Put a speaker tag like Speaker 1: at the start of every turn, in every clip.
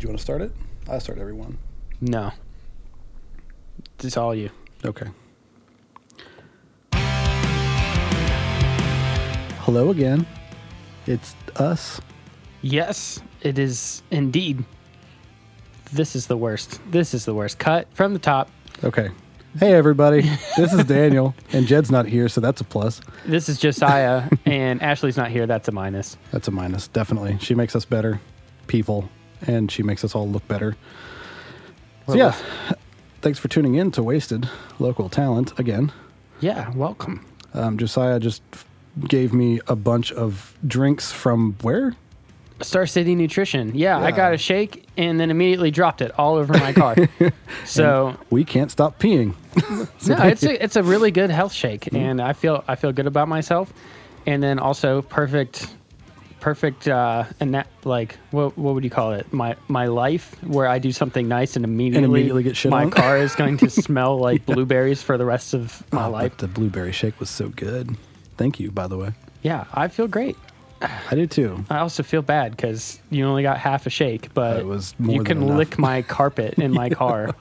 Speaker 1: you want to start it? I start every one.
Speaker 2: No. It's all you.
Speaker 1: Okay. Hello again. It's us.
Speaker 2: Yes, it is indeed. This is the worst. This is the worst. Cut from the top.
Speaker 1: Okay. Hey everybody. This is Daniel and Jed's not here, so that's a plus.
Speaker 2: This is Josiah, and Ashley's not here. That's a minus.
Speaker 1: That's a minus, definitely. She makes us better people and she makes us all look better. So
Speaker 2: Well,
Speaker 1: yeah. Thanks for tuning in to Wasted Local Talent again.
Speaker 2: Yeah, welcome.
Speaker 1: Um, Josiah just f- gave me a bunch of drinks from where?
Speaker 2: Star City Nutrition. Yeah, I got
Speaker 1: Yeah.
Speaker 2: a shake and then immediately dropped it all over my car. so
Speaker 1: We can't stop peeing.
Speaker 2: no, it's a it's a really good health shake,
Speaker 1: Mm-hmm.
Speaker 2: and I feel I feel good about myself, and then also perfect, perfect, uh, and that like what what would you call it? My my life where I do something nice and immediately,
Speaker 1: immediately get shit
Speaker 2: my
Speaker 1: on?
Speaker 2: car is going to smell like blueberries for the rest of my
Speaker 1: Oh, but
Speaker 2: life.
Speaker 1: the blueberry shake was so good. Thank you, by the way.
Speaker 2: Yeah, I feel great.
Speaker 1: I do too.
Speaker 2: I also feel bad because you only got half a shake, but
Speaker 1: It was
Speaker 2: you
Speaker 1: more
Speaker 2: can
Speaker 1: than enough.
Speaker 2: lick my carpet in my car.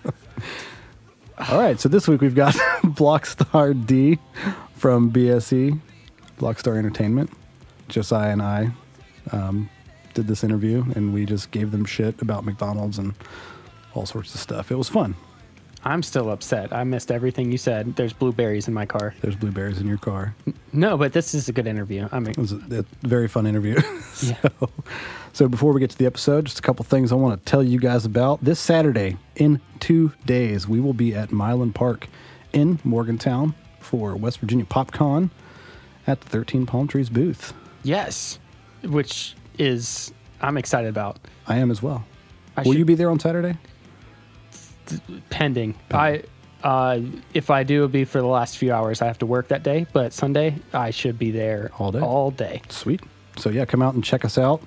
Speaker 1: All right, so this week we've got Blockstar D from BSE, Blockstar Entertainment. Josiah and I um, did this interview, and we just gave them shit about McDonald's and all sorts of stuff. It was fun.
Speaker 2: I'm still upset. I missed everything you said. There's blueberries in my car.
Speaker 1: There's blueberries in your car.
Speaker 2: No, but this is a good interview. I mean,
Speaker 1: It was a, a very fun interview.
Speaker 2: yeah.
Speaker 1: So before we get to the episode, just a couple things I want to tell you guys about. This Saturday, in two days, we will be at Milan Park in Morgantown for West Virginia PopCon at the 13 Palm Trees booth.
Speaker 2: Yes, which is I'm excited about.
Speaker 1: I am as well.
Speaker 2: I
Speaker 1: will
Speaker 2: should-
Speaker 1: you be there on Saturday?
Speaker 2: pending? I uh, if I do, it'll be for the last few hours. I have to work that day, but Sunday I should be there
Speaker 1: All day?
Speaker 2: All day.
Speaker 1: Sweet. So yeah, come out and check us out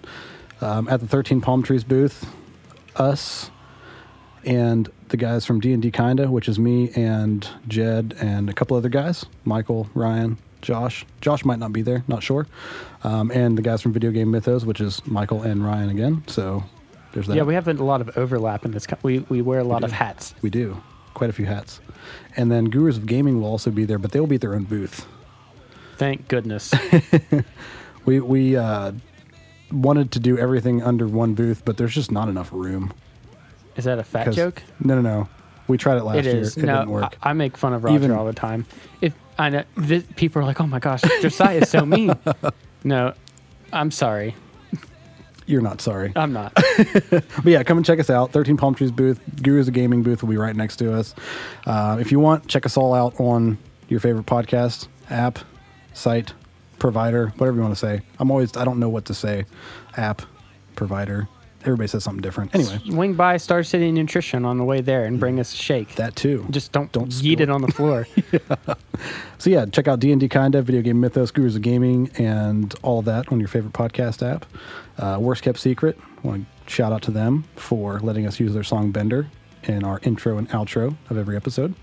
Speaker 1: um, at the 13 Palm Trees booth. Us and the guys from D and D Kinda, which is me and Jed and a couple other guys, Michael, Ryan, Josh. Josh might not be there, not sure. Um, and the guys from Video Game Mythos, which is Michael and Ryan again. So there's that.
Speaker 2: Yeah, we have a lot of overlap in this. Co- we we wear a lot of
Speaker 1: do.
Speaker 2: hats.
Speaker 1: We do quite a few hats. And then Gurus of Gaming will also be there, but they will be at their own booth.
Speaker 2: Thank goodness.
Speaker 1: We we uh, wanted to do everything under one booth, but there's just not enough room.
Speaker 2: is that a fat
Speaker 1: 'Cause-
Speaker 2: joke?
Speaker 1: No, no, no. We tried it last
Speaker 2: It
Speaker 1: year.
Speaker 2: is.
Speaker 1: It
Speaker 2: no,
Speaker 1: didn't work.
Speaker 2: I, I make fun of Roger
Speaker 1: Even-
Speaker 2: all the time. If I know th- people are like, "Oh my gosh, Josiah's so mean." No, I'm sorry.
Speaker 1: You're not sorry.
Speaker 2: I'm not.
Speaker 1: But yeah, come and check us out. 13 Palm Trees booth. Guru's a gaming booth will be right next to us. Uh, if you want, check us all out on your favorite podcast app, site, provider, whatever you want to say. I'm always I don't know what to say. App, provider. Everybody says something different. Anyway, Mm.
Speaker 2: Swing by Star City Nutrition on the way there and bring us a shake.
Speaker 1: that too.
Speaker 2: Just don't
Speaker 1: Don't
Speaker 2: don't
Speaker 1: spill it.
Speaker 2: yeet it on the floor.
Speaker 1: So yeah, check out D and D Kinda, Video Game Mythos, Gurus of Gaming, and all that on your favorite podcast app. Uh, Worst Kept Secret. Want to shout out to them for letting us use their song "Bender" in our intro and outro of every episode.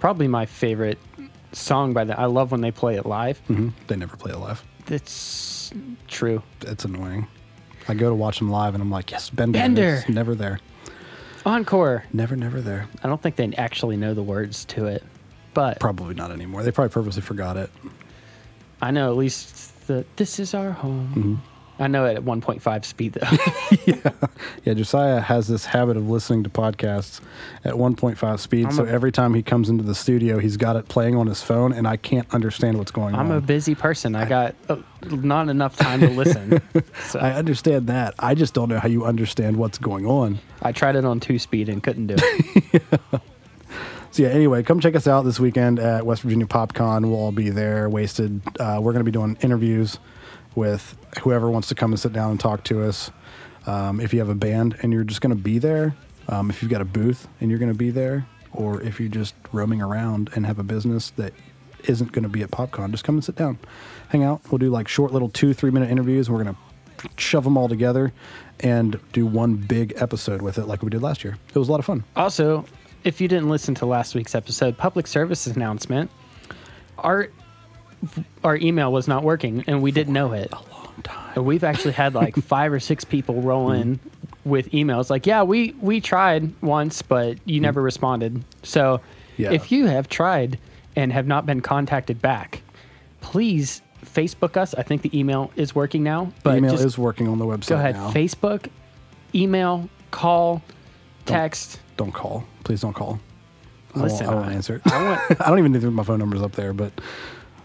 Speaker 2: Probably my favorite song by them. I love when they play it live.
Speaker 1: hmm They never play it live.
Speaker 2: That's true.
Speaker 1: It's annoying. I go to watch them live, and I'm like, yes, Bender. and
Speaker 2: Bender.
Speaker 1: It's never there.
Speaker 2: Encore.
Speaker 1: Never, never there.
Speaker 2: I don't think they actually know the words to it, but
Speaker 1: Probably not anymore. They probably purposely forgot it.
Speaker 2: I know at least the "This Is Our Home."
Speaker 1: Mm-hmm.
Speaker 2: I know it at 1.5 speed though.
Speaker 1: Yeah, Josiah has this habit of listening to podcasts at 1.5 speed.
Speaker 2: I'm
Speaker 1: so
Speaker 2: a-
Speaker 1: every time he comes into the studio, he's got it playing on his phone, and I can't understand what's going
Speaker 2: I'm
Speaker 1: on.
Speaker 2: a busy person. I got uh, not enough time to listen. So
Speaker 1: I
Speaker 2: I,
Speaker 1: understand that. I just don't know how you understand what's going on.
Speaker 2: tried it on two speed and couldn't do it.
Speaker 1: So yeah, anyway, come check us out this weekend at West Virginia PopCon. We'll all be there. Wasted. Uh, we're going to be doing interviews with whoever wants to come and sit down and talk to us. Um, if you have a band and you're just going to be there, um, if you've got a booth and you're going to be there, or if you're just roaming around and have a business that isn't going to be at PopCon, just come and sit down, hang out. We'll do like short little two, three minute interviews. We're going to shove them all together and do one big episode with it like we did last year. It was a lot of fun.
Speaker 2: Also, if you didn't listen to last week's episode, public service announcement, our our email was not working and we didn't know it.
Speaker 1: Long time.
Speaker 2: We've actually had like five or six people roll in with emails like, yeah, we we tried once, but you never responded. So
Speaker 1: Hmm. Yeah.
Speaker 2: if you have tried and have not been contacted back, please Facebook us. I think the email is working now. But
Speaker 1: email
Speaker 2: just
Speaker 1: is working on the website
Speaker 2: go ahead,
Speaker 1: now.
Speaker 2: Facebook, email, call, text.
Speaker 1: don't call. Please don't call. I won't,
Speaker 2: Listen,
Speaker 1: I won't
Speaker 2: I-
Speaker 1: answer it.
Speaker 2: I want
Speaker 1: I don't even think my phone number's up there, but,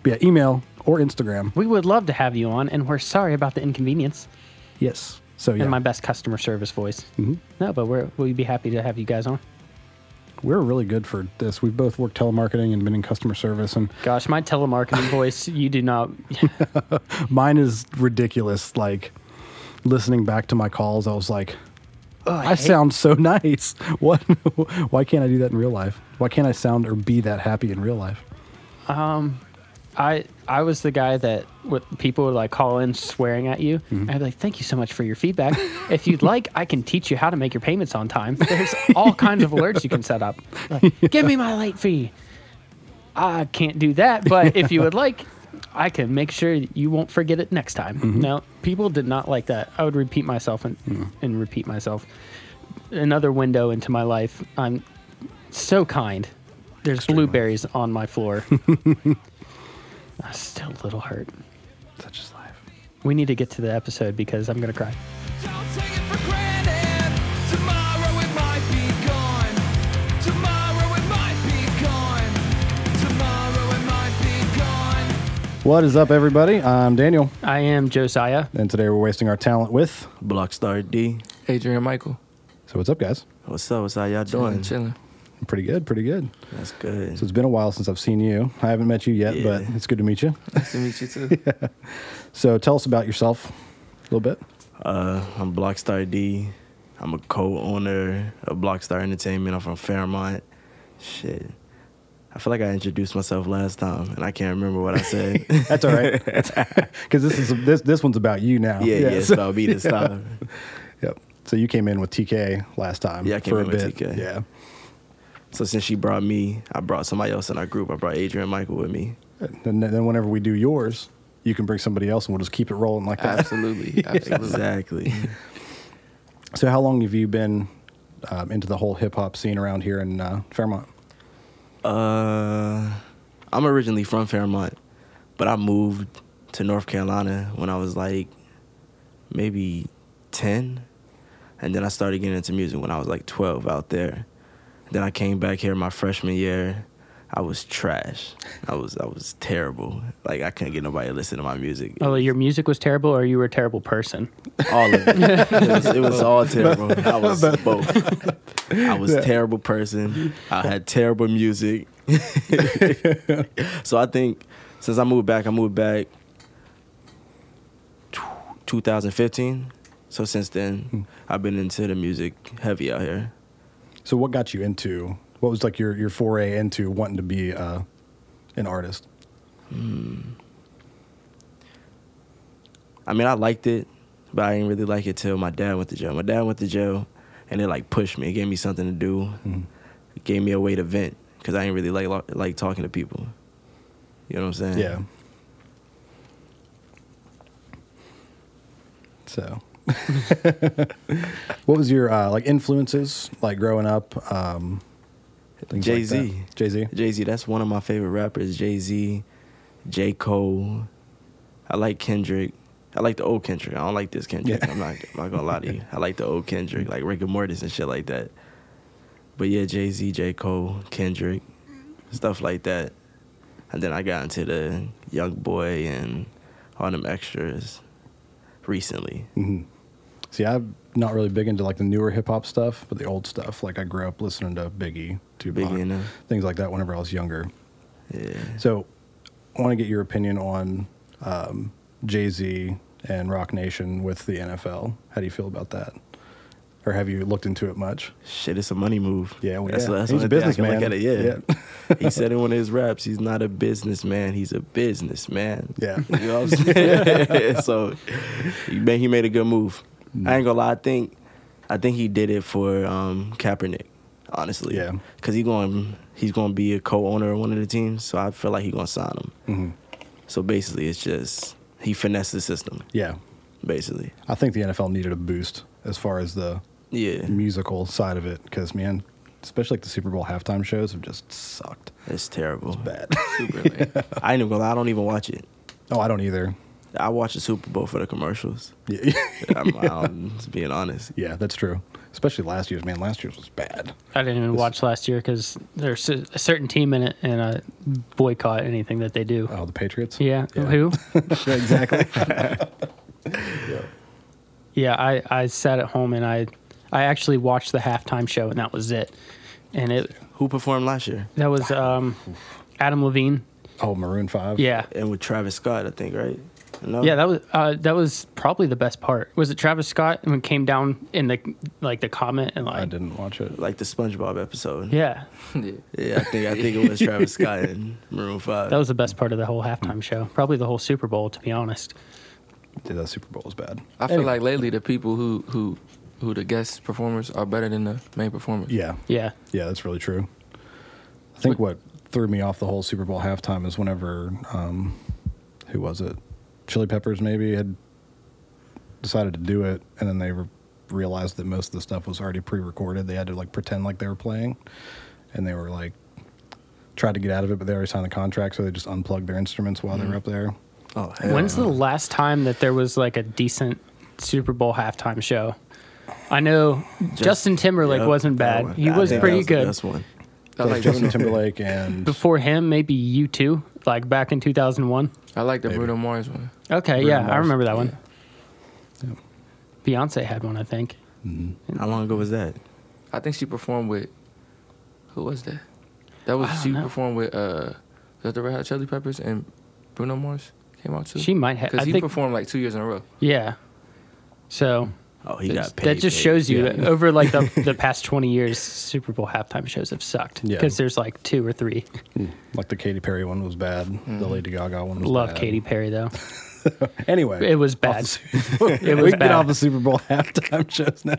Speaker 1: but yeah, email or Instagram.
Speaker 2: We would love to have you on, and we're sorry about the inconvenience
Speaker 1: Yes. So yeah,
Speaker 2: in my best customer service voice. Mm-hmm. No, but we're, we'd be happy to have you guys on.
Speaker 1: we're really good for this. We've both worked telemarketing and been in customer service, and
Speaker 2: Gosh, my telemarketing voice, you do not.
Speaker 1: mine is ridiculous. Like listening back to my calls, I was like,
Speaker 2: Oh,
Speaker 1: I
Speaker 2: hate-
Speaker 1: sound so nice. What? Why can't I do that in real life? Why can't I sound or be that happy in real life?
Speaker 2: I I was the guy that would, people would like call in swearing at you. I'd be like, "Thank you so much for your feedback. if you'd like, I can teach you how to make your payments on time. There's all kinds of alerts you can set up. Like, Give me my late fee. I can't do that, but if you would like, I can make sure you won't forget it next time." Now, people did not like that. I would repeat myself and and repeat myself. Another window into my life. I'm so kind. There's blueberries on my floor. I'm still a little hurt.
Speaker 1: Such is life.
Speaker 2: We need to get to the episode because I'm gonna cry.
Speaker 3: Don't take it for granted. Tomorrow it might be gone. Tomorrow it might be gone. Tomorrow it might be gone.
Speaker 1: What is up, everybody? I'm Daniel,
Speaker 2: I am Josiah.
Speaker 1: and today we're wasting our talent with.
Speaker 4: Blockstar D.
Speaker 5: Adrian Michael.
Speaker 1: So what's up, guys?
Speaker 4: What's up? What's up? Y'all doing?
Speaker 5: Chilling, chilling.
Speaker 1: Pretty good, pretty good.
Speaker 4: That's good.
Speaker 1: So it's been a while since I've seen you. I haven't met you yet, but
Speaker 4: Yeah.
Speaker 1: it's good to meet you.
Speaker 5: Nice to meet you too.
Speaker 1: So tell us about yourself a little bit.
Speaker 4: Uh, I'm Blockstar D. I'm a co-owner of Blockstar Entertainment. I'm from Fairmont. Shit. I feel like I introduced myself last time, and I can't remember what I said. yeah,
Speaker 1: That's all right, because this is this this one's about you now.
Speaker 4: yeah, it's
Speaker 1: so,
Speaker 4: about me this time.
Speaker 1: yep. So you came in with TK last time.
Speaker 4: Yeah, I came
Speaker 1: for
Speaker 4: in
Speaker 1: a bit.
Speaker 4: with TK.
Speaker 1: Yeah.
Speaker 4: So since she brought me, I brought somebody else in our group. I brought Adrian Michael with me.
Speaker 1: And then, then whenever we do yours, you can bring somebody else, and we'll just keep it rolling like that.
Speaker 5: Absolutely. Absolutely.
Speaker 4: Exactly.
Speaker 1: So how long have you been um, into the whole hip hop scene around here in uh, Fairmont?
Speaker 4: Uh, I'm originally from Fairmont, but I moved to North Carolina when I was like maybe 10. And then I started getting into music when I was like 12 out there. Then I came back here my freshman year. I was trash. I was I was terrible. Like I couldn't get nobody to listen to my music.
Speaker 2: Oh, your music was terrible, or you were a terrible person.
Speaker 4: All of it. It was, it was all terrible. I was both. I was a terrible person. I had terrible music. so I think since I moved back, I moved back tw- 2015. So since then, I've been into the music heavy out here.
Speaker 1: So what got you into? What was like your your foray into wanting to be uh, an artist?
Speaker 4: I mean, I liked it, but I didn't really like it till my dad went to jail. My dad went to jail, and it like pushed me. It gave me something to do.
Speaker 1: Mm-hmm.
Speaker 4: It gave me a way to vent because I didn't really like lo- like talking to people. You know what I'm saying?
Speaker 1: Yeah. So, what was your uh, like influences like growing up? Um, things like
Speaker 4: Jay Z.
Speaker 1: that? Jay Z.
Speaker 4: Jay Z. That's one of my favorite rappers. Jay Z, J Cole. I like Kendrick. I like the old Kendrick. I don't like this Kendrick.
Speaker 1: Yeah.
Speaker 4: I'm not. I'm not gonna lie to you. I like the old Kendrick, like Rick and Mortis and shit like that. But yeah, Jay Z, J Cole, Kendrick, stuff like that. And then I got into the Young Boy and all them extras recently.
Speaker 1: See, I'm not really big into like the newer hip hop stuff, but the old stuff. Like I grew up listening to Biggie, Tupac,
Speaker 4: Biggie and uh, them.
Speaker 1: things like that. Whenever I was younger.
Speaker 4: Yeah.
Speaker 1: So, I want to get your opinion on um, Jay Z and Rock Nation with the NFL. How do you feel about that? Or have you looked into it much?
Speaker 4: Shit, it's a money move.
Speaker 1: Yeah, well,
Speaker 4: that's,
Speaker 1: yeah.
Speaker 4: that's
Speaker 1: He's
Speaker 4: one
Speaker 1: a
Speaker 4: of the things I can
Speaker 1: businessman.
Speaker 4: Look at it, yeah. he said in one of his raps, he's not a businessman. He's a businessman.
Speaker 1: Yeah.
Speaker 4: you know what I'm saying? so he made, he made a good move. I ain't gonna lie. I think I think he did it for um, Kaepernick, honestly.
Speaker 1: Yeah.
Speaker 4: because he going he's gonna be a co-owner of one of the teams, so I feel like he gonna sign him.
Speaker 1: Mm-hmm.
Speaker 4: So basically, it's just he finessed the system.
Speaker 1: Yeah,
Speaker 4: Basically,
Speaker 1: I think the NFL needed a boost as far as the
Speaker 4: Yeah.
Speaker 1: musical side of it because man, especially like the Super Bowl halftime shows have just sucked
Speaker 4: It's terrible.
Speaker 1: bad.
Speaker 5: Super lame.
Speaker 4: I ain't even gonna lie, I don't even watch it.
Speaker 1: oh, I don't either.
Speaker 4: I watch the Super Bowl for the commercials.
Speaker 1: Yeah,
Speaker 4: I'm, I'm just being honest.
Speaker 1: yeah, that's true. Especially last year's man. Last year's was bad.
Speaker 2: I didn't even watch last year because there's a a certain team in it, and I boycott anything that they do.
Speaker 1: Oh, the Patriots.
Speaker 2: yeah. who?
Speaker 1: Yeah, exactly.
Speaker 2: Yeah, I, I sat at home and I I actually watched the halftime show, and that was it. And it
Speaker 4: Who performed last year?
Speaker 2: that was um, Adam Levine.
Speaker 1: oh, Maroon Five.
Speaker 2: Yeah,
Speaker 4: And with Travis Scott, I think, right? No?
Speaker 2: yeah, that was uh, that was probably the best part. Was it Travis Scott when it came down in the like the comment and
Speaker 1: I
Speaker 2: like
Speaker 1: didn't watch it.
Speaker 4: like the SpongeBob episode.
Speaker 2: yeah,
Speaker 5: Yeah.
Speaker 4: Yeah, I think I think it was Travis Scott and Maroon Five.
Speaker 2: that was the best part of the whole halftime show. Probably the whole Super Bowl, to be honest.
Speaker 1: Yeah, that Super Bowl was bad.
Speaker 5: I feel like lately the people who who who the guest performers are better than the main performers.
Speaker 1: Yeah,
Speaker 2: Yeah,
Speaker 1: yeah, that's really true. I think what threw me off the whole Super Bowl halftime is whenever, um, who was it? Chili Peppers maybe had decided to do it, and then they re- realized that most of the stuff was already pre-recorded. They had to like pretend like they were playing, and they were like tried to get out of it, but they already signed the contract, so they just unplugged their instruments while they were up there.
Speaker 4: oh, hell
Speaker 2: When's
Speaker 4: no.
Speaker 2: the last time that there was like a decent Super Bowl halftime show? I know Justin Timberlake
Speaker 4: Yep,
Speaker 2: wasn't
Speaker 4: that
Speaker 2: bad.
Speaker 4: one.
Speaker 2: He
Speaker 4: I
Speaker 2: was
Speaker 4: think
Speaker 2: pretty
Speaker 4: that
Speaker 2: good.
Speaker 4: was the best one.
Speaker 5: I like
Speaker 1: Justin
Speaker 5: Bruno,
Speaker 1: Timberlake and
Speaker 2: Before him, maybe you two, like back in 2001.
Speaker 5: I like the
Speaker 1: Maybe.
Speaker 5: Bruno Mars one.
Speaker 2: Okay, yeah, I
Speaker 1: Mars.
Speaker 2: remember that one. Beyonce had one, I think.
Speaker 4: How long ago was that?
Speaker 5: I think she performed with who was that? That was
Speaker 2: I don't
Speaker 5: she
Speaker 2: know.
Speaker 5: performed with uh was that the Red Hot Chili Peppers and Bruno Mars came out too.
Speaker 2: She might have.
Speaker 5: because
Speaker 2: I
Speaker 5: he
Speaker 2: think,
Speaker 5: performed like two years in a row.
Speaker 2: yeah. So
Speaker 4: Oh, he
Speaker 5: That's-
Speaker 4: got paid.
Speaker 2: that just
Speaker 4: paid.
Speaker 2: shows you
Speaker 1: Yeah.
Speaker 2: that over like the, the past 20 years, Super Bowl halftime shows have sucked
Speaker 1: Yeah.
Speaker 2: because there's like two or three.
Speaker 1: like the Katy Perry one was bad. The Lady Gaga one was
Speaker 2: Love
Speaker 1: bad.
Speaker 2: Katy Perry though.
Speaker 1: Anyway,
Speaker 2: It was
Speaker 1: off
Speaker 2: bad.
Speaker 1: the Super- we
Speaker 2: It was
Speaker 1: can get off
Speaker 2: bad.
Speaker 1: the Super Bowl halftime shows now.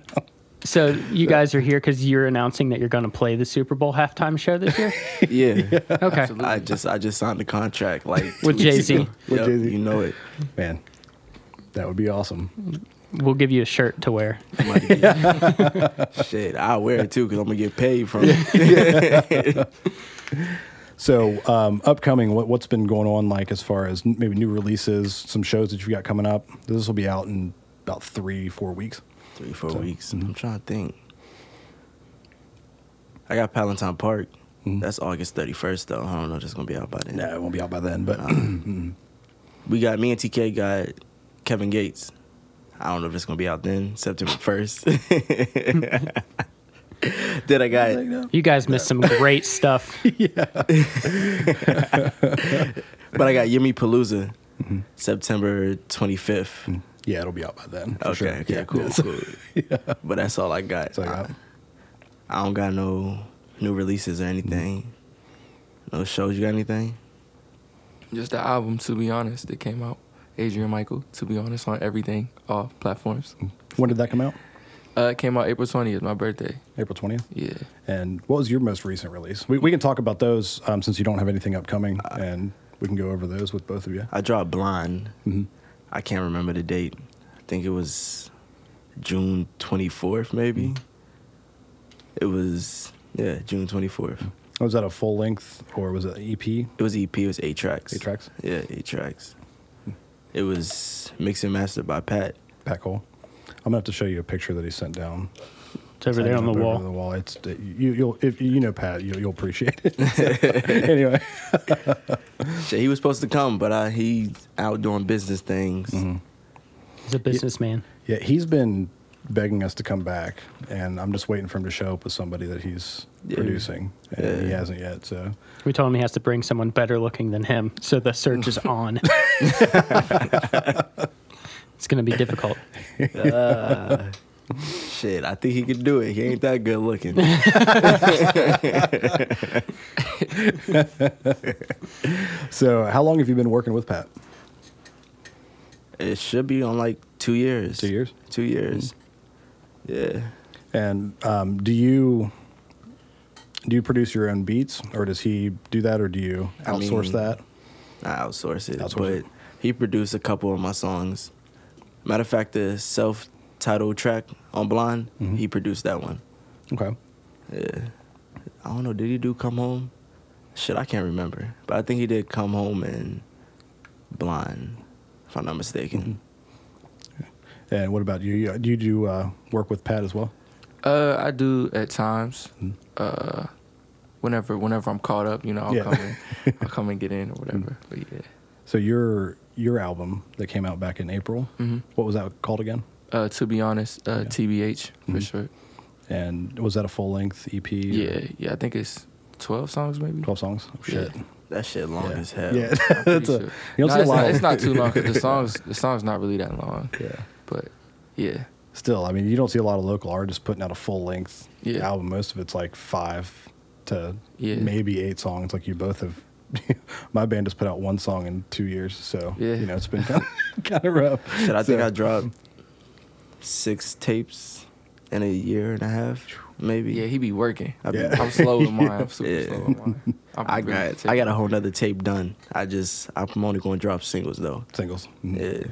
Speaker 2: So you guys are here because you're announcing that you're going to play the Super Bowl halftime show this year.
Speaker 4: Yeah.
Speaker 2: Okay.
Speaker 4: I just I just signed the contract like
Speaker 2: With
Speaker 4: two weeks
Speaker 2: Jay-Z.
Speaker 4: ago.
Speaker 1: With
Speaker 4: Yep,
Speaker 1: Jay-Z.
Speaker 4: You know it.
Speaker 1: Man, that would be awesome.
Speaker 2: We'll give you a shirt to wear.
Speaker 4: I'm about to get- Shit, I wear it too because I'm gonna get paid from it.
Speaker 1: So, um, upcoming, what, what's been going on like as far as n- maybe new releases, some shows that you've got coming up? This will be out in about three, four weeks.
Speaker 4: Three four weeks. I'm trying to think. I got Palatine Park. That's August 31st though. I don't know if it's gonna be out by then.
Speaker 1: No, it won't be out by then, but
Speaker 4: We got me and TK got Kevin Gates. I don't know if it's gonna be out then, September first. then I got,
Speaker 2: You guys missed some great stuff.
Speaker 4: but I got Yemi Palooza, September twenty fifth.
Speaker 1: yeah, it'll be out by then. For
Speaker 4: Okay,
Speaker 1: sure.
Speaker 4: okay,
Speaker 1: Yeah,
Speaker 4: cool,
Speaker 1: yes.
Speaker 4: cool. But that's all I got.
Speaker 1: So, yeah.
Speaker 4: I, I don't got no new releases or anything. No shows. You got anything?
Speaker 5: Just the album, to be honest, that came out. Adrian Michael, to be honest, on everything, all platforms.
Speaker 1: When did that come out?
Speaker 5: Uh, it came out April 20th, my birthday.
Speaker 1: April 20th?
Speaker 5: Yeah.
Speaker 1: And what was your most recent release? We, we can talk about those um, since you don't have anything upcoming,
Speaker 4: Uh,
Speaker 1: and we can go over those with both of you.
Speaker 4: I dropped Blind.
Speaker 1: Mm-hmm.
Speaker 4: I can't remember the date. I think it was June 24th, maybe.
Speaker 1: Mm-hmm.
Speaker 4: It was, yeah, June 24th.
Speaker 1: Was that a full length or was it an E EP?
Speaker 4: It was EP, it was eight tracks.
Speaker 1: Eight tracks?
Speaker 4: Yeah, eight tracks.
Speaker 1: Hmm.
Speaker 4: It was mixed and mastered by Pat.
Speaker 1: Pack hole. I'm gonna have to show you a picture that he sent down.
Speaker 2: It's over there on the
Speaker 1: Over
Speaker 2: wall.
Speaker 1: The wall. It's you, you'll if you know Pat, you'll, you'll appreciate it. anyway,
Speaker 4: Shit, he was supposed to come, but uh, he out doing business things.
Speaker 1: Mm-hmm.
Speaker 2: He's a businessman.
Speaker 1: yeah, he's been begging us to come back, and I'm just waiting for him to show up with somebody that he's
Speaker 4: Yeah.
Speaker 1: producing, and he
Speaker 4: Yeah.
Speaker 1: hasn't yet. So
Speaker 2: We told him he has to bring someone better looking than him. So the search is on. it's going to be difficult.
Speaker 4: Shit, I think he could do it. He ain't that good looking.
Speaker 1: so how long have you been working with Pat?
Speaker 4: it should be on like two years.
Speaker 1: Two years? Mm-hmm.
Speaker 4: Two years. Yeah.
Speaker 1: And um, do you do you produce your own beats, or does he do that, or do you
Speaker 4: I
Speaker 1: outsource
Speaker 4: mean-
Speaker 1: that?
Speaker 4: I outsource it,
Speaker 1: Outsource
Speaker 4: but
Speaker 1: it.
Speaker 4: he produced a couple of my songs. Matter of fact, the self title track on Blonde.
Speaker 1: Mm-hmm.
Speaker 4: He produced that one.
Speaker 1: Okay.
Speaker 4: Yeah. I don't know. Did he do Come Home? Shit, I can't remember. But I think he did Come Home and Blind, if I'm not
Speaker 1: Mm-hmm.
Speaker 4: mistaken.
Speaker 1: And what about you? You, you do uh, work with Pat as well?
Speaker 5: Uh, I do at times. Uh, whenever whenever I'm caught up, you know, I'll
Speaker 1: Yeah.
Speaker 5: come in. I'll come and get in or whatever. But yeah,
Speaker 1: So your your album that came out back in April,
Speaker 5: Mhm.
Speaker 1: what was that called again?
Speaker 5: uh, to be honest, uh,
Speaker 1: Yeah.
Speaker 5: TBH for sure.
Speaker 1: And was that a full length EP? or
Speaker 5: Yeah, yeah. I think it's twelve songs maybe.
Speaker 1: Twelve songs. Oh, shit.
Speaker 5: Yeah.
Speaker 4: That shit long
Speaker 1: Yeah.
Speaker 4: as hell.
Speaker 1: Yeah.
Speaker 5: I'm pretty
Speaker 1: That's a-
Speaker 5: sure.
Speaker 1: you don't
Speaker 5: Nah,
Speaker 1: see a
Speaker 5: it's,
Speaker 1: lot
Speaker 5: not,
Speaker 1: of-
Speaker 5: it's not too long 'cause the songs the song's not really that long.
Speaker 1: Yeah.
Speaker 5: But yeah,
Speaker 1: Still, I mean, you don't see a lot of local artists putting out a full length
Speaker 5: Yeah.
Speaker 1: album. Most of it's like five to
Speaker 5: Yeah.
Speaker 1: maybe eight songs. Like you both have. My band has put out one song in two years, so
Speaker 5: Yeah.
Speaker 1: you know it's been kind of, kind of rough.
Speaker 4: Shit, I think
Speaker 1: So-
Speaker 4: I dropped six tapes in a year and a half, maybe.
Speaker 5: yeah, he be working.
Speaker 4: I,
Speaker 1: Yeah.
Speaker 5: I'm slow with mine. I'm super
Speaker 4: Yeah.
Speaker 5: slow with mine. I'm
Speaker 4: I
Speaker 5: really
Speaker 4: got I
Speaker 5: particular.
Speaker 4: got a whole nother tape done. I just I'm only going to drop singles though.
Speaker 1: singles. Mm-hmm.
Speaker 4: Yeah, uh,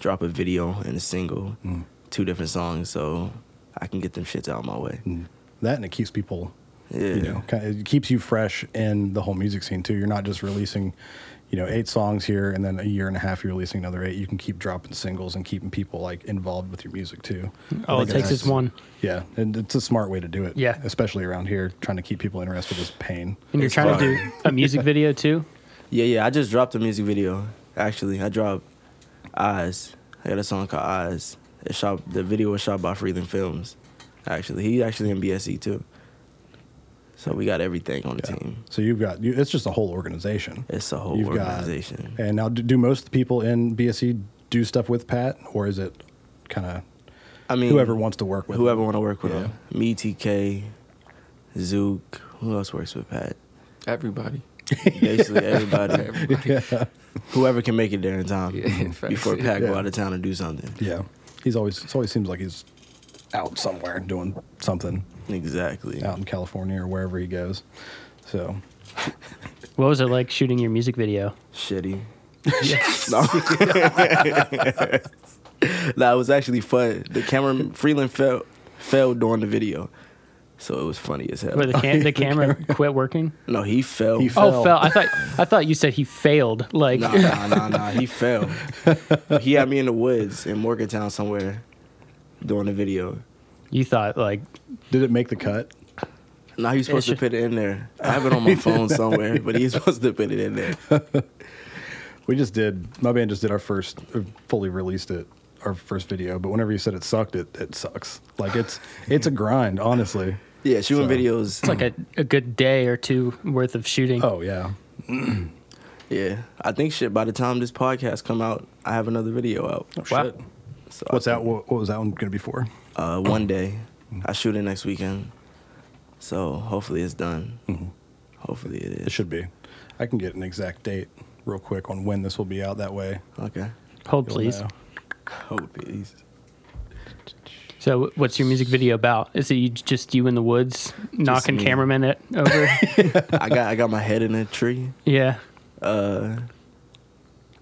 Speaker 4: drop a video and a single,
Speaker 1: Mm.
Speaker 4: two different songs, so I can get them shits out of my way.
Speaker 1: Mm. That and it keeps people
Speaker 4: Yeah,
Speaker 1: you know kind of, it keeps you fresh in the whole music scene too you're not just releasing you know eight songs here and then a year and a half you're releasing another eight you can keep dropping singles and keeping people like involved with your music too I
Speaker 2: All Oh, it
Speaker 1: think
Speaker 2: takes
Speaker 1: that's-
Speaker 2: is one.
Speaker 1: yeah and it's a smart way to do it
Speaker 2: Yeah.
Speaker 1: especially around here trying to keep people interested is pain
Speaker 2: And you're
Speaker 4: It's
Speaker 2: trying to
Speaker 4: fun.
Speaker 2: do a music video too.
Speaker 4: yeah, yeah. I just dropped a music video. Actually, I dropped Eyes. I got a song called Eyes. It shot the video was shot by Freeland Films. Actually, he actually in BSE too. So we got everything on the
Speaker 1: Yeah.
Speaker 4: team.
Speaker 1: so you've got you, it's just a whole organization
Speaker 4: It's a whole
Speaker 1: You've got- eh,
Speaker 4: organization.
Speaker 1: and now do, do most of the people in bsc do stuff with pat or is it kind of
Speaker 4: I mean,
Speaker 1: whoever wants to work with him?
Speaker 4: whoever want to work with
Speaker 1: Yeah.
Speaker 4: him. Me, TK, Zook. Who else works with Pat?
Speaker 5: everybody.
Speaker 4: Basically everybody.
Speaker 5: everybody.
Speaker 4: Whoever can make it there in time
Speaker 5: Yeah, facts.
Speaker 4: before Pat go
Speaker 1: Yeah.
Speaker 4: out of town and do something.
Speaker 1: yeah he's always it always seems like he's out somewhere doing something
Speaker 4: Exactly.
Speaker 1: out in California or wherever he goes. So
Speaker 2: What was it like shooting your music video?
Speaker 4: Shitty. No. nah, it was actually fun. The camera Freeland fell fell during the video. So it was funny as hell.
Speaker 2: Where the, cam- the camera quit working?
Speaker 4: no, he fell.
Speaker 1: He
Speaker 2: Oh,
Speaker 1: Fell.
Speaker 2: fell. I thought I thought you said he failed. Like
Speaker 4: Nah, nah, nah, nah. He fell. he had me in the woods in Morgantown somewhere doing the video.
Speaker 2: you thought, like
Speaker 1: did it make the cut?
Speaker 4: Nah, he's supposed to
Speaker 2: should-
Speaker 4: put it in there. I have it on my phone somewhere, but he's supposed to put it in there.
Speaker 1: We just did. My band just did our first uh, fully released it our first video. But whenever you said it sucked, it it sucks. Like it's it's a grind, honestly.
Speaker 4: Yeah, shooting
Speaker 1: So-
Speaker 4: videos.
Speaker 2: like a, a good day or two worth of shooting.
Speaker 1: Oh yeah,
Speaker 4: yeah, I think shit. By the time this podcast come out, I have another video out.
Speaker 2: wow.
Speaker 4: So
Speaker 1: what's
Speaker 4: I
Speaker 1: that? Mm-hmm. What, what was that one going to be for?
Speaker 4: Uh, one day, I shoot it next weekend. So hopefully it's done.
Speaker 1: Mm-hmm.
Speaker 4: Hopefully it is.
Speaker 1: It should be. I can get an exact date real quick on when this will be out. That way,
Speaker 4: Okay.
Speaker 2: Hold
Speaker 1: you'll
Speaker 2: please.
Speaker 1: know.
Speaker 4: Hope it is.
Speaker 2: So, what's your music video about? Is it you, just you in the woods knocking
Speaker 4: me.
Speaker 2: cameramen at, over?
Speaker 4: I got I got my head in a tree.
Speaker 2: yeah.
Speaker 4: Uh,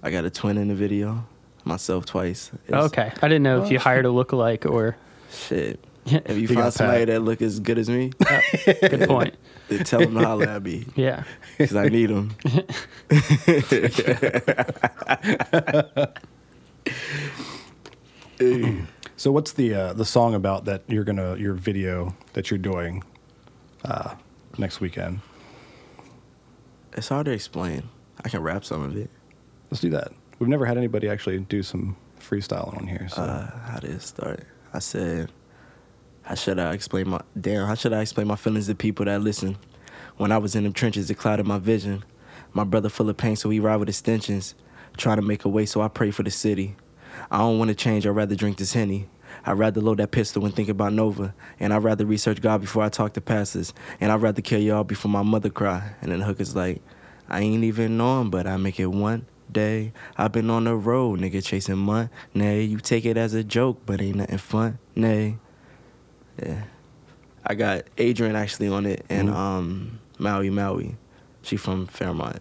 Speaker 4: I got a twin in the video. Myself twice. It's-
Speaker 2: Okay. I didn't know if you hired a lookalike or.
Speaker 4: Shit.
Speaker 2: Yeah.
Speaker 4: If you,
Speaker 1: got
Speaker 4: find somebody
Speaker 1: Pat.
Speaker 4: that look as good as me,
Speaker 2: Good point.
Speaker 4: then tell them to holler at me
Speaker 2: Yeah.
Speaker 4: because I need them.
Speaker 1: So what's the uh, the song about that you're gonna your video that you're doing uh, next weekend?
Speaker 4: It's hard to explain. I can rap some of it.
Speaker 1: Let's do that. We've never had anybody actually do some freestyling on here. So.
Speaker 4: Uh, how did it start? I said, how should I explain my damn? How should I explain my feelings to people that listen? When I was in them trenches, it clouded my vision. My brother full of pain, so he ride with extensions. Trying to make a way, so I pray for the city. I don't want to change. I'd rather drink this henny. I'd rather load that pistol and think about Nova. And I'd rather research God before I talk to pastors. And I'd rather kill y'all before my mother cry. And then the hook is like, I ain't even know him, but I make it one day. I've been on the road, nigga, chasing money. You take it as a joke, but ain't nothing fun. Nay. Yeah. I got Adrian actually on it
Speaker 1: Mm-hmm.
Speaker 4: and um Maui Maui. She from Fairmont.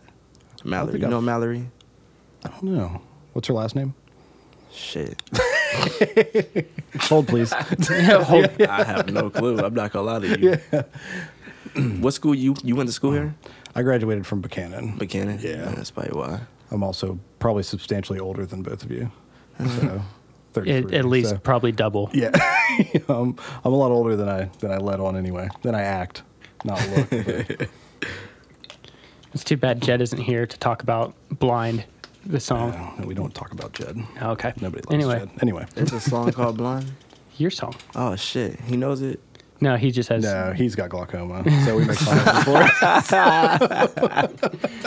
Speaker 4: Mallory.
Speaker 1: think
Speaker 4: You know
Speaker 1: I've-
Speaker 4: Mallory?
Speaker 1: I don't know. What's her last name?
Speaker 4: Shit.
Speaker 1: Hold, please.
Speaker 4: I have no clue. I'm not gonna lie to you. what school you you went to school here?
Speaker 1: I graduated from Buchanan.
Speaker 4: Uh, Buchanan.
Speaker 1: Yeah.
Speaker 4: that's probably why.
Speaker 1: I'm also probably substantially older than both of you. So, 33.
Speaker 2: At, at least
Speaker 1: so-
Speaker 2: probably double.
Speaker 1: Yeah, um, I'm a lot older than I than I let on anyway. Than I act, not look. but-
Speaker 2: It's too bad Jed isn't here to talk about Blind, the song.
Speaker 1: No, we don't talk about Jed.
Speaker 2: Oh, Okay.
Speaker 1: Nobody likes
Speaker 2: anyway,
Speaker 1: Jed. Anyway,
Speaker 4: It's a song called Blind.
Speaker 2: your song.
Speaker 4: Oh shit, he knows it.
Speaker 2: No, he just has.
Speaker 1: no, he's got glaucoma, so we make fun of him for it.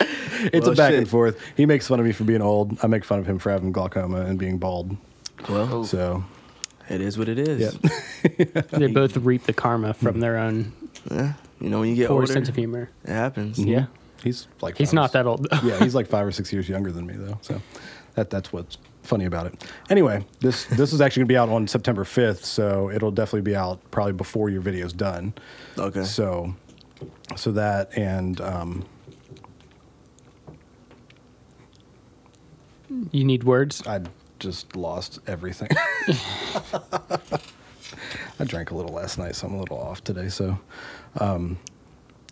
Speaker 1: it's a
Speaker 4: Well,
Speaker 1: back
Speaker 4: shit.
Speaker 1: and forth. He makes fun of me for being old. I make fun of him for having glaucoma and being bald.
Speaker 4: Well,
Speaker 5: Oh,
Speaker 1: So
Speaker 4: it is what it is.
Speaker 1: Yeah.
Speaker 2: They both reap the karma from their own
Speaker 4: Yeah. You know when you get
Speaker 2: poor
Speaker 4: older,
Speaker 2: sense of
Speaker 4: it
Speaker 2: humor.
Speaker 4: happens.
Speaker 2: Yeah.
Speaker 1: he's like
Speaker 2: He's
Speaker 1: five or
Speaker 2: not that old.
Speaker 1: yeah, he's like five or six years younger than me though. So that that's what's funny about it. Anyway, this this is actually gonna be out on September fifth, so it'll definitely be out probably before your video's done.
Speaker 4: Okay.
Speaker 1: So so that and um,
Speaker 2: you need words?
Speaker 1: I just lost everything. I drank a little last night, so I'm a little off today. So um,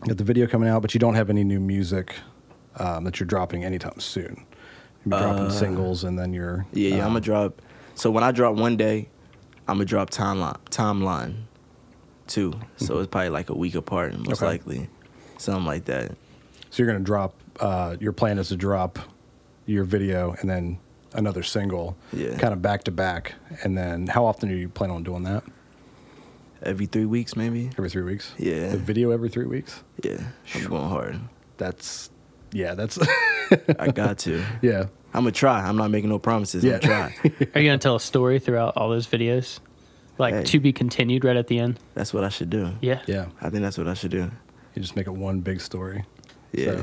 Speaker 1: got the video coming out, but you don't have any new music um, that you're dropping anytime soon. You're dropping singles, and then um, you're
Speaker 4: Uh, yeah, yeah. I'm gonna drop. So when I drop one day, I'm gonna drop timeline timeline two. So it's probably like a week apart, most
Speaker 1: Mm-hmm. Okay.
Speaker 4: likely, something like that.
Speaker 1: So you're going to drop. Uh, your plan is to drop your video and then another single,
Speaker 4: Yeah.
Speaker 1: kind of back to back. And then, how often do you plan on doing that?
Speaker 4: Every three weeks, maybe.
Speaker 1: Every three weeks.
Speaker 4: Yeah.
Speaker 1: The video every three weeks.
Speaker 4: Yeah, I'm going hard.
Speaker 1: That's, yeah, that's,
Speaker 4: I got to.
Speaker 1: yeah.
Speaker 4: I'm gonna try. I'm not making no promises.
Speaker 1: Yeah.
Speaker 4: I'm gonna try.
Speaker 2: Are you going to tell a story throughout all those videos? Like
Speaker 4: Hey.
Speaker 2: to be continued right at the end?
Speaker 4: That's what I should do.
Speaker 2: Yeah.
Speaker 1: Yeah.
Speaker 4: I think that's what I should do.
Speaker 1: You just make it one big story.
Speaker 4: Yeah.
Speaker 1: So,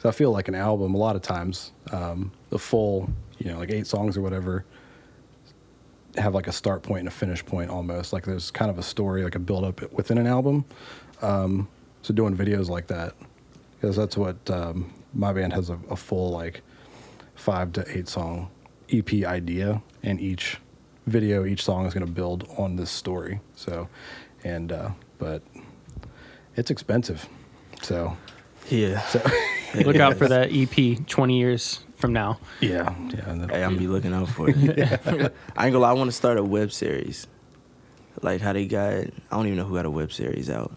Speaker 1: so I feel like an album a lot of times, um, the full, you know, like eight songs or whatever, have like a start point and a finish point almost. Like there's kind of a story, like a build up within an album. Um, so doing videos like that, because that's what um, my band has a, a full like five to eight song EP idea, and each video, each song is going to build on this story. So, and uh, but it's expensive. So
Speaker 4: Yeah.
Speaker 2: Look out for that EP 20 years from now.
Speaker 1: yeah, yeah. and that'll
Speaker 4: Hey, I'm be looking out for it. I ain't gonna lie, I wanna start a web series. Like how they got I don't even know who got a web series out.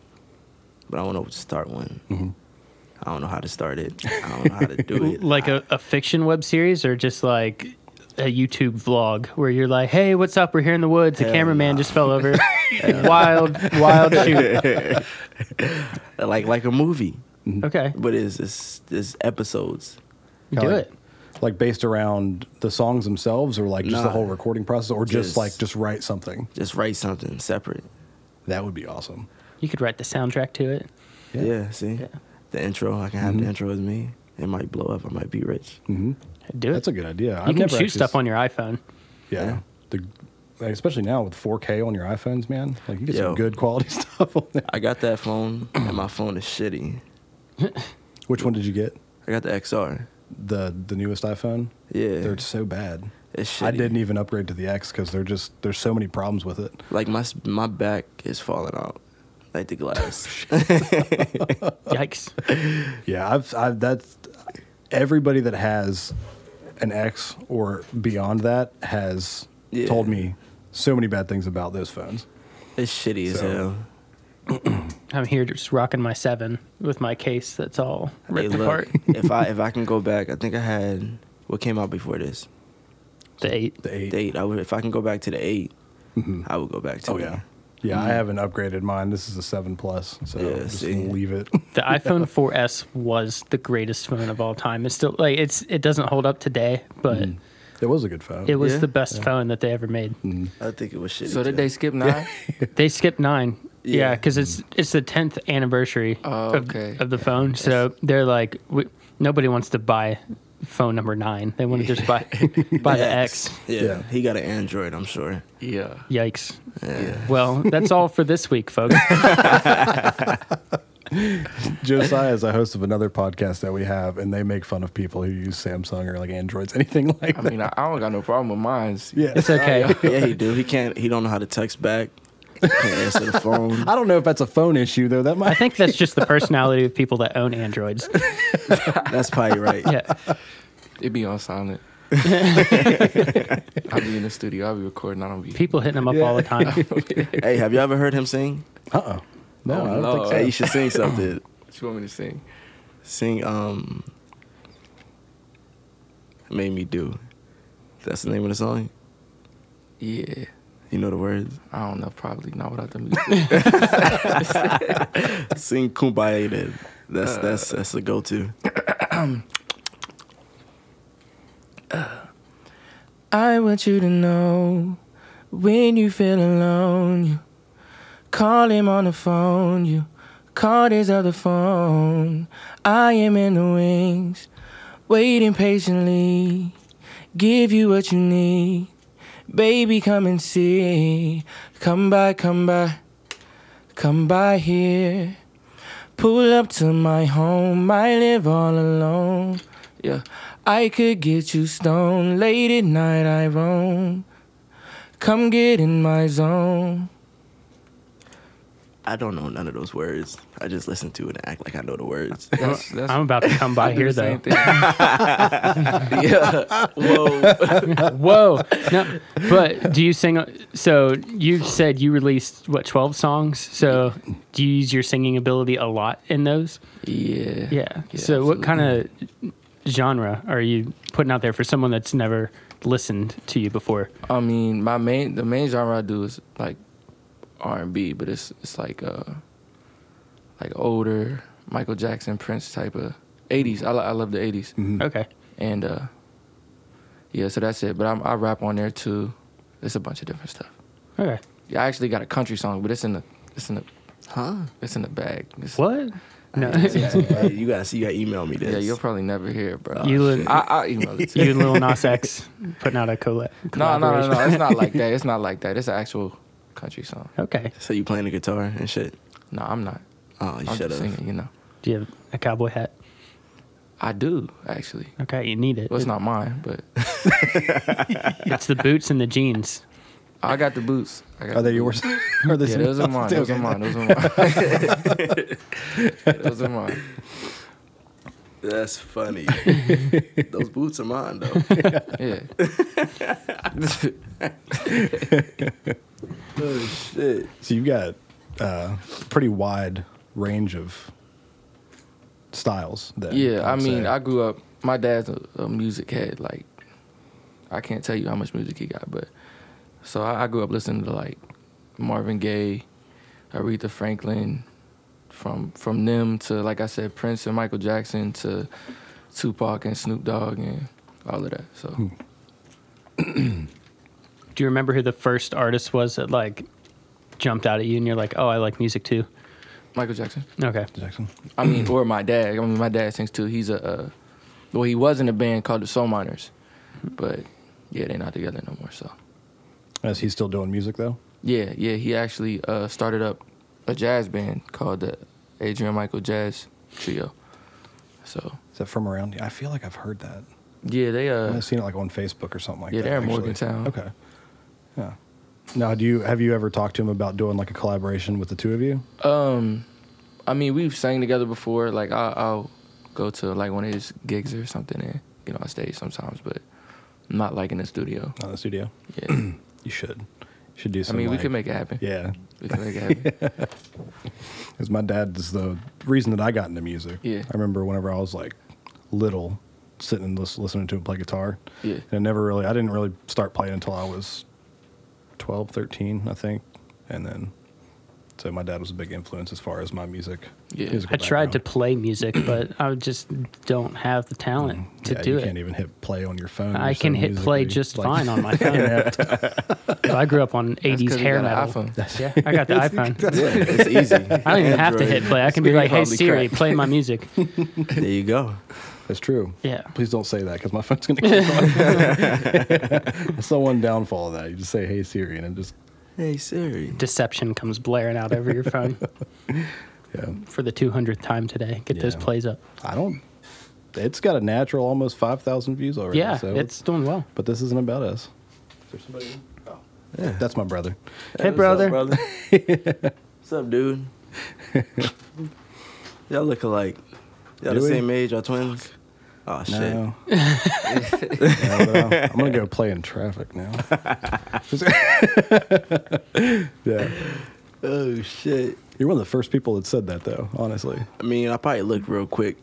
Speaker 4: But I wanna start one. I don't know how to start it. I don't know how to do it.
Speaker 2: Like a, a fiction web series or just like a YouTube vlog where you're like, hey, what's up? We're here in the woods. The
Speaker 4: Hell
Speaker 2: cameraman
Speaker 4: nah.
Speaker 2: just fell over. wild, wild shoot.
Speaker 4: like like a movie.
Speaker 2: Okay.
Speaker 4: But it's it's, it's episodes.
Speaker 2: Do
Speaker 1: like-
Speaker 2: it.
Speaker 1: like based around the songs themselves, or like just the
Speaker 4: Nah.
Speaker 1: whole recording process, or just,
Speaker 4: Just-
Speaker 1: like just write something.
Speaker 4: Just write something separate.
Speaker 1: That would be awesome.
Speaker 2: You could write the soundtrack to it.
Speaker 1: Yeah.
Speaker 4: Yeah, see? The intro, I can have the intro with me. It might blow up, I might be rich.
Speaker 2: Do it.
Speaker 1: That's a good idea.
Speaker 2: You can shoot stuff on your iPhone.
Speaker 1: yeah.
Speaker 4: Yeah.
Speaker 1: The, like, especially now with 4K on your iPhones, man. Like you get some
Speaker 4: Yo.
Speaker 1: good quality stuff on there.
Speaker 4: I got that phone and my phone is shitty.
Speaker 1: Which one did you get?
Speaker 4: I got the XR.
Speaker 1: The the newest iPhone.
Speaker 4: Yeah.
Speaker 1: They're so bad.
Speaker 4: It's
Speaker 1: I
Speaker 4: shitty.
Speaker 1: didn't even upgrade to the X because they're just there's so many problems with it.
Speaker 4: Like my s- my back is falling out, like the glass.
Speaker 2: Yikes.
Speaker 1: Yeah, I've, I've that's everybody that has an X or beyond that has
Speaker 4: Yeah.
Speaker 1: told me so many bad things about those phones.
Speaker 4: it's shitty as
Speaker 1: So-
Speaker 4: hell.
Speaker 2: I'm here just rocking my seven with my case that's all
Speaker 4: Hey,
Speaker 2: ripped
Speaker 4: look,
Speaker 2: apart.
Speaker 4: if I if I can go back, I think I had what came out before this.
Speaker 2: The eight.
Speaker 1: The eight.
Speaker 4: The eight. I would if I can go back to the 8 I would go back to.
Speaker 1: oh
Speaker 4: it.
Speaker 1: yeah, yeah. I haven't upgraded mine. This is a seven plus, so
Speaker 4: Mm. Yeah,
Speaker 1: just
Speaker 4: see.
Speaker 1: leave it.
Speaker 2: The iPhone 4S was the greatest phone of all time. It's still like it's it doesn't hold up today, but
Speaker 1: Mm. It was a good phone.
Speaker 2: it was
Speaker 4: Yeah.
Speaker 2: the best phone that they ever made.
Speaker 1: Mm.
Speaker 4: I think it was shitty.
Speaker 5: So did
Speaker 4: too.
Speaker 5: they skip nine?
Speaker 2: They skipped nine. Yeah,
Speaker 4: Yeah.
Speaker 2: because it's it's the tenth anniversary
Speaker 5: Oh,
Speaker 2: of,
Speaker 5: okay.
Speaker 2: of the phone. So they're like, we, nobody wants to buy phone number nine. They want to just buy buy the X.
Speaker 4: Yeah.
Speaker 1: Yeah.
Speaker 4: he got an Android. I'm sure.
Speaker 5: yeah.
Speaker 2: Yikes.
Speaker 4: Yeah.
Speaker 2: Well, that's all for this week, folks.
Speaker 1: Josiah is a host of another podcast that we have, and they make fun of people who use Samsung or like Androids, anything like
Speaker 5: I
Speaker 1: that.
Speaker 5: mean, I, I don't got no problem with mine.
Speaker 1: Oh, yeah,
Speaker 2: It's okay.
Speaker 4: yeah, he do. He can't. He don't know how to text back. Can't answer the phone.
Speaker 1: I don't know if that's a phone issue though. That might.
Speaker 2: I think that's just the personality of people that own androids.
Speaker 4: That's probably right.
Speaker 2: Yeah,
Speaker 5: It be on silent. I be in the studio. I be recording. I don't be.
Speaker 2: people hitting them up all the time.
Speaker 4: Hey, have you ever heard him sing?
Speaker 1: Uh oh. No,
Speaker 5: Oh,
Speaker 1: I don't
Speaker 5: no.
Speaker 4: Hey, you should sing something.
Speaker 5: What you want me to sing?
Speaker 4: Sing. Um, made me do. That's the name of the song.
Speaker 5: Yeah.
Speaker 4: You know the words.
Speaker 5: I don't know. Probably not without the music.
Speaker 4: Sing Kumbaya. Then.
Speaker 2: Uh,
Speaker 4: That's that's that's a go-to.
Speaker 5: I want you to know when you feel alone, you call him on the phone, you call his other phone. I am in the wings, waiting patiently, give you what you need. Baby, come and see. Come by, come by, come by here. Pull up to my home, I live all alone. Yeah, I could get you stoned. Late at night, I roam. Come get in my zone.
Speaker 4: I don't know none of those words. I just listen to it and act like I know the words.
Speaker 5: That's, that's
Speaker 2: I'm about to come by here though.
Speaker 4: yeah. Whoa.
Speaker 2: Whoa! No, but do you sing? So you said you released what twelve songs. So do you use your singing ability a lot in those?
Speaker 5: Yeah.
Speaker 2: Yeah. so what kind of genre are you putting out there for someone that's never listened to you before?
Speaker 5: I mean, my main the main genre I do is like R and B, but it's it's like uh like older Michael Jackson, Prince type of '80s. I lo- I love the '80s.
Speaker 2: Okay.
Speaker 5: and uh yeah so that's it but I'm, i rap on there too it's a bunch of different stuff
Speaker 2: Okay.
Speaker 5: yeah i actually got a country song but it's in the it's in the
Speaker 4: Huh?
Speaker 5: it's in the bag It's-
Speaker 2: What? No.
Speaker 4: Yeah, you gotta see. You gotta email me this.
Speaker 5: yeah you'll probably never hear it bro
Speaker 2: You li-
Speaker 5: I, I'll email it to
Speaker 2: you
Speaker 5: you
Speaker 2: and Lil Nas X putting out a colla-
Speaker 5: no no no
Speaker 2: collaboration.
Speaker 5: no it's not like that it's not like that it's an actual country song
Speaker 2: Okay.
Speaker 4: so you playing the guitar and shit.
Speaker 5: no i'm not
Speaker 4: Oh, you
Speaker 5: i'm
Speaker 4: should
Speaker 5: just
Speaker 4: have.
Speaker 5: singing you know
Speaker 2: Do you have a cowboy hat?
Speaker 5: i do actually
Speaker 2: Okay, you need it.
Speaker 5: well it's not mine but
Speaker 2: It's the boots and the jeans.
Speaker 5: i got the boots i got
Speaker 1: Are
Speaker 5: the
Speaker 1: they
Speaker 5: boots.
Speaker 1: yours? Are they
Speaker 5: yeah, those are mine. Those are mine. Those are mine. those are mine.
Speaker 4: That's funny. Those boots are mine though.
Speaker 5: Yeah.
Speaker 4: oh shit.
Speaker 1: So you've got uh, pretty wide range of styles. Then,
Speaker 5: Yeah, I
Speaker 1: would
Speaker 5: mean,
Speaker 1: say.
Speaker 5: I grew up. My dad's a, a music head. Like, I can't tell you how much music he got, but so I, I grew up listening to like Marvin Gaye, Aretha Franklin, from from them to like I said, Prince and Michael Jackson to Tupac and Snoop Dogg and all of that. So
Speaker 2: Do you remember who the first artist was that like jumped out at you and you're like, oh, I like music too?
Speaker 5: Michael Jackson.
Speaker 2: Okay.
Speaker 1: Jackson.
Speaker 5: I mean, or my dad. I mean, my dad sings too. He's a uh, well, he was in a band called the Soul Miners, but yeah, they're not together no more. So.
Speaker 1: Is he still doing music though?
Speaker 5: Yeah, yeah. He actually uh, started up a jazz band called the Adrian Michael Jazz Trio. So
Speaker 1: Is that from around? I feel like I've heard that.
Speaker 5: yeah, they uh
Speaker 1: I've seen it like on Facebook or something like
Speaker 5: yeah,
Speaker 1: that.
Speaker 5: they're in
Speaker 1: actually.
Speaker 5: Morgantown.
Speaker 1: Okay. Yeah. Now, do you have you ever talked to him about doing like a collaboration with the two of you?
Speaker 5: um, I mean we've sang together before. Like I'll, I'll go to like one of his gigs or something and get on stage sometimes, but not like in the studio.
Speaker 1: On the studio,
Speaker 5: Yeah, I mean
Speaker 1: you should. You should do something.
Speaker 5: we could make it happen.
Speaker 1: Yeah,
Speaker 5: we could make it happen.
Speaker 1: Because my dad is the reason that I got into music.
Speaker 5: Yeah.
Speaker 1: I remember whenever I was like little, sitting and lis- listening to him play guitar.
Speaker 5: Yeah.
Speaker 1: And I never really, I didn't really start playing until I was 12, 13, I think. And then, so my dad was a big influence as far as my music.
Speaker 5: Yeah.
Speaker 1: musical
Speaker 2: I tried to
Speaker 1: background.
Speaker 2: play music, but I just don't have the talent to
Speaker 1: Mm, yeah,
Speaker 2: do
Speaker 1: you
Speaker 2: it.
Speaker 1: can't even hit play on your phone.
Speaker 2: I
Speaker 1: You're so
Speaker 2: can hit play
Speaker 1: musically,
Speaker 2: just
Speaker 1: like,
Speaker 2: fine on my phone.
Speaker 1: inept.
Speaker 2: I grew up on
Speaker 5: That's
Speaker 2: 80s
Speaker 5: 'cause he
Speaker 2: hair
Speaker 5: got
Speaker 2: metal.
Speaker 5: an iPhone.
Speaker 2: Yeah, I got the iPhone.
Speaker 4: Yeah, it's easy.
Speaker 2: I don't even have to hit play. I can be
Speaker 5: Speaking
Speaker 2: like, "Hey
Speaker 5: of holy
Speaker 2: Siri,
Speaker 5: crap."
Speaker 2: play my music."
Speaker 4: There you go.
Speaker 1: That's true.
Speaker 2: Yeah.
Speaker 1: Please don't say that because my phone's going to kick on. That's the one downfall of that. You just say, hey, Siri, and it just,
Speaker 4: Hey Siri.
Speaker 2: Deception comes blaring out over your phone.
Speaker 1: Yeah.
Speaker 2: for the 200th time today. Get those
Speaker 1: Yeah.
Speaker 2: plays up.
Speaker 1: I don't. It's got a natural almost five thousand views already.
Speaker 2: Yeah,
Speaker 1: so
Speaker 2: it's doing well.
Speaker 1: But this isn't about us. Is there somebody? Oh, that's my brother.
Speaker 2: Hey, brother.
Speaker 4: brother. what's up, dude? Y'all look alike. Y'all
Speaker 1: Do
Speaker 4: the
Speaker 1: we?
Speaker 4: same age, y'all twins? Oh, shit.
Speaker 1: No. No, but uh, I'm, I'm gonna go play in traffic now. yeah,
Speaker 4: Oh, shit.
Speaker 1: you're one of the first people that said that, though. Honestly,
Speaker 4: I mean, I probably looked real quick.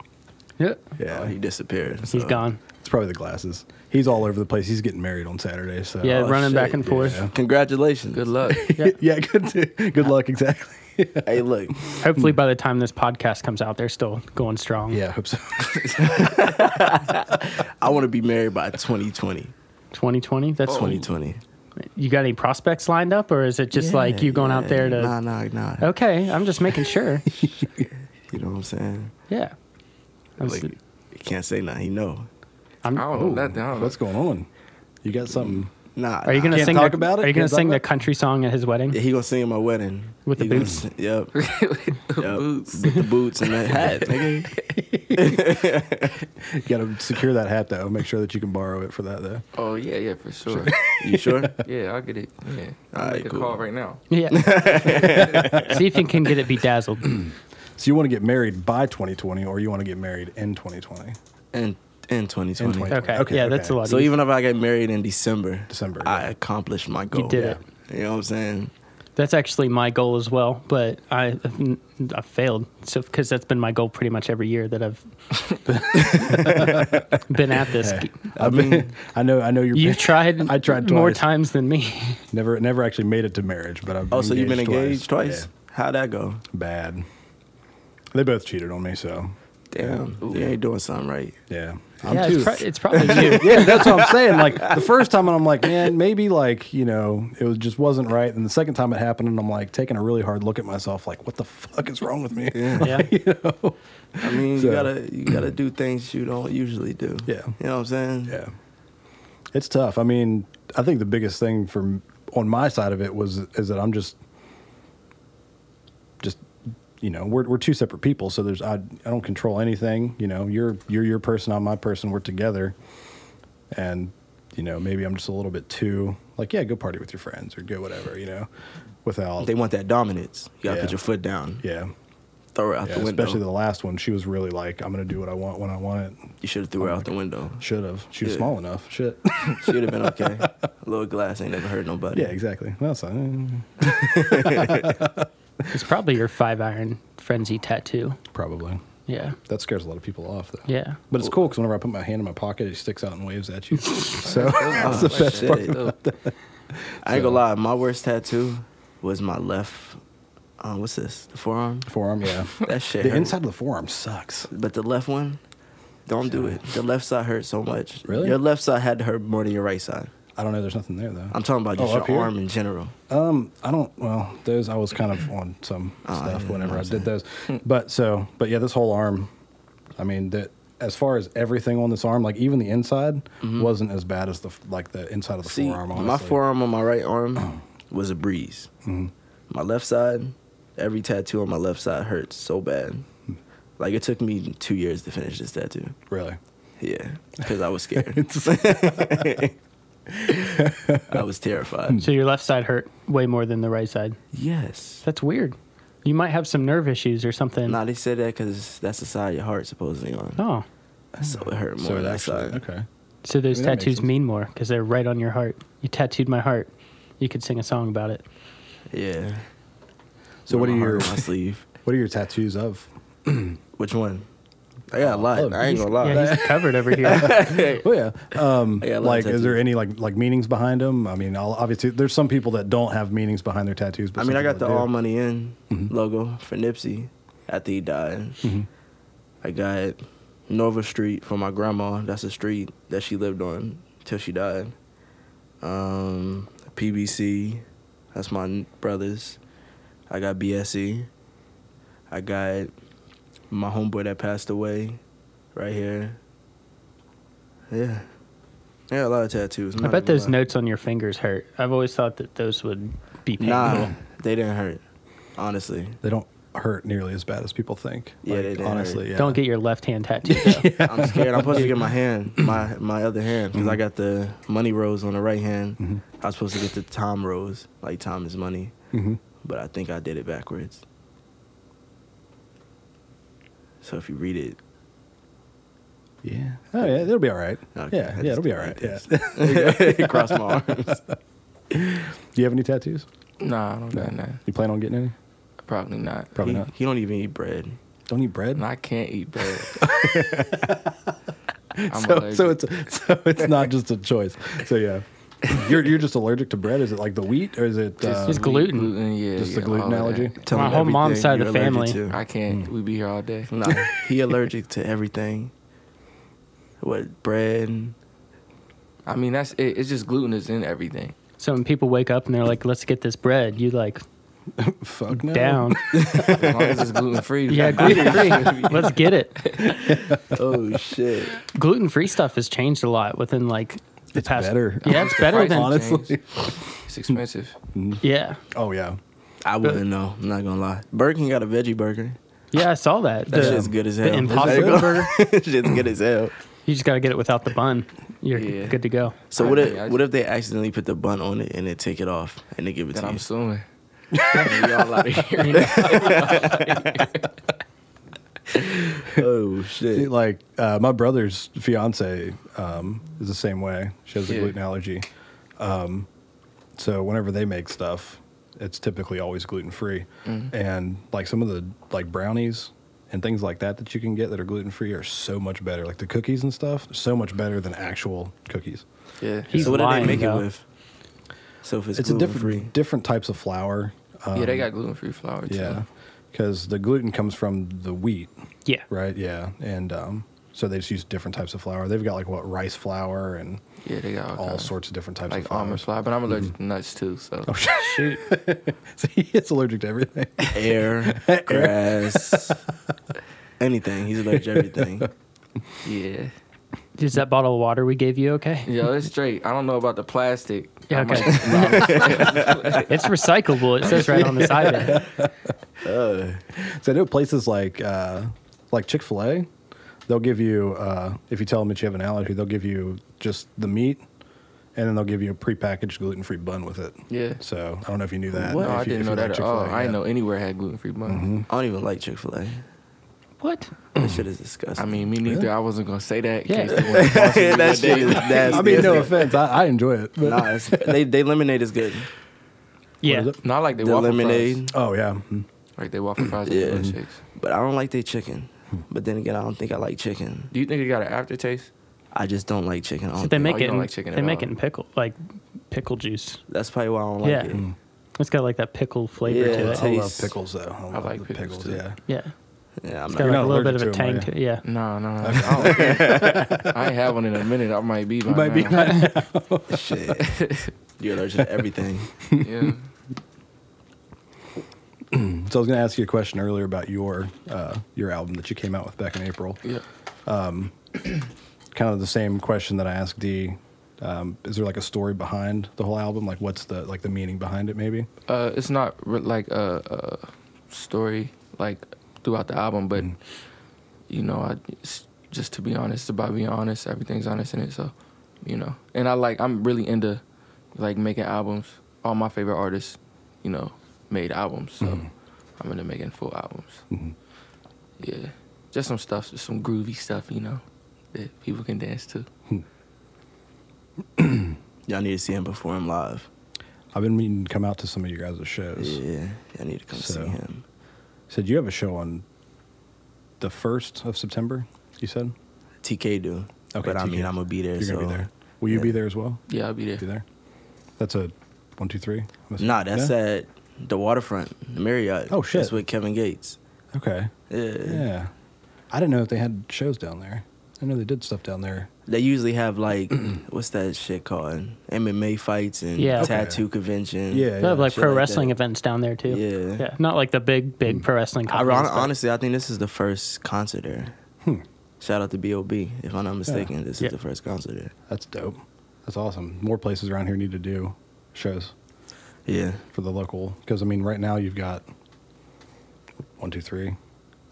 Speaker 2: Yeah.
Speaker 1: yeah,
Speaker 4: Oh, he disappeared.
Speaker 2: He's
Speaker 1: Uh,
Speaker 4: so-
Speaker 2: gone.
Speaker 1: it's probably the glasses. He's all over the place. He's getting married on Saturday, so
Speaker 2: Yeah,
Speaker 4: oh,
Speaker 2: running back
Speaker 4: shit,
Speaker 2: and forth.
Speaker 1: yeah.
Speaker 4: Congratulations.
Speaker 5: Good luck.
Speaker 1: yeah, good, good luck. Exactly.
Speaker 4: hey, look.
Speaker 2: Hopefully, by the time this podcast comes out, they're still going strong.
Speaker 1: hmm. Yeah, I hope so.
Speaker 4: I want to be married by 2020.
Speaker 2: 2020.
Speaker 1: Oh,
Speaker 2: That's
Speaker 4: 2020.
Speaker 2: You got any prospects lined up, or is it just like you going out there to? Oh.
Speaker 4: Nah, nah, nah.
Speaker 2: Okay, I'm just making sure.
Speaker 4: You know what I'm saying?
Speaker 2: yeah. I'm,
Speaker 4: Like, you can't say nothing. He know.
Speaker 2: am
Speaker 5: I don't know nothing. I don't know.
Speaker 1: What's going on? You got something?
Speaker 4: Nah.
Speaker 2: Are you
Speaker 4: nah.
Speaker 2: gonna
Speaker 1: Can't
Speaker 2: sing?
Speaker 1: talk
Speaker 2: the,
Speaker 1: about it?
Speaker 2: Are you gonna
Speaker 1: Can't talk
Speaker 2: sing the
Speaker 1: about it?
Speaker 2: country song at his wedding?
Speaker 4: Yeah, he gonna sing at my wedding
Speaker 2: With the
Speaker 4: He gonna
Speaker 2: boots?
Speaker 4: sing- Yep.
Speaker 5: the
Speaker 4: yep.
Speaker 5: boots.
Speaker 4: With the boots and that hat. nigga.
Speaker 1: You got to secure that hat though. Make sure that you can borrow it for that though.
Speaker 5: Oh yeah, yeah, for sure.
Speaker 4: You sure?
Speaker 5: yeah, I'll get it. Yeah, I'll
Speaker 4: Alright,
Speaker 5: make a
Speaker 4: cool.
Speaker 5: call right now.
Speaker 2: Yeah. See if you can get it bedazzled.
Speaker 1: So you want to get married by 2020, or you want to get married in 2020?
Speaker 4: And in 2020.
Speaker 1: In 2020.
Speaker 2: Okay. yeah, that's a lot.
Speaker 4: So
Speaker 2: easier.
Speaker 4: even if I get married in December,
Speaker 1: December,
Speaker 4: I
Speaker 1: yeah.
Speaker 4: accomplished my goal.
Speaker 2: did it.
Speaker 4: You know what I'm saying?
Speaker 2: That's actually my goal as well, but I I failed. So because that's been my goal pretty much every year that I've been at this.
Speaker 1: I mean, I know, I know you're.
Speaker 2: You've tried.
Speaker 1: I tried twice.
Speaker 2: more times than me.
Speaker 1: Never, never actually made it to marriage, but I've.
Speaker 4: Oh, so you've been engaged twice?
Speaker 1: Yeah,
Speaker 4: How'd that go?
Speaker 1: bad. They both cheated on me, so
Speaker 4: Damn, you ain't doing something right.
Speaker 1: yeah.
Speaker 2: yeah, it's, pro- it's probably you.
Speaker 1: yeah, that's what I'm saying. Like the first time, I'm like, man, maybe like you know, it was just wasn't right. And the second time it happened, and I'm like taking a really hard look at myself, like, what the fuck is wrong with me? Yeah,
Speaker 2: Yeah.
Speaker 4: I mean,
Speaker 1: So-
Speaker 4: you gotta you gotta do things you don't usually do.
Speaker 1: Yeah.
Speaker 4: you know what I'm saying.
Speaker 1: yeah. It's tough. I mean, I think the biggest thing from on my side of it was is that I'm just, just you know, we're we're two separate people. So there's I I don't control anything. You know, you're you're your person, I'm my person. We're together, and you know, maybe I'm just a little bit too like, yeah, go party with your friends or go whatever. You know, without
Speaker 4: They want that dominance. You gotta
Speaker 1: Yeah.
Speaker 4: put your foot down.
Speaker 1: Yeah.
Speaker 4: Throw it out
Speaker 1: Yeah,
Speaker 4: the window.
Speaker 1: especially the last one, she was really like, "I'm gonna do what I want when I want it."
Speaker 4: you should have threw
Speaker 1: Oh
Speaker 4: her out the window.
Speaker 1: Should have. She was
Speaker 4: Yeah.
Speaker 1: small enough. Shit.
Speaker 4: She would have been okay. a little glass ain't never hurt nobody.
Speaker 1: yeah, exactly. mm, That's
Speaker 2: It's probably your five iron frenzy tattoo.
Speaker 1: probably
Speaker 2: Yeah.
Speaker 1: that scares a lot of people off though.
Speaker 2: Yeah.
Speaker 1: But it's cool because whenever I put my hand in my pocket, it sticks out and waves at you. so
Speaker 4: That's
Speaker 1: Oh,
Speaker 4: the best part. I ain't gonna lie. My worst tattoo was my left. Um, what's this? The forearm.
Speaker 1: forearm, yeah.
Speaker 4: That shit.
Speaker 1: The
Speaker 4: hurt.
Speaker 1: inside of the forearm sucks.
Speaker 4: But the left one, don't do it. The left side hurt so much.
Speaker 1: Really?
Speaker 4: Your left side had to hurt more than your right side.
Speaker 1: I don't know. There's nothing there though.
Speaker 4: I'm talking about just
Speaker 1: Oh, up
Speaker 4: your
Speaker 1: here?
Speaker 4: arm in general.
Speaker 1: Um, I don't. Well, those I was kind of on some stuff
Speaker 4: Ah, yeah,
Speaker 1: whenever I did those. But so, but yeah, this whole arm. I mean, that as far as everything on this arm, like even the inside, wasn't as bad as the f- like the inside of the
Speaker 4: See,
Speaker 1: forearm. Honestly. Oh. Mm-hmm.
Speaker 4: my forearm on my right arm was a breeze. My left side, every tattoo on my left side hurts so bad.
Speaker 1: Hmm.
Speaker 4: Like it took me two years to finish this tattoo.
Speaker 1: really.
Speaker 4: Yeah, because I was scared. I was
Speaker 1: Hmm.
Speaker 4: terrified.
Speaker 2: So your left side hurt way more than the right side.
Speaker 4: Yes.
Speaker 2: That's weird. You might have some nerve issues or something.
Speaker 4: Nah, they said that because that's the side your heart's supposedly on.
Speaker 2: oh.
Speaker 4: So it hurt more
Speaker 1: So it
Speaker 4: than that
Speaker 1: actually
Speaker 4: side.
Speaker 1: okay.
Speaker 2: So those
Speaker 1: I mean, that makes
Speaker 2: tattoos
Speaker 1: sense.
Speaker 2: mean more because they're right on your heart. You tattooed my heart. You could sing a song about it.
Speaker 4: Yeah.
Speaker 1: So what
Speaker 4: My
Speaker 1: are
Speaker 4: heart
Speaker 1: your
Speaker 4: on my sleeve?
Speaker 1: what are your tattoos of?
Speaker 4: Which one? I got a lot.
Speaker 1: Oh,
Speaker 4: I ain't gonna lie.
Speaker 2: Yeah, he's covered over here.
Speaker 1: Oh yeah. Um,
Speaker 4: I got a lot of
Speaker 1: like, is
Speaker 4: tattoos.
Speaker 1: there any like like meanings behind them? I mean, I'll, obviously, there's some people that don't have meanings behind their tattoos. But
Speaker 4: I
Speaker 1: some
Speaker 4: mean, I got the
Speaker 1: people
Speaker 4: All
Speaker 1: do.
Speaker 4: Money In logo for Nipsey after he died. I got Nova Street for my grandma. That's a street that she lived on till she died. Um, PBC, that's my n- brothers. I got BSE. I got my homeboy that passed away right here. Yeah. I got a lot of tattoos. I'm
Speaker 2: I
Speaker 4: not
Speaker 2: bet
Speaker 4: gonna
Speaker 2: those
Speaker 4: lie.
Speaker 2: notes on your fingers hurt. I've always thought that those would be painful.
Speaker 4: Nah, they didn't hurt. Honestly.
Speaker 1: They don't. hurt nearly as bad as people think.
Speaker 4: Yeah,
Speaker 1: Like,
Speaker 4: they didn't
Speaker 1: honestly,
Speaker 4: hurt.
Speaker 1: yeah.
Speaker 2: Don't get your left hand tattooed.
Speaker 4: I'm scared. I'm supposed to get my hand, my my other hand,
Speaker 1: Mm-hmm.
Speaker 4: because I got the money rose on the right hand. I was supposed to get the Tom rose, like Tom is money,
Speaker 1: Mhm.
Speaker 4: but I think I did it backwards. So if you read it,
Speaker 1: Yeah. Oh yeah, it'll be all right.
Speaker 4: okay, I
Speaker 1: yeah,
Speaker 4: just
Speaker 1: yeah, it'll be
Speaker 4: did
Speaker 1: all right.
Speaker 4: like
Speaker 1: Yeah.
Speaker 4: this.
Speaker 1: Do
Speaker 4: Cross my arms.
Speaker 1: you have any tattoos?
Speaker 5: Nah, I don't got none.
Speaker 1: You plan on getting any?
Speaker 5: Probably not.
Speaker 1: Probably
Speaker 4: he,
Speaker 1: not.
Speaker 4: he don't even eat bread.
Speaker 1: Don't eat bread.
Speaker 5: And I can't eat bread. I'm
Speaker 1: so, so
Speaker 5: allergic.
Speaker 1: it's so it's not just a choice. So yeah, you're you're just allergic to bread. Is it like the wheat or is it
Speaker 4: Um,
Speaker 1: uh,
Speaker 2: It's gluten.
Speaker 5: yeah,
Speaker 1: Just the
Speaker 5: yeah,
Speaker 1: gluten
Speaker 5: all of
Speaker 1: allergy? Hmm.
Speaker 5: that.
Speaker 4: Tell
Speaker 2: My
Speaker 4: him
Speaker 2: whole mom's
Speaker 4: everything
Speaker 2: side of
Speaker 4: you're
Speaker 2: the
Speaker 4: allergic
Speaker 2: family.
Speaker 4: to.
Speaker 5: I can't. We be here all day.
Speaker 4: No, he allergic to everything. What bread?
Speaker 5: I mean, that's it. It's just gluten is in everything.
Speaker 2: So when people wake up and they're like, "Let's get this bread," you like
Speaker 1: fuck no?
Speaker 2: down.
Speaker 5: As long as it's gluten free.
Speaker 2: yeah, gluten free. Let's get it.
Speaker 4: Oh shit!
Speaker 2: Gluten free stuff has changed a lot within like the
Speaker 1: It's
Speaker 2: past.
Speaker 1: better.
Speaker 2: Yeah, it's better than
Speaker 5: Honest-
Speaker 1: Honestly.
Speaker 5: It's expensive.
Speaker 2: yeah.
Speaker 1: Oh yeah.
Speaker 4: I wouldn't know. I'm not gonna lie. Burger King got a veggie burger.
Speaker 2: Yeah, I saw that.
Speaker 4: That
Speaker 2: The-
Speaker 4: shit's good as
Speaker 2: the
Speaker 4: hell.
Speaker 2: Impossible burger.
Speaker 4: shit's good as hell.
Speaker 2: You just got to get it without the bun. You're
Speaker 5: Yeah.
Speaker 2: good to go.
Speaker 4: So
Speaker 5: I
Speaker 4: what
Speaker 5: mean, I
Speaker 4: if
Speaker 5: just-
Speaker 4: what if they accidentally put the bun on it and they take it off and they give it
Speaker 5: That
Speaker 4: to
Speaker 5: I'm
Speaker 4: you?
Speaker 5: suing. we all out of here.
Speaker 4: oh
Speaker 1: See,
Speaker 4: shit!
Speaker 1: like uh, my brother's fiance um, is the same way. She has a
Speaker 5: Yeah.
Speaker 1: gluten allergy. Um, so whenever they make stuff, it's typically always gluten free. And like some of the like brownies and things like that that you can get that are gluten free are so much better. Like the cookies and stuff, so much better than actual cookies.
Speaker 5: Yeah.
Speaker 2: He's
Speaker 4: so what
Speaker 2: lying,
Speaker 4: do they make
Speaker 2: though.
Speaker 4: it with? So if it's,
Speaker 1: It's a different
Speaker 4: free,
Speaker 1: different types of flour. Um,
Speaker 5: yeah, they got gluten free flour too.
Speaker 1: yeah, because the gluten comes from the wheat.
Speaker 2: Yeah.
Speaker 1: Right. Yeah. And um, so they just use different types of flour. They've got like what rice flour and
Speaker 5: Yeah, they got all,
Speaker 1: all
Speaker 5: kinds.
Speaker 1: sorts of different types of
Speaker 5: Uh,
Speaker 1: Mm-hmm.
Speaker 5: like almond
Speaker 1: flours.
Speaker 5: flour, but I'm allergic to nuts too. So
Speaker 2: Shoot.
Speaker 1: so he is allergic to everything.
Speaker 4: air, grass, anything. He's allergic to everything.
Speaker 5: yeah,
Speaker 2: Is that bottle of water we gave you okay?
Speaker 5: yo, it's straight. I don't know about the plastic.
Speaker 2: Yeah,
Speaker 5: I
Speaker 2: okay.
Speaker 5: might-
Speaker 2: It's recyclable. It says right on the side of it.
Speaker 4: Uh,
Speaker 1: So I know places like uh, like Chick Fil A, they'll give you uh, if you tell them that you have an allergy, they'll give you just the meat, and then they'll give you a prepackaged gluten free bun with it.
Speaker 5: Yeah.
Speaker 1: So I don't know if you knew that.
Speaker 5: no,
Speaker 1: if
Speaker 5: I
Speaker 1: you-
Speaker 5: didn't
Speaker 1: if
Speaker 5: know
Speaker 1: you
Speaker 5: that
Speaker 1: like
Speaker 5: at
Speaker 1: Chick-fil-A,
Speaker 5: all. I
Speaker 1: yeah. Mm-hmm.
Speaker 5: didn't know anywhere had gluten free buns.
Speaker 4: I don't even like Chick Fil A.
Speaker 2: What?
Speaker 4: That shit is disgusting.
Speaker 5: I mean, me neither. I wasn't gonna say that. in
Speaker 2: Yeah.
Speaker 5: case they wanted
Speaker 4: that
Speaker 5: to toss me one
Speaker 4: shit
Speaker 5: day.
Speaker 4: is nasty.
Speaker 1: I mean, no offense, I, I enjoy it. but-
Speaker 4: Nah, it's, they they lemonade is good.
Speaker 2: Yeah.
Speaker 1: is it?
Speaker 5: Not like they
Speaker 4: The
Speaker 5: waffle
Speaker 4: lemonade,
Speaker 5: fries.
Speaker 1: Oh yeah, Mhm.
Speaker 5: Like they waffle fries
Speaker 4: Yeah.
Speaker 5: and milkshakes.
Speaker 4: but I don't like their chicken. But then again, I don't think I like chicken.
Speaker 5: Do you think it got an aftertaste?
Speaker 4: I just don't like chicken. I don't
Speaker 2: They
Speaker 4: think-
Speaker 2: make
Speaker 5: Oh, you
Speaker 2: it.
Speaker 5: don't
Speaker 2: In,
Speaker 5: like chicken
Speaker 2: they
Speaker 5: at
Speaker 2: make
Speaker 5: all.
Speaker 2: it in pickle, like pickle juice.
Speaker 4: That's probably why I don't like
Speaker 2: Yeah.
Speaker 4: it.
Speaker 2: Mm. It's got like that pickle flavor
Speaker 4: Yeah,
Speaker 2: to
Speaker 4: it
Speaker 2: it.
Speaker 1: I love
Speaker 4: tastes-
Speaker 1: pickles though. I, love
Speaker 5: like
Speaker 1: the
Speaker 5: pickles, too.
Speaker 1: Yeah,
Speaker 2: Yeah.
Speaker 4: Yeah, I'm
Speaker 2: It's got
Speaker 4: not.
Speaker 2: like
Speaker 1: not
Speaker 2: a little bit of
Speaker 1: allergic
Speaker 2: a
Speaker 1: to 'em,
Speaker 2: tang
Speaker 1: are
Speaker 2: to it. Yeah.
Speaker 5: No, no. I, don't think- I ain't had one in a minute. I might be. By
Speaker 1: you might be.
Speaker 5: now.
Speaker 4: Shit. You're allergic to everything.
Speaker 5: yeah.
Speaker 1: So I was going to ask you a question earlier about your uh, your album that you came out with back in April.
Speaker 5: Yeah.
Speaker 1: Kind of the same question that I asked D. Um, is there like a story behind the whole album? Like, what's the like the meaning behind it? Maybe.
Speaker 5: Uh, it's not re- like a, a story like throughout the album, but
Speaker 1: Mm.
Speaker 5: you know, I it's just to be honest, it's about being honest. Everything's honest in it, so you know. And I like, I'm really into like making albums. All my favorite artists, you know, made albums, so
Speaker 1: Mm-hmm.
Speaker 5: I'm into making full albums.
Speaker 4: Mm-hmm.
Speaker 5: Yeah, just some stuff, just some groovy stuff, you know, that people can dance to.
Speaker 4: Y'all need to see him perform live.
Speaker 1: I've been meaning to come out to some of you guys' shows.
Speaker 4: Yeah, y'all need to come
Speaker 1: So-
Speaker 4: see him.
Speaker 1: Said you have a show on the first of September. You said
Speaker 4: TK do.
Speaker 1: Okay,
Speaker 4: but I
Speaker 1: TK.
Speaker 4: mean, I'm gonna be there.
Speaker 1: you're
Speaker 4: so.
Speaker 1: gonna be there. Will you be
Speaker 4: yeah.
Speaker 1: there as well?
Speaker 5: Yeah, I'll be there.
Speaker 1: Be there. That's a one, two, three.
Speaker 4: Nah, that's
Speaker 1: yeah?
Speaker 4: at the waterfront, the Marriott.
Speaker 1: Oh, shit.
Speaker 4: That's with Kevin Gates.
Speaker 1: Okay.
Speaker 4: Yeah.
Speaker 1: Yeah. I didn't know that they had shows down there. I know they did stuff down there.
Speaker 4: They usually have like what's that shit called? MMA fights and
Speaker 2: Yeah. Okay.
Speaker 4: tattoo convention.
Speaker 1: Yeah,
Speaker 2: They have like
Speaker 4: shit
Speaker 2: pro
Speaker 4: like that.
Speaker 2: wrestling events down there too.
Speaker 4: Yeah.
Speaker 2: Yeah. Not like the big, big pro wrestling.
Speaker 4: I,
Speaker 2: companies, but-
Speaker 4: honestly, I think this is the first concert there.
Speaker 1: Hmm.
Speaker 4: Shout out to Bob. If I'm not mistaken, this
Speaker 2: Yeah.
Speaker 4: is the first concert there.
Speaker 1: That's dope. That's awesome. More places around here need to do shows
Speaker 4: Yeah.
Speaker 1: for the local because I mean, right now you've got one, two, three.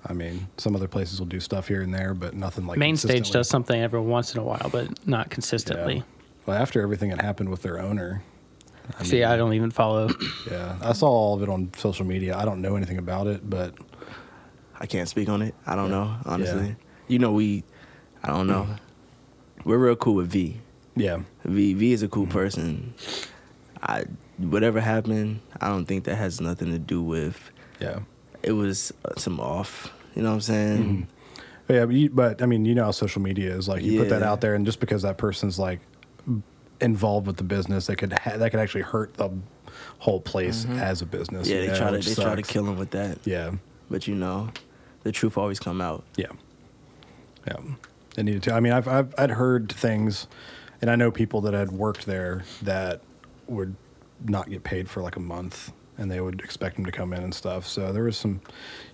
Speaker 1: I mean, some other places will do stuff here and there, but nothing like
Speaker 2: Main stage
Speaker 1: consistently.
Speaker 2: does something every once in a while, but not
Speaker 1: Yeah.
Speaker 2: consistently.
Speaker 1: Well, after everything that happened with their owner,
Speaker 2: See, I don't even follow.
Speaker 1: yeah, I saw all of it on social media. I don't know anything about it, but
Speaker 4: I can't speak on it. I don't know, honestly.
Speaker 1: Yeah.
Speaker 4: You know, we, I don't know.
Speaker 1: Mm-hmm.
Speaker 4: We're real cool with V.
Speaker 1: yeah,
Speaker 4: V V is a
Speaker 1: Mm-hmm.
Speaker 4: cool person. I whatever happened, I don't think that has nothing to do with.
Speaker 1: yeah.
Speaker 4: It was uh, some off. You know what I'm saying?
Speaker 1: Mm-hmm. But yeah, but, you, but I mean, you know how social media is like. You put that
Speaker 4: Yeah.
Speaker 1: out there, and just because that person's like involved with the business, that could ha- that could actually hurt the whole place as a business.
Speaker 4: Mm-hmm. Yeah,
Speaker 1: you
Speaker 4: they
Speaker 1: know,
Speaker 4: try to
Speaker 1: which
Speaker 4: they try to
Speaker 1: sucks.
Speaker 4: kill him with that.
Speaker 1: Yeah,
Speaker 4: But you know, the truth always come out.
Speaker 1: yeah, yeah. They needed to. I mean, I've, I've I'd heard things, and I know people that had worked there that would not get paid for like a month. And they would expect them to come in and stuff. So there was some,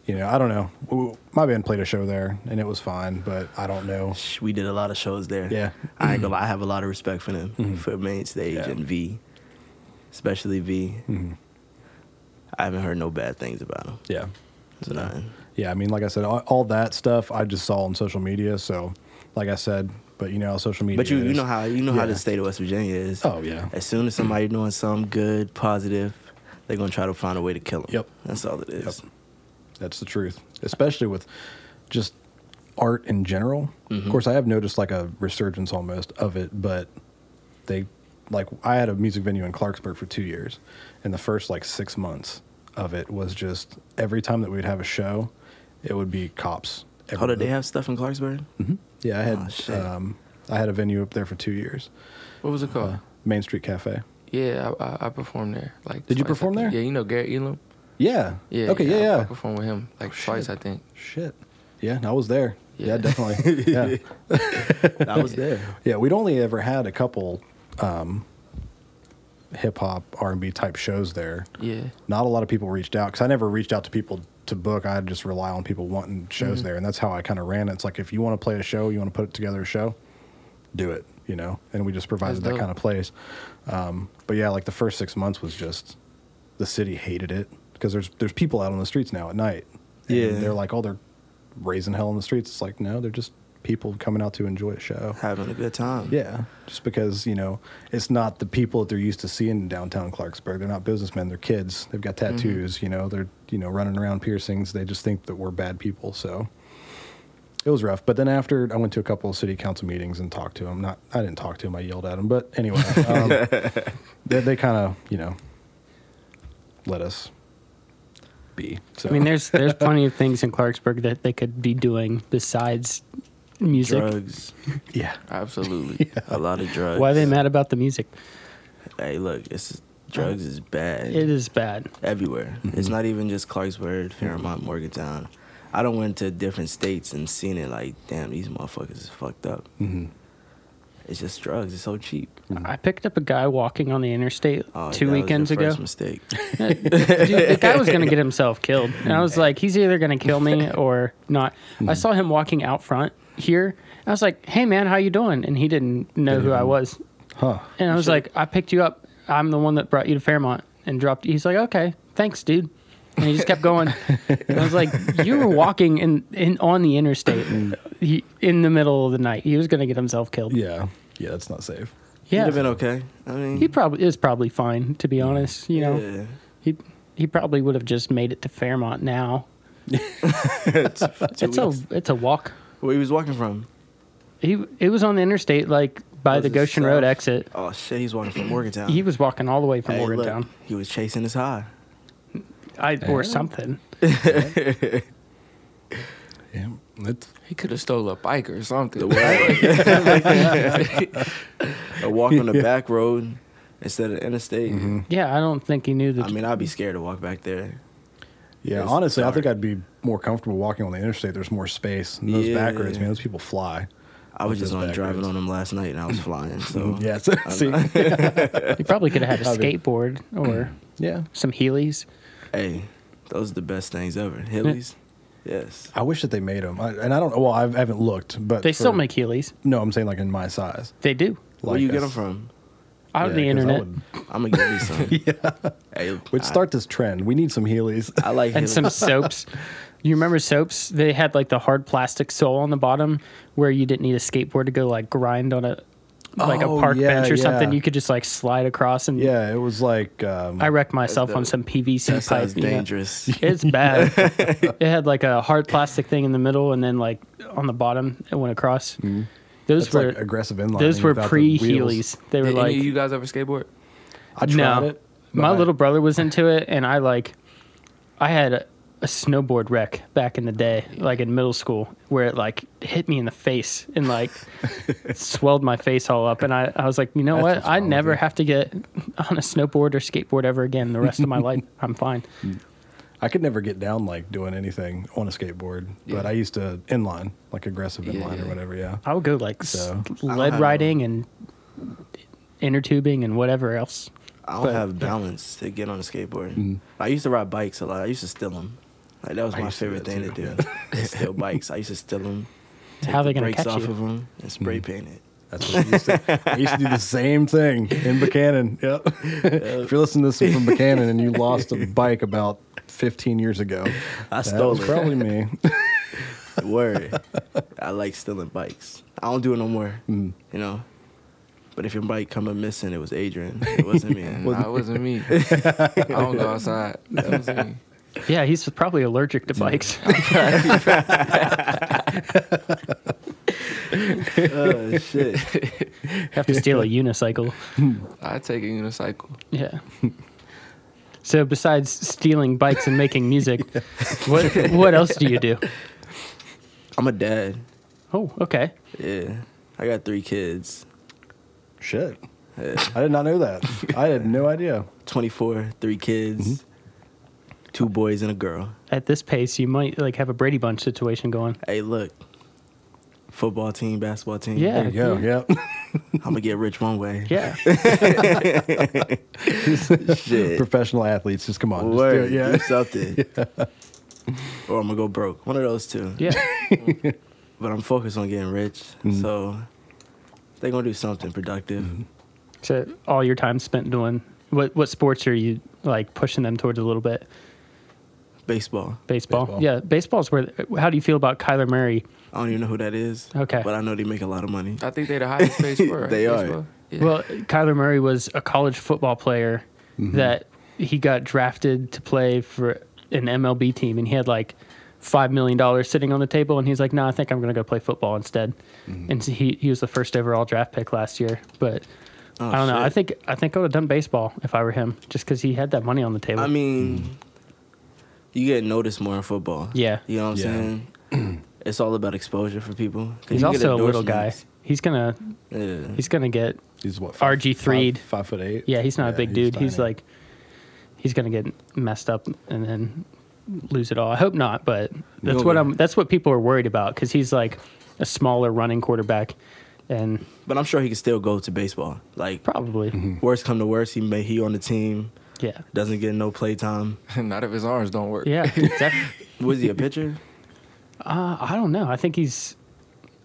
Speaker 1: you know, I don't know. W- My band played a show there and it was fine, but I don't know.
Speaker 4: Sh- We did a lot of shows there.
Speaker 1: Yeah. Mm-hmm.
Speaker 4: I ain't gonna lie, I have a lot of respect for them for main stage
Speaker 1: Yeah. Mm-hmm.
Speaker 4: and V, especially V. I haven't heard no bad things about him.
Speaker 1: Yeah.
Speaker 4: None.
Speaker 1: Yeah, I mean, like I said, all, all that stuff I just saw on social media. So, like I said, but you know how social media.
Speaker 4: But you, you
Speaker 1: is.
Speaker 4: know how you know how
Speaker 1: Yeah.
Speaker 4: the state of West Virginia is.
Speaker 1: Oh, yeah. Mm-hmm.
Speaker 4: As soon as somebody doing something good, positive, they're gonna try to find a way to kill them.
Speaker 1: Yep.
Speaker 4: That's all it is.
Speaker 1: Yep. That's the truth, especially with just art in general. Of course, I have noticed like a resurgence almost of it, but they like I had a music venue in Clarksburg for two years, and the first like six months of it was just every time that we'd have a show, it would be cops.
Speaker 4: Hold on,
Speaker 1: everywhere.
Speaker 4: Oh, they have stuff in Clarksburg.
Speaker 1: Yeah, I
Speaker 4: Oh,
Speaker 1: had
Speaker 4: shit.
Speaker 1: um, I had a venue up there for two years,
Speaker 5: What was it called?
Speaker 1: Main Street Cafe.
Speaker 5: yeah, I, I, I performed there. Like,
Speaker 1: Did you
Speaker 5: twice, I
Speaker 1: perform
Speaker 5: think.
Speaker 1: there?
Speaker 5: Yeah, you know Garrett Elam.
Speaker 1: Yeah.
Speaker 5: Yeah.
Speaker 1: Okay. Yeah.
Speaker 5: I- I
Speaker 1: Yeah. Oh,
Speaker 5: performed with him like twice, I
Speaker 1: shit.
Speaker 5: think.
Speaker 1: Shit. Yeah, I was there. Yeah,
Speaker 5: Yeah.
Speaker 1: definitely. yeah.
Speaker 4: I was there.
Speaker 1: Yeah, we'd only ever had a couple um, hip hop R and B type shows there.
Speaker 5: Yeah.
Speaker 1: Not a lot of people reached out because I never reached out to people to book. I just rely on people wanting shows
Speaker 5: Mm-hmm.
Speaker 1: there, and that's how I kind of ran it. It's like if you want to play a show, you want to put together a show, do it. You know, and we just provided
Speaker 5: That's
Speaker 1: that
Speaker 5: dope.
Speaker 1: kind of place. Um, but yeah, like the first six months was just the city hated it because there's there's people out on the streets now at night. and
Speaker 4: Yeah.
Speaker 1: they're like, oh, they're raising hell on the streets. It's like no, they're just people coming out to enjoy a show.
Speaker 4: Having a good time.
Speaker 1: Yeah, just because you know it's not the people that they're used to seeing in downtown Clarksburg. They're not businessmen. They're kids. They've got
Speaker 2: Mm-hmm.
Speaker 1: tattoos. You know, they're you know running around piercings. They just think that we're bad people. So it was rough. But then after I went to a couple of city council meetings and talked to them. Not I didn't talk to them. I yelled at them. But anyway, um, they, they kind of you know let us be. So
Speaker 2: I mean, there's there's plenty of things in Clarksburg that they could be doing besides music.
Speaker 4: Drugs.
Speaker 1: yeah,
Speaker 5: Absolutely.
Speaker 4: A lot of drugs.
Speaker 2: Why are they mad about the music?
Speaker 4: Hey, look, it's
Speaker 1: Uh-huh.
Speaker 4: drugs is bad.
Speaker 2: It is bad.
Speaker 4: everywhere. It's not even just Clarksburg, Fairmont, Morgantown. I don't went to different states and seen it like, damn, these motherfuckers is fucked up. It's just drugs. It's so cheap.
Speaker 1: Hmm.
Speaker 2: I picked up a guy walking on the interstate two
Speaker 4: Oh, that was your
Speaker 2: weekends ago.
Speaker 4: First mistake.
Speaker 2: Dude, the guy was going to get himself killed. And I was like, he's either going to kill me or not. I saw him walking out front here. I was like, hey, man, how you doing? And he didn't know who I was.
Speaker 1: huh?
Speaker 2: And I was like, I picked you up. I'm the one that brought you to Fairmont and dropped you. He's like, okay, thanks, dude. And he just kept going. and I was like, you were walking in, in on the interstate he, in the middle of the night. He was going to get himself killed.
Speaker 1: Yeah, yeah. That's not safe.
Speaker 4: You'd
Speaker 2: Yeah.
Speaker 4: have been okay. I mean,
Speaker 2: He probably is probably fine, to be honest. You know,
Speaker 4: yeah.
Speaker 2: he he probably would have just made it to Fairmont now. it's
Speaker 4: weeks.
Speaker 2: a it's a walk.
Speaker 4: Where he was walking from?
Speaker 2: He it was on the interstate, like by
Speaker 4: Was
Speaker 2: the
Speaker 4: it
Speaker 2: Goshen Road
Speaker 4: south?
Speaker 2: exit.
Speaker 4: Oh shit, he's walking from Morgantown.
Speaker 2: He was walking all the way from
Speaker 4: Hey, look,
Speaker 2: Morgantown,
Speaker 4: he was chasing his high.
Speaker 2: I, or something.
Speaker 1: Yeah, it's
Speaker 5: he could have stole a bike or something.
Speaker 4: Or walk on the back road instead of interstate.
Speaker 2: Yeah, I don't think he knew that.
Speaker 4: I mean, I'd be scared to walk back there.
Speaker 1: Yeah,
Speaker 4: It's
Speaker 1: honestly, I think
Speaker 4: dark.
Speaker 1: I'd be more comfortable walking on the interstate. There's more space. And those back
Speaker 4: Yeah.
Speaker 1: roads, man, those people fly.
Speaker 4: I was
Speaker 1: Those
Speaker 4: just on
Speaker 1: back
Speaker 4: driving
Speaker 1: roads.
Speaker 4: on him last night, and I was flying. So
Speaker 1: Yeah, so- see,
Speaker 2: he probably could have had a
Speaker 1: I mean-
Speaker 2: skateboard or
Speaker 1: yeah.
Speaker 2: some Heelys.
Speaker 4: Hey, those are the best things ever. Hillies? yes.
Speaker 1: I wish that they made them, I, and I don't. Well, I've, I haven't looked, but
Speaker 2: They still
Speaker 1: for-
Speaker 2: make Heelys.
Speaker 1: No, I'm saying like in my size.
Speaker 2: They do.
Speaker 4: Where you
Speaker 1: Like
Speaker 4: get
Speaker 1: a-
Speaker 4: them from?
Speaker 2: Out
Speaker 1: Yeah,
Speaker 2: the
Speaker 1: 'cause I
Speaker 2: internet
Speaker 1: would-
Speaker 4: I'm gonna give me some. yeah. Hey,
Speaker 1: Would start this trend. We need some Heelys.
Speaker 4: I, I like
Speaker 2: and some
Speaker 4: Hillary.
Speaker 2: soaps. You remember soaps? They had like the hard plastic sole on the bottom where you didn't need a skateboard to go like grind on a like
Speaker 1: Oh,
Speaker 2: a park
Speaker 1: yeah,
Speaker 2: bench or something.
Speaker 1: yeah.
Speaker 2: You could just like slide across and
Speaker 1: yeah, it was like um,
Speaker 2: I wrecked myself
Speaker 4: the-
Speaker 2: on some
Speaker 4: That
Speaker 2: PVC pipe.
Speaker 4: sounds
Speaker 2: you know?
Speaker 4: dangerous.
Speaker 2: It's bad. it had like a hard plastic thing in the middle, and then like on the bottom, it went across. Those
Speaker 1: it's
Speaker 2: were
Speaker 1: like aggressive inline.
Speaker 2: those were pre Heelys. They were
Speaker 5: Any
Speaker 2: like
Speaker 5: of you guys ever skateboard?
Speaker 1: I tried
Speaker 2: no.
Speaker 1: it. but
Speaker 2: My
Speaker 1: I-
Speaker 2: little brother was into it, and I like, I had a, a snowboard wreck back in the day, like in middle school, where it like hit me in the face and like swelled my face all up. And I, I was like, you know
Speaker 1: That's
Speaker 2: what?
Speaker 1: what's
Speaker 2: I
Speaker 1: wrong with
Speaker 2: never
Speaker 1: you.
Speaker 2: have to get on a snowboard or skateboard ever again the rest of my life. I'm fine.
Speaker 1: I could never get down like doing anything on a skateboard, but
Speaker 4: Yeah.
Speaker 1: I used to inline, like aggressive
Speaker 4: Yeah,
Speaker 1: inline
Speaker 4: yeah.
Speaker 1: or whatever. Yeah.
Speaker 2: I would go like s-
Speaker 1: So-
Speaker 4: don't
Speaker 2: lead
Speaker 4: have
Speaker 2: riding and inner tubing and whatever else.
Speaker 4: I don't have balance to get on a skateboard. I used to ride bikes a lot. I used to steal them. Like that was my
Speaker 1: Mm. used to do that
Speaker 4: favorite thing to do. is steal bikes. I used to steal them.
Speaker 2: How are they going to
Speaker 4: brakes
Speaker 2: catch
Speaker 4: off
Speaker 2: you?
Speaker 4: of them and spray
Speaker 1: Mm.
Speaker 4: paint it.
Speaker 1: That's what I used to. I used to do the same thing in Buchanan. Yep. if you're listening to this from Buchanan and you lost a bike about 15 years ago,
Speaker 4: I
Speaker 1: that
Speaker 4: stole
Speaker 1: was
Speaker 4: it.
Speaker 1: probably me.
Speaker 4: Word. I like stealing bikes. I don't do it no more.
Speaker 1: Mm.
Speaker 4: You know. But if your bike coming missing, it was Adrian. It wasn't me.
Speaker 5: Nah, it wasn't me. I don't go outside. That wasn't me.
Speaker 2: Yeah, he's probably allergic to bikes.
Speaker 4: oh shit.
Speaker 2: have to steal a unicycle.
Speaker 5: I take a unicycle.
Speaker 2: Yeah. so besides stealing bikes and making music, what what else do you do?
Speaker 4: I'm a dad.
Speaker 2: Oh, okay.
Speaker 4: Yeah. I got three kids.
Speaker 1: Shit. I did not know that. I had no idea.
Speaker 4: 24, three kids,
Speaker 1: Mm-hmm.
Speaker 4: two boys and a girl.
Speaker 2: At this pace, you might like have a Brady Bunch situation going.
Speaker 4: Hey, look. Football team, basketball team.
Speaker 2: Yeah.
Speaker 1: There you go. Yep.
Speaker 4: I'm gonna get rich one way.
Speaker 2: Yeah.
Speaker 4: Shit.
Speaker 1: Professional athletes, just come on. Just do
Speaker 4: Word.
Speaker 1: it.
Speaker 4: Do
Speaker 1: Yeah.
Speaker 4: something. Or I'm gonna go broke. One of those two.
Speaker 2: Yeah.
Speaker 4: But I'm focused on getting rich.
Speaker 1: Mm-hmm.
Speaker 4: So they're gonna do something productive.
Speaker 2: so all your time spent doing what what sports are you like pushing them towards a little bit?
Speaker 4: Baseball.
Speaker 2: Baseball.
Speaker 1: Baseball.
Speaker 2: Yeah, baseball's where how do you feel about Kyler Murray?
Speaker 4: I don't even know who that is.
Speaker 2: Okay.
Speaker 4: But I know they make a lot of money.
Speaker 5: I think they're the highest paid sport. right?
Speaker 4: They are.
Speaker 5: Baseball? Yeah.
Speaker 2: Well, Kyler Murray was a college football player
Speaker 4: Mm-hmm.
Speaker 2: that he got drafted to play for an MLB team, and he had like five million dollars sitting on the table, and he's like, "No, I think I'm going to go play football instead."
Speaker 4: Mm-hmm.
Speaker 2: And so he he was the first overall draft pick last year, but.
Speaker 4: Oh,
Speaker 2: I don't know. I
Speaker 4: shit.
Speaker 2: think I think I would have done baseball if I were him, just because he had that money on the table.
Speaker 4: I mean, you get noticed more in football.
Speaker 2: Yeah.
Speaker 4: You know what I'm
Speaker 1: Yeah.
Speaker 4: saying? it's all about exposure for people. 'Cause
Speaker 2: he's
Speaker 4: you get
Speaker 2: also a little guy.
Speaker 4: endorsements.
Speaker 2: He's gonna
Speaker 4: Yeah.
Speaker 2: he's gonna get
Speaker 1: He's what?
Speaker 2: RG3'd.
Speaker 1: Five, five foot eight.
Speaker 2: Yeah, he's not a big
Speaker 1: he's
Speaker 2: dude. He's
Speaker 1: tiny.
Speaker 2: like, he's gonna get messed up and then lose it all. I hope not, but that's
Speaker 4: You'll
Speaker 2: what
Speaker 4: get-
Speaker 2: I'm. That's what people are worried about because he's like a smaller running quarterback, and
Speaker 4: But I'm sure he can still go to baseball. Like,
Speaker 2: probably
Speaker 4: worst come to worst, he may he on the team
Speaker 2: yeah,
Speaker 4: doesn't get no play time.
Speaker 5: Not if his arms don't work.
Speaker 2: yeah. exactly.
Speaker 4: Was he a pitcher?
Speaker 2: uh, I don't know. I think he's.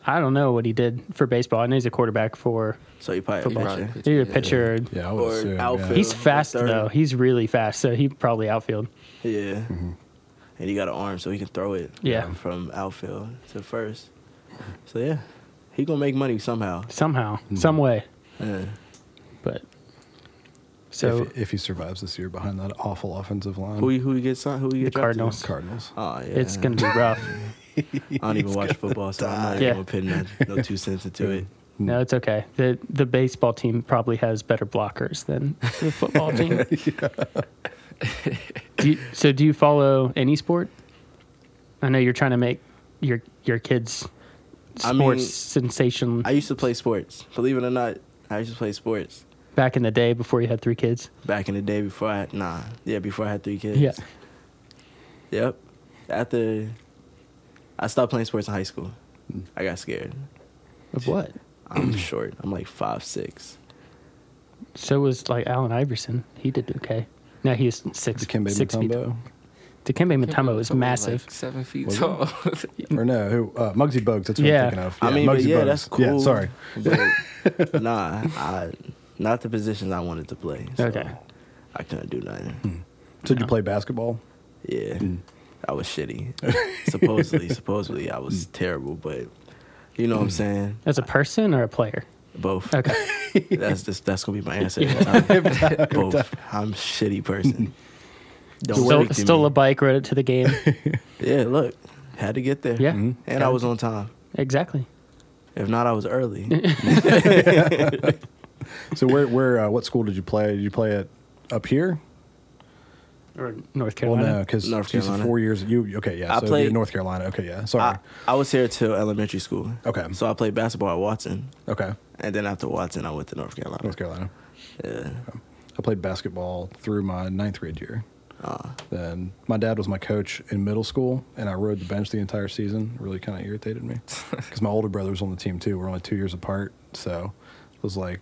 Speaker 2: I don't know what he did for baseball. I know he's a quarterback for
Speaker 4: So he probably a
Speaker 5: Football.
Speaker 4: pitcher.
Speaker 5: Pitcher,
Speaker 2: either
Speaker 5: yeah.
Speaker 2: pitcher. Or,
Speaker 1: Yeah, I would
Speaker 4: Or
Speaker 1: assume. yeah.
Speaker 4: outfield.
Speaker 2: He's
Speaker 4: Yeah,
Speaker 2: fast
Speaker 4: third.
Speaker 2: though. He's really fast, so he probably outfield.
Speaker 4: Yeah. And he got an arm, so he can throw it.
Speaker 2: Yeah.
Speaker 4: From outfield to first. So yeah, he gonna make money somehow.
Speaker 2: Somehow, some way,
Speaker 4: Yeah.
Speaker 2: but. So
Speaker 1: if, if he survives this year behind that awful offensive line,
Speaker 4: Who he- who he gets? Who he
Speaker 2: Um, the
Speaker 4: get drafted?
Speaker 2: Cardinals.
Speaker 1: Cardinals.
Speaker 4: Oh yeah.
Speaker 2: It's gonna be rough.
Speaker 4: I don't even watch football, so I'm not
Speaker 2: die.
Speaker 4: even putting that, no two cents into it.
Speaker 2: No, it's okay. the The baseball team probably has better blockers than the football team. do you, so, do you follow any sport? I know you're trying to make your your kids sports
Speaker 4: I mean,
Speaker 2: sensation
Speaker 4: I used to play sports. Believe it or not, I used to play sports
Speaker 2: back in the day before you had three kids.
Speaker 4: back in the day before I had, nah yeah before I had three kids.
Speaker 2: Yeah,
Speaker 4: Yep. After I stopped playing sports in high school, I got scared.
Speaker 2: of what?
Speaker 4: I'm short. I'm like five six.
Speaker 2: So was like Allen Iverson. He did okay. Now he is six
Speaker 1: Dikembe
Speaker 2: six feet.
Speaker 1: Mutombo.
Speaker 2: Dikembe
Speaker 5: Can't believe
Speaker 2: Mutombo is
Speaker 5: someone
Speaker 2: massive.
Speaker 5: Like seven feet
Speaker 1: Was it?
Speaker 5: tall.
Speaker 1: Or no, who? Uh, Muggsy Bogues. That's what
Speaker 2: Yeah.
Speaker 1: I'm thinking of.
Speaker 4: I mean, but
Speaker 1: Muggsy
Speaker 4: yeah,
Speaker 1: Bogues.
Speaker 4: that's cool.
Speaker 1: Yeah, sorry.
Speaker 4: But nah, I Not the positions I wanted to play. so
Speaker 2: Okay.
Speaker 4: I couldn't do nothing.
Speaker 1: So did you play basketball?
Speaker 4: Yeah.
Speaker 2: Mm.
Speaker 4: I was shitty. supposedly, supposedly I
Speaker 2: Mm.
Speaker 4: was terrible, but you know what I'm saying?
Speaker 2: As a person or a player?
Speaker 4: Both.
Speaker 2: Mm. Okay.
Speaker 4: That's just that's gonna be my answer. every time. Both. I'm a shitty person. Don't
Speaker 2: Mm-hmm. Still,
Speaker 4: speak to
Speaker 2: stole
Speaker 4: me.
Speaker 2: a bike, rode it to the game.
Speaker 4: Yeah, look, had to get there.
Speaker 2: Yeah.
Speaker 4: and
Speaker 2: Mhm.
Speaker 1: Mm-hmm.
Speaker 4: I was on time.
Speaker 2: exactly.
Speaker 4: If not, I was early.
Speaker 1: So where where uh, what school did you play? Did you play it up here?
Speaker 2: Or North
Speaker 1: Well,
Speaker 2: Carolina.
Speaker 1: no, because
Speaker 4: North
Speaker 1: she's
Speaker 4: Carolina.
Speaker 1: four years. You okay? Yeah,
Speaker 4: I
Speaker 1: so
Speaker 4: played-
Speaker 1: you're North Carolina. Okay, yeah. Sorry.
Speaker 4: I, I was here till elementary school.
Speaker 1: Okay.
Speaker 4: So I played basketball at Watson,
Speaker 1: okay,
Speaker 4: and then after Watson, I went to North Carolina.
Speaker 1: North Carolina.
Speaker 4: Yeah.
Speaker 1: I played basketball through my ninth grade year.
Speaker 4: Ah.
Speaker 1: Then my dad was my coach in middle school, and I rode the bench the entire season. Really kind of irritated me because my older brother was on the team too. We're only two years apart, so it was like,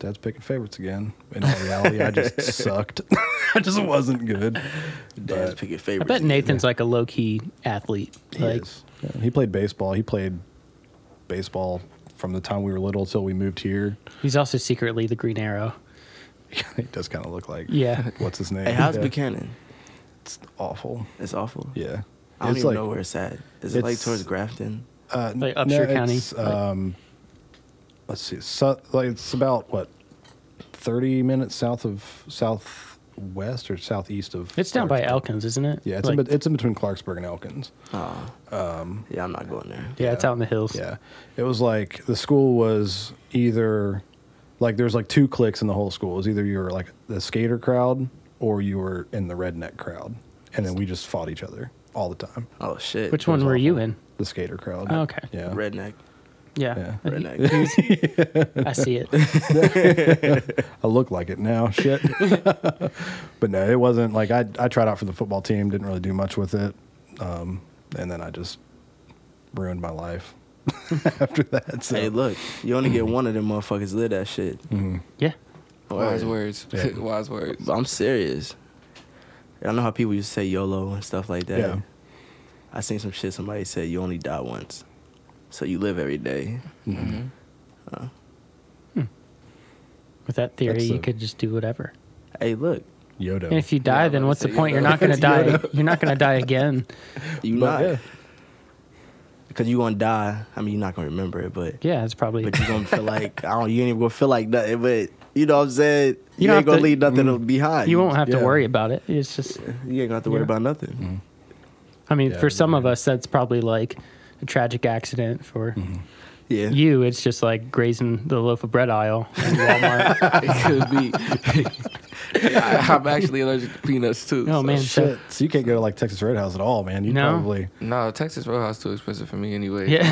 Speaker 1: Dad's picking favorites again. In all reality, I just sucked. I just wasn't good.
Speaker 4: Dad's
Speaker 1: But
Speaker 4: picking
Speaker 2: I
Speaker 4: favorites.
Speaker 2: bet Nathan's like a low key athlete.
Speaker 1: he,
Speaker 2: like,
Speaker 1: is. Yeah, he played baseball. He played baseball from the time we were little till we moved here.
Speaker 2: He's also secretly the Green Arrow.
Speaker 1: he does kind of look like
Speaker 2: Yeah.
Speaker 1: What's his name?
Speaker 4: Hey, how's
Speaker 1: yeah.
Speaker 4: Buchanan?
Speaker 1: It's awful.
Speaker 4: It's awful.
Speaker 1: Yeah.
Speaker 4: I don't
Speaker 1: It's
Speaker 4: even
Speaker 1: like-
Speaker 4: know where it's at. Is it like
Speaker 1: it's-
Speaker 4: towards Grafton?
Speaker 2: Like Upshur County.
Speaker 1: it's, um, let's see. So, like it's about what thirty minutes south of southwest or southeast of.
Speaker 2: it's down by
Speaker 1: Clarksburg.
Speaker 2: Elkins, isn't it?
Speaker 1: Yeah, it's in,
Speaker 2: Like-
Speaker 1: bet- it's in between Clarksburg and Elkins.
Speaker 4: Oh. Um, yeah, I'm not going there.
Speaker 2: yeah, it's out in the hills.
Speaker 1: Yeah, it was like the school was either like there's like two cliques in the whole school. It was either you were like the skater crowd or you were in the redneck crowd, and then we just fought each other all the time.
Speaker 4: Oh shit.
Speaker 2: Which one were you in?
Speaker 1: The skater crowd.
Speaker 2: Oh, okay.
Speaker 1: Yeah.
Speaker 4: Redneck.
Speaker 2: Yeah.
Speaker 1: Yeah.
Speaker 4: Redneck.
Speaker 2: I see it.
Speaker 1: I look like it now. Shit. but no, it wasn't like I, I tried out for the football team, didn't really do much with it. Um, and then I just ruined my life after that. So
Speaker 4: hey, look, you only get one of them motherfuckers live that shit.
Speaker 2: Mm.
Speaker 5: Mm-hmm.
Speaker 2: Yeah.
Speaker 4: Word.
Speaker 5: Wise words.
Speaker 1: Yeah.
Speaker 5: Wise words.
Speaker 4: But I'm serious. I know how people used to say YOLO and stuff like that.
Speaker 1: Yeah.
Speaker 4: I seen some shit somebody said you only die once. So you live every day.
Speaker 1: Mm-hmm.
Speaker 2: Mm-hmm. With that theory,
Speaker 1: That's
Speaker 2: you
Speaker 1: a-
Speaker 2: could just do whatever.
Speaker 4: Hey, look,
Speaker 1: Yoda.
Speaker 2: And if you die,
Speaker 4: Yeah,
Speaker 2: then
Speaker 4: I was
Speaker 2: what's the
Speaker 4: about to say,
Speaker 2: point?
Speaker 4: you
Speaker 2: You're
Speaker 4: know,
Speaker 2: not gonna die. You're not gonna die again.
Speaker 4: you
Speaker 1: But,
Speaker 4: not
Speaker 1: yeah.
Speaker 4: because you gonna die. I mean, you're not gonna remember it, but
Speaker 2: Yeah, it's probably.
Speaker 4: but you gonna feel like I don't. You ain't even gonna feel like nothing. But you know what I'm saying. You,
Speaker 2: don't have
Speaker 4: ain't gonna
Speaker 2: to- Mm.
Speaker 4: leave nothing behind.
Speaker 2: You won't have to
Speaker 1: Yeah.
Speaker 2: worry about it. It's just.
Speaker 4: You ain't gonna have to worry
Speaker 2: Yeah. Mm.
Speaker 4: about nothing.
Speaker 2: I mean,
Speaker 1: Yeah,
Speaker 2: for some of
Speaker 1: yeah.
Speaker 2: us, that's probably like a tragic accident. For
Speaker 1: Mm-hmm.
Speaker 4: Yeah.
Speaker 2: you, it's just like grazing the loaf of bread aisle in Walmart.
Speaker 5: it could be. Yeah, I, I'm actually allergic to peanuts too.
Speaker 2: oh
Speaker 5: so-
Speaker 2: man, so,
Speaker 1: Shit. So you can't go to like Texas Roadhouse at all, man. You
Speaker 2: No.
Speaker 1: probably
Speaker 5: No, Texas Roadhouse too expensive for me anyway.
Speaker 2: Yeah.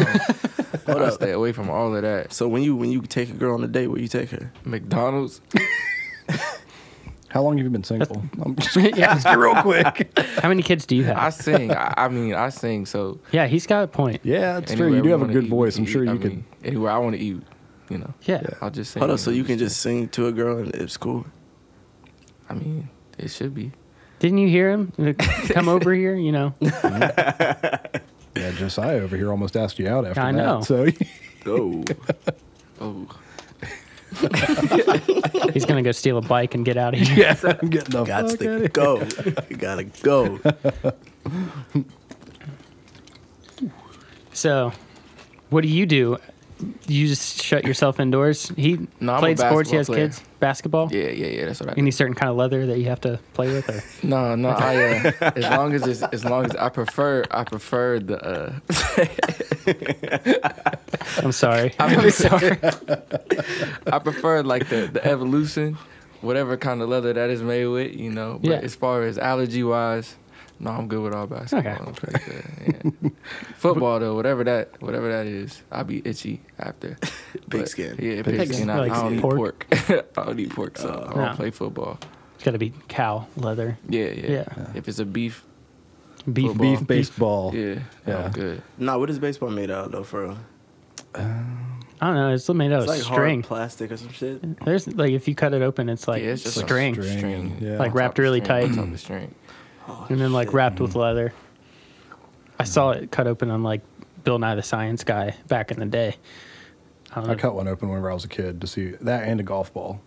Speaker 5: Um, I stay away from all of that.
Speaker 4: So when you when you take a girl on a date, where you take her?
Speaker 5: McDonald's.
Speaker 1: How long have you been single? I'm just
Speaker 2: yeah.
Speaker 1: real quick.
Speaker 2: How many kids do you have?
Speaker 5: I sing. I, I mean, I sing. So
Speaker 2: yeah, he's got a point.
Speaker 1: Yeah, it's
Speaker 5: anywhere
Speaker 1: true. You do
Speaker 5: we
Speaker 1: have a
Speaker 5: wanna
Speaker 1: good
Speaker 5: eat, we
Speaker 1: voice.
Speaker 5: can
Speaker 1: I'm sure
Speaker 5: eat.
Speaker 1: you
Speaker 5: I
Speaker 1: could.
Speaker 5: mean, anywhere I want to eat, you know.
Speaker 2: Yeah.
Speaker 5: I'll just sing.
Speaker 4: Hold
Speaker 5: it
Speaker 4: up, so
Speaker 5: and
Speaker 4: you can
Speaker 5: shit.
Speaker 4: just sing to a girl and it's cool.
Speaker 5: I mean, it should be.
Speaker 2: Didn't you hear him? Like, Come over here, you know.
Speaker 1: Yeah, Josiah over here almost asked you out after
Speaker 2: I
Speaker 1: that.
Speaker 2: know.
Speaker 1: So
Speaker 4: Oh,
Speaker 5: Oh,
Speaker 2: He's gonna go steal a bike and get out of here.
Speaker 1: I'm getting the fuck
Speaker 4: got
Speaker 1: outta
Speaker 4: to
Speaker 1: here.
Speaker 4: go. You gotta go.
Speaker 2: So, what do you do? You just shut yourself indoors. He
Speaker 5: No, I'm a
Speaker 2: played sports. He
Speaker 5: basketball
Speaker 2: has
Speaker 5: player.
Speaker 2: kids. Basketball.
Speaker 5: yeah, yeah, yeah. That's what I.
Speaker 2: Any certain kind of leather that you have to play with, or
Speaker 5: No, no. I uh, as long as it's, as long as I prefer I prefer the uh,
Speaker 2: I'm sorry.
Speaker 5: I'm really sorry. I prefer like the the evolution, whatever kind of leather that is made with, you know. But
Speaker 2: Yeah.
Speaker 5: as far as allergy wise, no, I'm good with all basketball.
Speaker 2: Okay.
Speaker 5: I'm pretty good, yeah. Football though, whatever that whatever that is, I'll be itchy after. But,
Speaker 4: skin.
Speaker 5: Yeah,
Speaker 1: Pig
Speaker 5: pig, skin. I,
Speaker 2: Like
Speaker 5: I don't
Speaker 2: pork? Oh.
Speaker 5: eat pork. I don't eat pork, so I don't
Speaker 2: No.
Speaker 5: play football.
Speaker 2: It's got to be cow leather.
Speaker 5: Yeah, yeah,
Speaker 2: Yeah.
Speaker 5: If it's a beef,
Speaker 2: Beef.
Speaker 5: Football.
Speaker 1: Beef based
Speaker 2: Oh.
Speaker 1: ball.
Speaker 5: yeah,
Speaker 1: Yeah.
Speaker 5: I'm good.
Speaker 4: Nah, what is baseball made out of though? For real?
Speaker 2: I don't know. It's made out
Speaker 4: it's
Speaker 2: of
Speaker 4: like
Speaker 2: string.
Speaker 4: hard plastic or some shit.
Speaker 2: There's like if you cut it open, it's like
Speaker 5: yeah, it's just a
Speaker 2: string,
Speaker 1: string. Yeah.
Speaker 2: Like
Speaker 5: on top
Speaker 2: wrapped
Speaker 5: of the
Speaker 2: really
Speaker 5: string, on
Speaker 2: tight.
Speaker 5: top of the string.
Speaker 4: Oh,
Speaker 2: and then like wrapped with leather. I saw it cut open on like Bill Nye the Science Guy back in the day. I don't
Speaker 1: I
Speaker 2: know.
Speaker 1: cut one open whenever I was a kid to see that and a golf ball.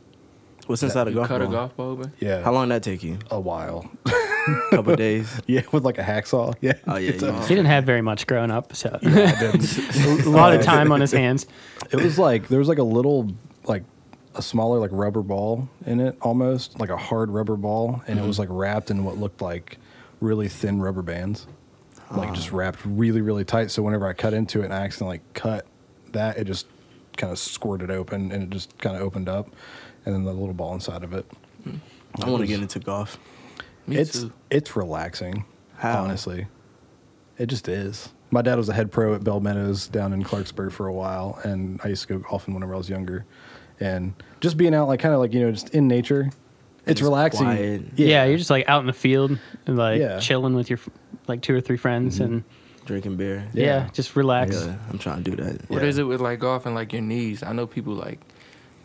Speaker 4: What's inside a
Speaker 5: You
Speaker 4: golf
Speaker 5: cut a
Speaker 4: ball?
Speaker 5: golf ball open?
Speaker 1: Yeah.
Speaker 4: How long did that take you?
Speaker 1: A while.
Speaker 4: A couple days.
Speaker 1: yeah, with like a hacksaw. Yeah.
Speaker 4: Oh yeah, you-
Speaker 2: He didn't have very much growing up, so
Speaker 1: I didn't.
Speaker 2: a lot of time on his hands.
Speaker 1: It was like there was like a little like a smaller like rubber ball in it almost like a hard rubber ball and it was
Speaker 4: Mm-hmm.
Speaker 1: like wrapped in what looked like really thin rubber bands like just wrapped really really tight so whenever i cut into it and i accidentally like, cut that it just kind of squirted open and it just kind of opened up and then the little ball inside of it
Speaker 4: I want to get into golf.
Speaker 5: Me
Speaker 1: it's
Speaker 5: too.
Speaker 1: it's relaxing
Speaker 4: How?
Speaker 1: honestly it just is my dad was a head pro at bell meadows down in clarksburg for a while and i used to go golfing whenever i was younger and just being out like kind of like you know just in nature it's
Speaker 4: Just
Speaker 1: relaxing
Speaker 4: quiet.
Speaker 2: Yeah. you're just like out in the field and like
Speaker 1: Yeah.
Speaker 2: chilling with your f- like two or three friends and
Speaker 4: Drinking beer.
Speaker 2: yeah,
Speaker 1: Yeah.
Speaker 2: just relax.
Speaker 4: Yeah, I'm trying to do that.
Speaker 5: What is it with like golf and like your knees? I know people like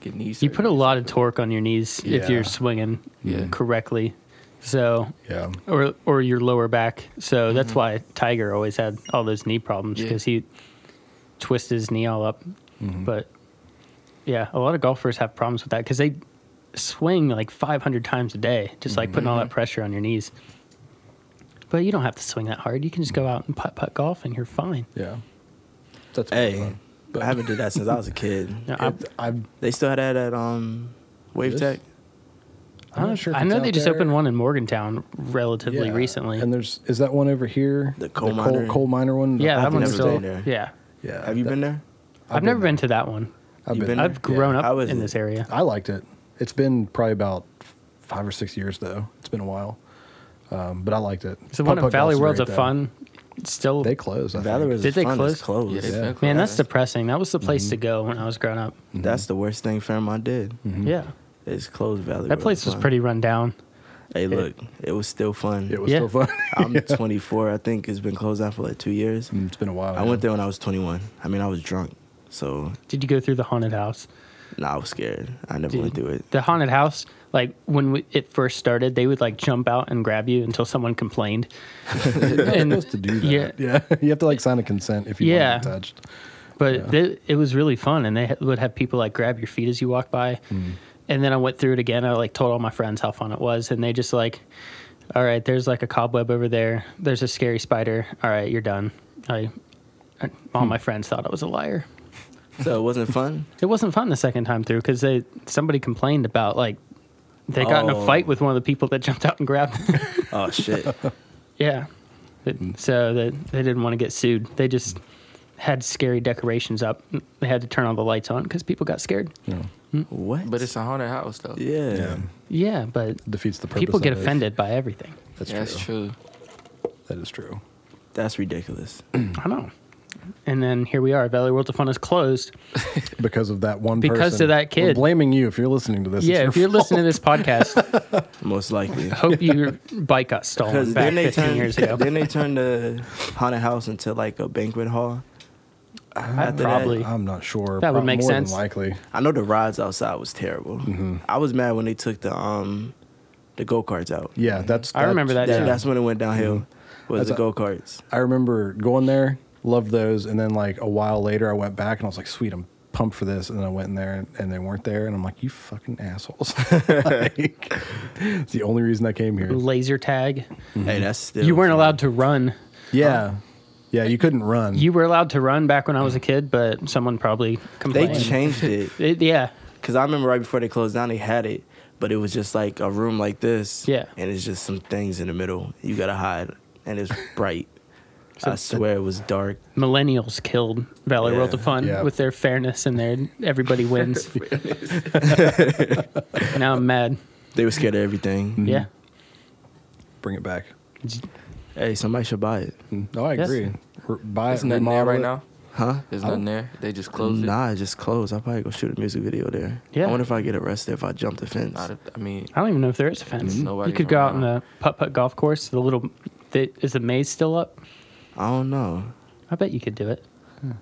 Speaker 5: get knees.
Speaker 2: You put a lot of torque on your knees if
Speaker 1: Yeah.
Speaker 2: you're swinging
Speaker 5: Yeah.
Speaker 2: correctly. So
Speaker 1: yeah
Speaker 2: or or your lower back. So that's why Tiger always had all those knee problems
Speaker 5: Yeah.
Speaker 2: because he twisted his knee all up. But yeah, a lot of golfers have problems with that because they swing like 500 times a day, just like putting all that pressure on your knees. But you don't have to swing that hard. You can just go out and putt putt golf, and you're fine.
Speaker 1: yeah that's
Speaker 4: Hey,
Speaker 1: fun.
Speaker 4: I haven't did that since I was a kid.
Speaker 2: No, I,
Speaker 1: It- i'm
Speaker 4: They still had that at um, Wave
Speaker 1: This?
Speaker 4: Tech.
Speaker 2: I
Speaker 1: not
Speaker 2: don't-
Speaker 1: sure if
Speaker 2: I know
Speaker 1: it's
Speaker 2: they
Speaker 1: out
Speaker 2: just
Speaker 1: there.
Speaker 2: opened one in Morgantown relatively
Speaker 1: yeah.
Speaker 2: recently.
Speaker 1: and there's is that one over here
Speaker 4: The coal
Speaker 1: coal,
Speaker 4: miner?
Speaker 1: coal miner one
Speaker 2: yeah,
Speaker 4: I've
Speaker 2: that one's
Speaker 4: never
Speaker 2: still
Speaker 4: been there.
Speaker 2: yeah.
Speaker 1: yeah
Speaker 4: Have you been there?
Speaker 2: I've, never been to that one.
Speaker 1: i've
Speaker 4: you
Speaker 1: been, there.
Speaker 4: been there?
Speaker 2: I've grown
Speaker 4: Yeah. How
Speaker 2: up
Speaker 4: is
Speaker 2: in
Speaker 4: it?
Speaker 2: this area.
Speaker 1: I liked it. It's been probably about five or six years though. It's been a while, um, but I liked it.
Speaker 2: So one in
Speaker 1: Putt-putt
Speaker 2: Valley
Speaker 1: golf's
Speaker 2: World's a
Speaker 1: great, though.
Speaker 2: fun. It's still
Speaker 1: They closed. I
Speaker 4: Valor
Speaker 1: think.
Speaker 4: was
Speaker 2: Did they
Speaker 4: fun.
Speaker 2: close?
Speaker 4: It's closed.
Speaker 5: Yeah,
Speaker 1: Yeah.
Speaker 5: yeah.
Speaker 2: Man, that's depressing. That was the place to go when I was growing up.
Speaker 1: Mm-hmm.
Speaker 4: That's the worst thing Fairmont did.
Speaker 2: Yeah.
Speaker 4: It's closed Valley.
Speaker 2: That
Speaker 4: Road.
Speaker 2: place was
Speaker 4: Fun.
Speaker 2: pretty run down.
Speaker 4: Hey, look, it was still fun.
Speaker 1: It was
Speaker 2: Yeah.
Speaker 1: still fun.
Speaker 4: I'm 24. I think it's been closed down for like two years.
Speaker 1: it's been a while.
Speaker 4: I went there when I was 21. I mean, I was drunk, so
Speaker 2: Did you go through the haunted house?
Speaker 4: nah, I was scared. I never went
Speaker 2: Dude,
Speaker 4: through it.
Speaker 2: The haunted house, like when we, it first started, they would like jump out and grab you until someone complained. and,
Speaker 1: supposed to do that.
Speaker 2: Yeah.
Speaker 1: Yeah. you have to like sign a consent if you
Speaker 2: Yeah.
Speaker 1: want to be touched.
Speaker 2: But they, it was really fun, and they ha- would have people like grab your feet as you walk by. And then I went through it again. I like told all my friends how fun it was, and they just like, "All right, there's like a cobweb over there. There's a scary spider. All right, you're done." I, I all my friends thought I was a liar.
Speaker 4: So it wasn't fun.
Speaker 2: It wasn't fun the second time through because they somebody complained about like they got in a
Speaker 4: Oh.
Speaker 2: fight with one of the people that jumped out and grabbed. them.
Speaker 4: Oh shit.
Speaker 2: yeah, It- so they they didn't want to get sued. They just had scary decorations up. They had to turn all the lights on because people got scared.
Speaker 4: what?
Speaker 5: But it's a haunted house though.
Speaker 4: yeah.
Speaker 1: Yeah,
Speaker 2: Yeah, but
Speaker 1: defeats the purpose.
Speaker 2: people get
Speaker 1: of it.
Speaker 2: offended by everything.
Speaker 1: That's,
Speaker 5: That's
Speaker 1: true.
Speaker 5: true.
Speaker 1: That is true.
Speaker 4: That's ridiculous.
Speaker 2: I know. And then here we are. Valley World of Fun is closed.
Speaker 1: Because of that one.
Speaker 2: Because
Speaker 1: person.
Speaker 2: of that
Speaker 1: We're
Speaker 2: kid.
Speaker 1: blaming you if you're listening to this.
Speaker 2: yeah, if
Speaker 1: it's
Speaker 2: you're
Speaker 1: your fault.
Speaker 2: listening to this podcast,
Speaker 4: Most likely.
Speaker 2: hope your bike got stolen
Speaker 4: Because
Speaker 2: Oh, back
Speaker 4: then they
Speaker 2: 15
Speaker 4: turned,
Speaker 2: years ago.
Speaker 4: Then they turned the haunted house into like a banquet hall. After that-
Speaker 2: probably.
Speaker 1: I'm not sure.
Speaker 2: That would
Speaker 1: Prob-
Speaker 2: make
Speaker 1: more
Speaker 2: sense.
Speaker 1: Than likely.
Speaker 4: I know the rides outside was terrible.
Speaker 2: Mm-hmm.
Speaker 4: I was mad when they took the um the go karts out.
Speaker 1: Yeah, that's.
Speaker 2: I remember that Mm-hmm.
Speaker 4: That-
Speaker 2: too.
Speaker 4: That's when it went downhill. Was
Speaker 1: That's
Speaker 4: the
Speaker 1: a-
Speaker 4: go karts?
Speaker 1: I remember going there, loved those, and then like a while later, I went back and I was like, "Sweet, I'm pumped for this." And then I went in there, and, and they weren't there, and I'm like, "You fucking assholes!" Like, it's the only reason I came here.
Speaker 2: Laser tag.
Speaker 4: Hey, that's still
Speaker 2: Mm-hmm. You weren't
Speaker 4: fun.
Speaker 2: allowed to run.
Speaker 1: Yeah, yeah, you couldn't run.
Speaker 2: You were allowed to run back when I was a kid, but someone probably
Speaker 4: They
Speaker 2: complained.
Speaker 4: changed it
Speaker 2: It- yeah,
Speaker 4: because I remember right before they closed down, they had it, but it was just like a room like this.
Speaker 2: Yeah.
Speaker 4: and it's just some things in the middle. You gotta hide, and it's bright. I swear it was dark.
Speaker 2: millennials killed Valley World of
Speaker 4: Yeah,
Speaker 2: Fun
Speaker 1: yeah.
Speaker 2: with their fairness and their everybody wins. now I'm mad.
Speaker 4: They were scared of everything.
Speaker 1: Mm.
Speaker 2: Yeah.
Speaker 1: Bring it back. Mm.
Speaker 4: Hey, somebody should buy it,
Speaker 1: No, I
Speaker 2: Yes.
Speaker 1: agree. Re- buy
Speaker 5: There's
Speaker 1: it,
Speaker 5: nothing there
Speaker 1: remodel
Speaker 5: right
Speaker 1: it.
Speaker 5: now.
Speaker 4: huh?
Speaker 5: There's nothing there. They just closed it.
Speaker 4: Nah, it just closed. I'll probably go shoot a music video there.
Speaker 2: Yeah.
Speaker 4: I wonder if I get arrested if I jump the fence.
Speaker 5: Not a- I mean,
Speaker 2: I don't even know if there is a fence.
Speaker 5: Mhm. Nobody
Speaker 2: you could go out in
Speaker 5: around.
Speaker 2: the putt putt golf course. The little the, is the maze still up?
Speaker 4: I don't know.
Speaker 2: I bet you could do it.
Speaker 4: All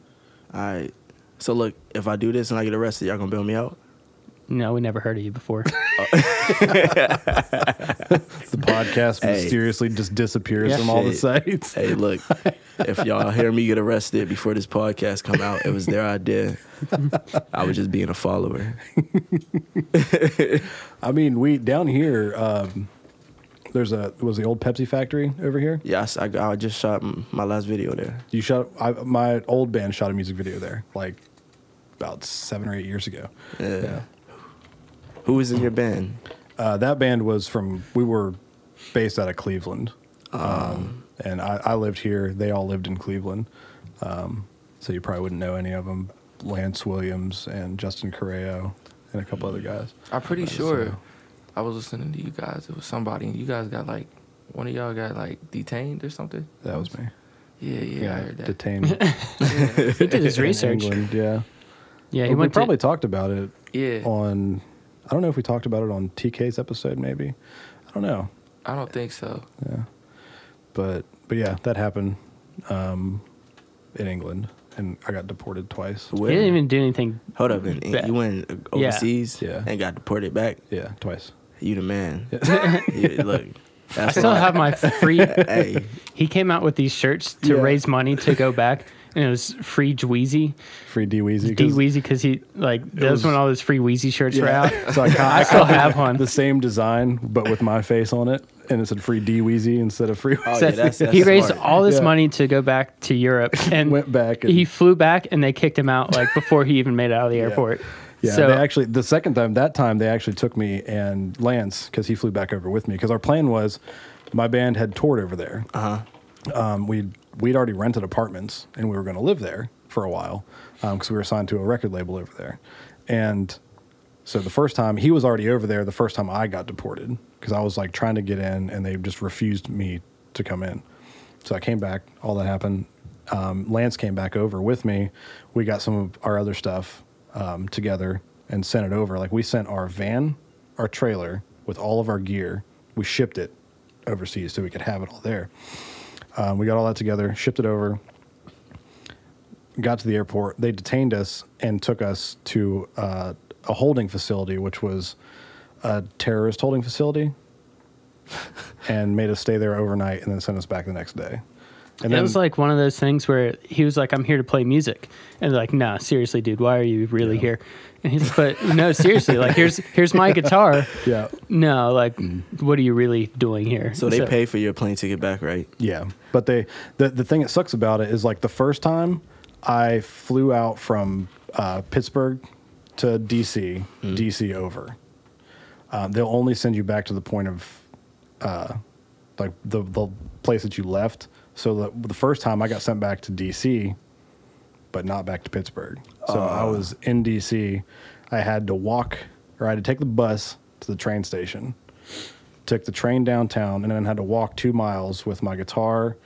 Speaker 4: right. So look, if I do this and I get arrested, y'all gonna bail me out?
Speaker 2: No, we never heard of you before.
Speaker 1: the podcast
Speaker 4: Hey.
Speaker 1: mysteriously just disappears
Speaker 2: Yeah.
Speaker 1: from all the
Speaker 4: Shit.
Speaker 1: sites.
Speaker 4: Hey, look, if y'all hear me get arrested before this podcast come out, it was their idea. I was just being a follower.
Speaker 1: I mean, we down here. Um, there's a was the old Pepsi factory over here.
Speaker 4: Yes, I, I just shot m- my last video there.
Speaker 1: You shot I, my old band shot a music video there, like about seven or eight years ago.
Speaker 4: Yeah. Who was in your band?
Speaker 1: Uh, that band was from we were based out of Cleveland, um, and I, I lived here. They all lived in Cleveland, um, so you probably wouldn't know any of them. Lance Williams and Justin Correo and a couple other guys.
Speaker 5: I'm pretty
Speaker 1: But,
Speaker 5: sure
Speaker 1: so-
Speaker 5: I was listening to you guys. It was somebody, and you guys got like one of y'all got like detained or something.
Speaker 1: That was me.
Speaker 5: Yeah, yeah, I heard that.
Speaker 1: detained.
Speaker 2: He did his
Speaker 1: in
Speaker 2: research.
Speaker 1: England, yeah.
Speaker 2: Yeah,
Speaker 1: Well,
Speaker 2: he
Speaker 1: we
Speaker 2: went
Speaker 1: probably
Speaker 2: to,
Speaker 1: talked about it
Speaker 5: yeah,
Speaker 1: on. I don't know if we talked about it on TK's episode, maybe. I don't know,
Speaker 5: I don't think so.
Speaker 1: but but yeah, that happened um, in England, and I got deported twice.
Speaker 4: Where?
Speaker 2: he didn't even do anything.
Speaker 4: Hold up, and, and you went uh,
Speaker 2: Yeah.
Speaker 4: overseas
Speaker 1: Yeah.
Speaker 4: and got deported back.
Speaker 1: Yeah, twice.
Speaker 4: You the man. You- look,
Speaker 2: I
Speaker 4: that's
Speaker 2: still
Speaker 4: why-
Speaker 2: have my free.
Speaker 4: Hey,
Speaker 2: He came out with these shirts to
Speaker 1: Yeah.
Speaker 2: raise money to go back, and it was free Dweezy.
Speaker 1: Free D Weezy.
Speaker 2: D Weezy because he like that was
Speaker 1: was- Oh,
Speaker 2: when all those free Wheezy shirts were out.
Speaker 1: So I,
Speaker 2: I
Speaker 1: caught
Speaker 2: still have one.
Speaker 1: the same design, but with my face on it, and it said Free D Weezy instead of Free.
Speaker 4: Oh,
Speaker 2: So
Speaker 4: yeah, that's- that's
Speaker 2: he raised
Speaker 4: smart.
Speaker 2: all this
Speaker 1: Yeah.
Speaker 2: money to go back to Europe and
Speaker 1: Went back and-
Speaker 2: he flew back and they kicked him out like before he even made it out of the airport.
Speaker 1: Yeah,
Speaker 2: so
Speaker 1: they actually the second time that time they actually took me and Lance because he flew back over with me because our plan was my band had toured over there. Uh huh. Um, we we'd already rented apartments and we were going to live there for a while because we were signed to a record label over there, and so the first time he was already over there the first time I got deported because I was like trying to get in and they just refused me to come in. So I came back. All that happened. Um, Lance came back over with me. We got some of our other stuff um, together and sent it over. Like we sent our van, our trailer with all of our gear. We shipped it overseas so we could have it all there. Um, we got all that together, shipped it over. Got to the airport. They detained us and took us to uh, a holding facility, which was a terrorist holding facility and made us stay there overnight and then sent us back the next day. And
Speaker 2: it was like one of those things where he was like, "I'm here to play music," and they're like, "No, seriously, dude, why are you really here?" And he's like, "But no, seriously, like here's here's my guitar."
Speaker 1: yeah,
Speaker 2: No, like, what are you really doing here?
Speaker 4: so they paid for your plane ticket back, right?
Speaker 1: yeah. But they the the thing that sucks about it is like the first time I flew out from uh, Pittsburgh to DC, DC over. Um, they'll only send you back to the point of uh, like the the place that you left. So the the first time I got sent back to DC, but not back to Pittsburgh. So I was in DC. I had to walk or I had to take the bus to the train station. Took the train downtown and then had to walk two miles with my guitar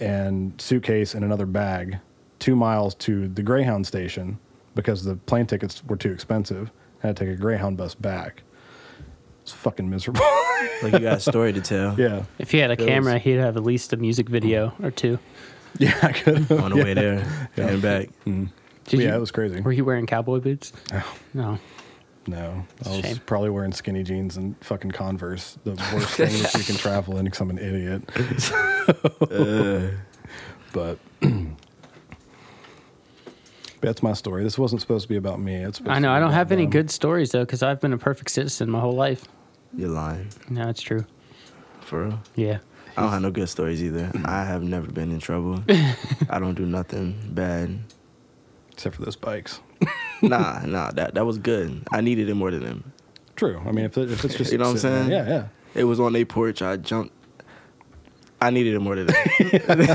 Speaker 1: and suitcase and another bag, two miles to the Greyhound station because the plane tickets were too expensive. I had to take a Greyhound bus back. It's fucking miserable.
Speaker 4: Like you got a story to tell.
Speaker 1: yeah.
Speaker 2: If he had a
Speaker 1: was-
Speaker 2: camera, he'd have at least a music video or two.
Speaker 1: Yeah, I could have.
Speaker 4: On the way there
Speaker 1: Yeah.
Speaker 4: and back.
Speaker 2: Did
Speaker 1: yeah,
Speaker 2: you-
Speaker 1: it was crazy.
Speaker 2: Were you wearing cowboy boots? No.
Speaker 1: No, I
Speaker 2: a
Speaker 1: was
Speaker 2: shame.
Speaker 1: probably wearing skinny jeans and fucking Converse. The worst thing that you can travel in because I'm an idiot.
Speaker 2: Uh.
Speaker 1: but that's my story. This wasn't supposed to be about me. It's supposed
Speaker 2: I
Speaker 1: to
Speaker 2: know.
Speaker 1: be
Speaker 2: I don't
Speaker 1: about
Speaker 2: have any
Speaker 1: them.
Speaker 2: good stories though, because I've been a perfect citizen my whole life.
Speaker 4: You're lying.
Speaker 2: No, it's true.
Speaker 4: For real.
Speaker 2: Yeah.
Speaker 4: I don't have no good stories either. I have never been in trouble. I don't do nothing bad.
Speaker 1: except for those bikes.
Speaker 4: Nah, nah, that that was good. I needed it more than them.
Speaker 1: True. I mean, if, it, if it's just
Speaker 4: You know what I'm
Speaker 1: sitting there-
Speaker 4: saying?
Speaker 1: Yeah, yeah.
Speaker 4: It was on their porch. I jumped. I needed it more than them.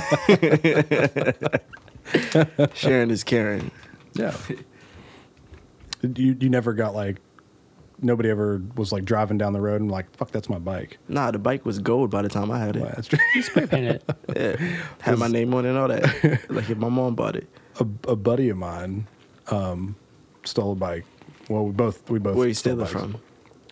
Speaker 4: Sharon is caring.
Speaker 1: Yeah. you you never got like nobody ever was like driving down the road and like fuck that's my bike.
Speaker 4: Nah, the bike was gold by the time I had it.
Speaker 1: Well, that's true.
Speaker 2: Spray painted it.
Speaker 4: Yeah. Had my name on it and all that. like if my mom bought it.
Speaker 1: a, a buddy of mine um, stole a bike. Well, we both we both.
Speaker 4: Where you
Speaker 1: stole
Speaker 4: steal
Speaker 1: bikes.
Speaker 4: it from?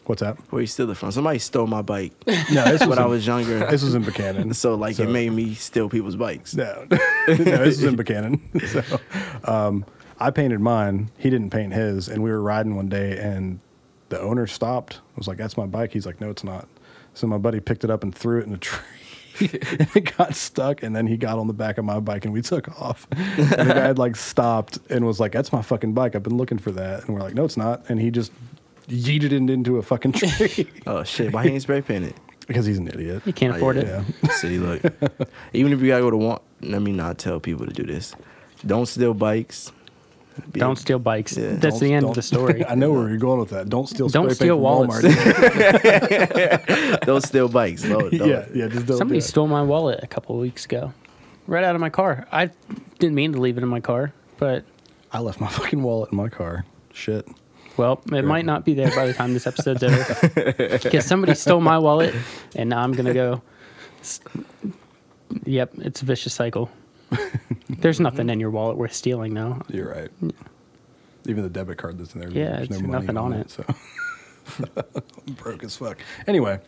Speaker 1: What's that?
Speaker 4: Where you steal it from? Somebody stole my bike
Speaker 1: No, this was
Speaker 4: when I
Speaker 1: in-
Speaker 4: was younger.
Speaker 1: This was in Buchanan.
Speaker 4: so like it made me steal people's bikes.
Speaker 1: no, no, this was in Buchanan. So, um, I painted mine. He didn't paint his, and we were riding one day, and the owner stopped. I was like, "That's my bike." He's like, "No, it's not." So my buddy picked it up and threw it in a tree. and it got stuck, and then he got on the back of my bike and we took off. And the guy had like stopped and was like, "That's my fucking bike. I've been looking for that." And we're like, "No, it's not." And he just yeeted it into a fucking tree
Speaker 4: Oh shit! Why he ain't spray paint it?
Speaker 1: because he's an idiot.
Speaker 2: You can't
Speaker 4: Oh,
Speaker 2: afford it.
Speaker 4: yeah. See, look, even if you gotta go to Walmart, let me not tell people to do this. Don't steal bikes. Be-
Speaker 2: Don't steal bikes.
Speaker 4: Yeah.
Speaker 1: Don't-
Speaker 2: That's the end
Speaker 1: don't-
Speaker 2: of the story.
Speaker 1: I know where you're going with that. Don't steal.
Speaker 2: Don't
Speaker 1: spray paint
Speaker 2: steal
Speaker 1: from
Speaker 2: wallets.
Speaker 1: Walmart.
Speaker 4: Don't steal bikes. No, don't.
Speaker 1: yeah, yeah. Just don't.
Speaker 2: Somebody
Speaker 1: do it.
Speaker 2: stole my wallet a couple of weeks ago, right out of my car. I didn't mean to leave it in my car, but
Speaker 1: I left my fucking wallet in my car. Shit.
Speaker 2: well, it might not be there by the time this episode's over because somebody stole my wallet, and now I'm gonna go. s- Yep, it's a vicious cycle. There's nothing in your wallet worth stealing, though.
Speaker 1: You're right. Even the debit card that's in there.
Speaker 2: Yeah,
Speaker 1: there's
Speaker 2: it's nothing on it.
Speaker 1: So I'm broke as fuck. Anyway,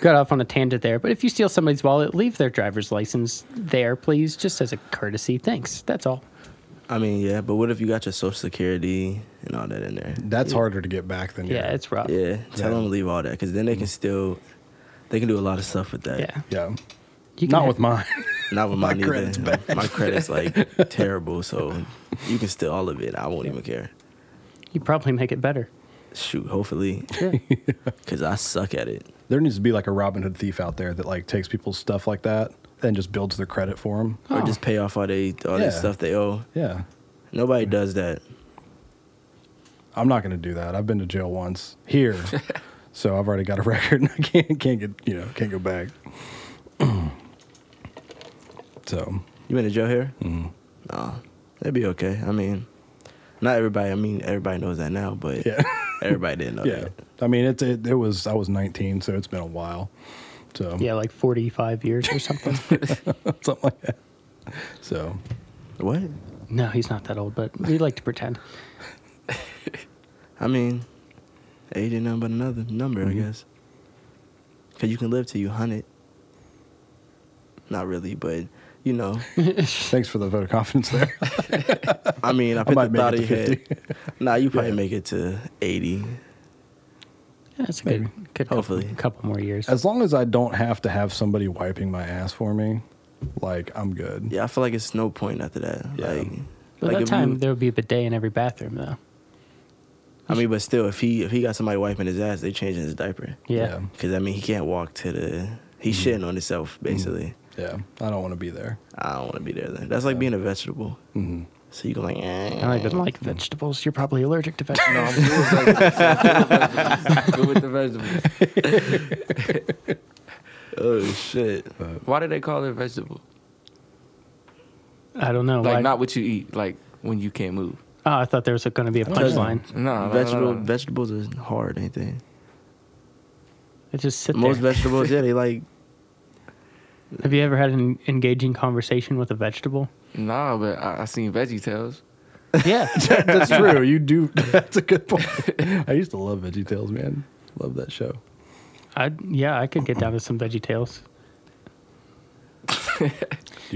Speaker 2: Got off on a tangent there, but if you steal somebody's wallet, leave their driver's license there, please, just as a courtesy. Thanks. That's all.
Speaker 4: I mean, yeah, but what if you got your social security and all that in there?
Speaker 1: that's harder to get back than
Speaker 2: Yeah,
Speaker 1: your-
Speaker 2: it's rough.
Speaker 4: Yeah, tell
Speaker 1: Yeah.
Speaker 4: them to leave all that because then they can still, they can do a lot of stuff with that.
Speaker 2: yeah.
Speaker 1: yeah.
Speaker 2: You can
Speaker 1: Not
Speaker 2: have-
Speaker 1: with mine.
Speaker 4: Not with my
Speaker 1: credit's
Speaker 4: bad. My credit's like terrible, so you can steal all of it. I won't even care.
Speaker 2: You probably make it better.
Speaker 4: Shoot, hopefully, because I suck at it.
Speaker 1: there needs to be like a Robin Hood thief out there that like takes people's stuff like that and just builds their credit for them.
Speaker 4: Or
Speaker 2: Oh.
Speaker 4: just pay off all they all
Speaker 1: Yeah.
Speaker 4: that stuff they owe.
Speaker 1: Yeah.
Speaker 4: Nobody does that.
Speaker 1: I'm not going to do that. I've been to jail once here, so I've already got a record, and I can't can't get you know can't go back. so
Speaker 4: You been to jail here?
Speaker 1: Mm-hmm.
Speaker 4: Mm. Nah, that'd be okay. I mean, not everybody. I mean, everybody knows that now, but
Speaker 1: yeah,
Speaker 4: everybody didn't know
Speaker 1: yeah.
Speaker 4: that.
Speaker 1: I mean, it, it it was I was 19, so it's been a while. So
Speaker 2: Yeah, like 45 years or something.
Speaker 1: something like that. So
Speaker 4: What?
Speaker 2: no, he's not that old, but we like to pretend.
Speaker 4: I mean, age ain't nothing but another number,
Speaker 1: Mm-hmm.
Speaker 4: I guess. Cause you can live till you hundred. Not really, but you know.
Speaker 1: thanks for the vote of confidence there.
Speaker 4: I mean, I put
Speaker 1: might
Speaker 4: the
Speaker 1: make
Speaker 4: thought
Speaker 1: it
Speaker 4: in
Speaker 1: to
Speaker 4: your head. Nah, you probably make it to eighty.
Speaker 2: Yeah, that's a good, good
Speaker 4: Hopefully.
Speaker 2: couple, couple more years.
Speaker 1: as long as I don't have to have somebody wiping my ass for me, like I'm good.
Speaker 4: Yeah, I feel like it's no point after that.
Speaker 1: Yeah.
Speaker 4: Like,
Speaker 2: By
Speaker 4: like
Speaker 2: that
Speaker 4: if
Speaker 2: time,
Speaker 4: you-
Speaker 2: there would be a bidet in every bathroom, though.
Speaker 4: I mean, but still, if he if he got somebody wiping his ass, they changing his diaper.
Speaker 2: Yeah.
Speaker 4: Because I mean, he can't walk to the.
Speaker 1: Mm-hmm.
Speaker 4: He's shitting on himself basically.
Speaker 1: yeah. I don't want to be there.
Speaker 4: I don't want to be there. Then that's like being a vegetable. Mm-hmm. So you go like, eh.
Speaker 2: I don't even like vegetables. You're probably allergic to
Speaker 6: No,
Speaker 2: vegetables.
Speaker 6: I'm good with vegetables. good with the vegetables.
Speaker 4: oh shit.
Speaker 6: Why do they call it vegetable?
Speaker 2: I don't know.
Speaker 6: Like
Speaker 2: why.
Speaker 6: not what you eat, like when you can't move.
Speaker 2: oh, I thought there was going to be a punchline.
Speaker 6: No, no,
Speaker 4: Vegetable
Speaker 6: no, no.
Speaker 4: vegetables are hard, ain't they?
Speaker 2: It just sit
Speaker 4: Most
Speaker 2: there.
Speaker 4: vegetables, yeah, they like.
Speaker 2: Have you ever had an engaging conversation with a vegetable?
Speaker 6: Nah, but I, I seen Veggie Tales.
Speaker 2: Yeah.
Speaker 1: That's true. You do. That's a good point. I used to love Veggie Tales, man. Love that show.
Speaker 2: I yeah, I could get down to some veggie tails.
Speaker 1: Do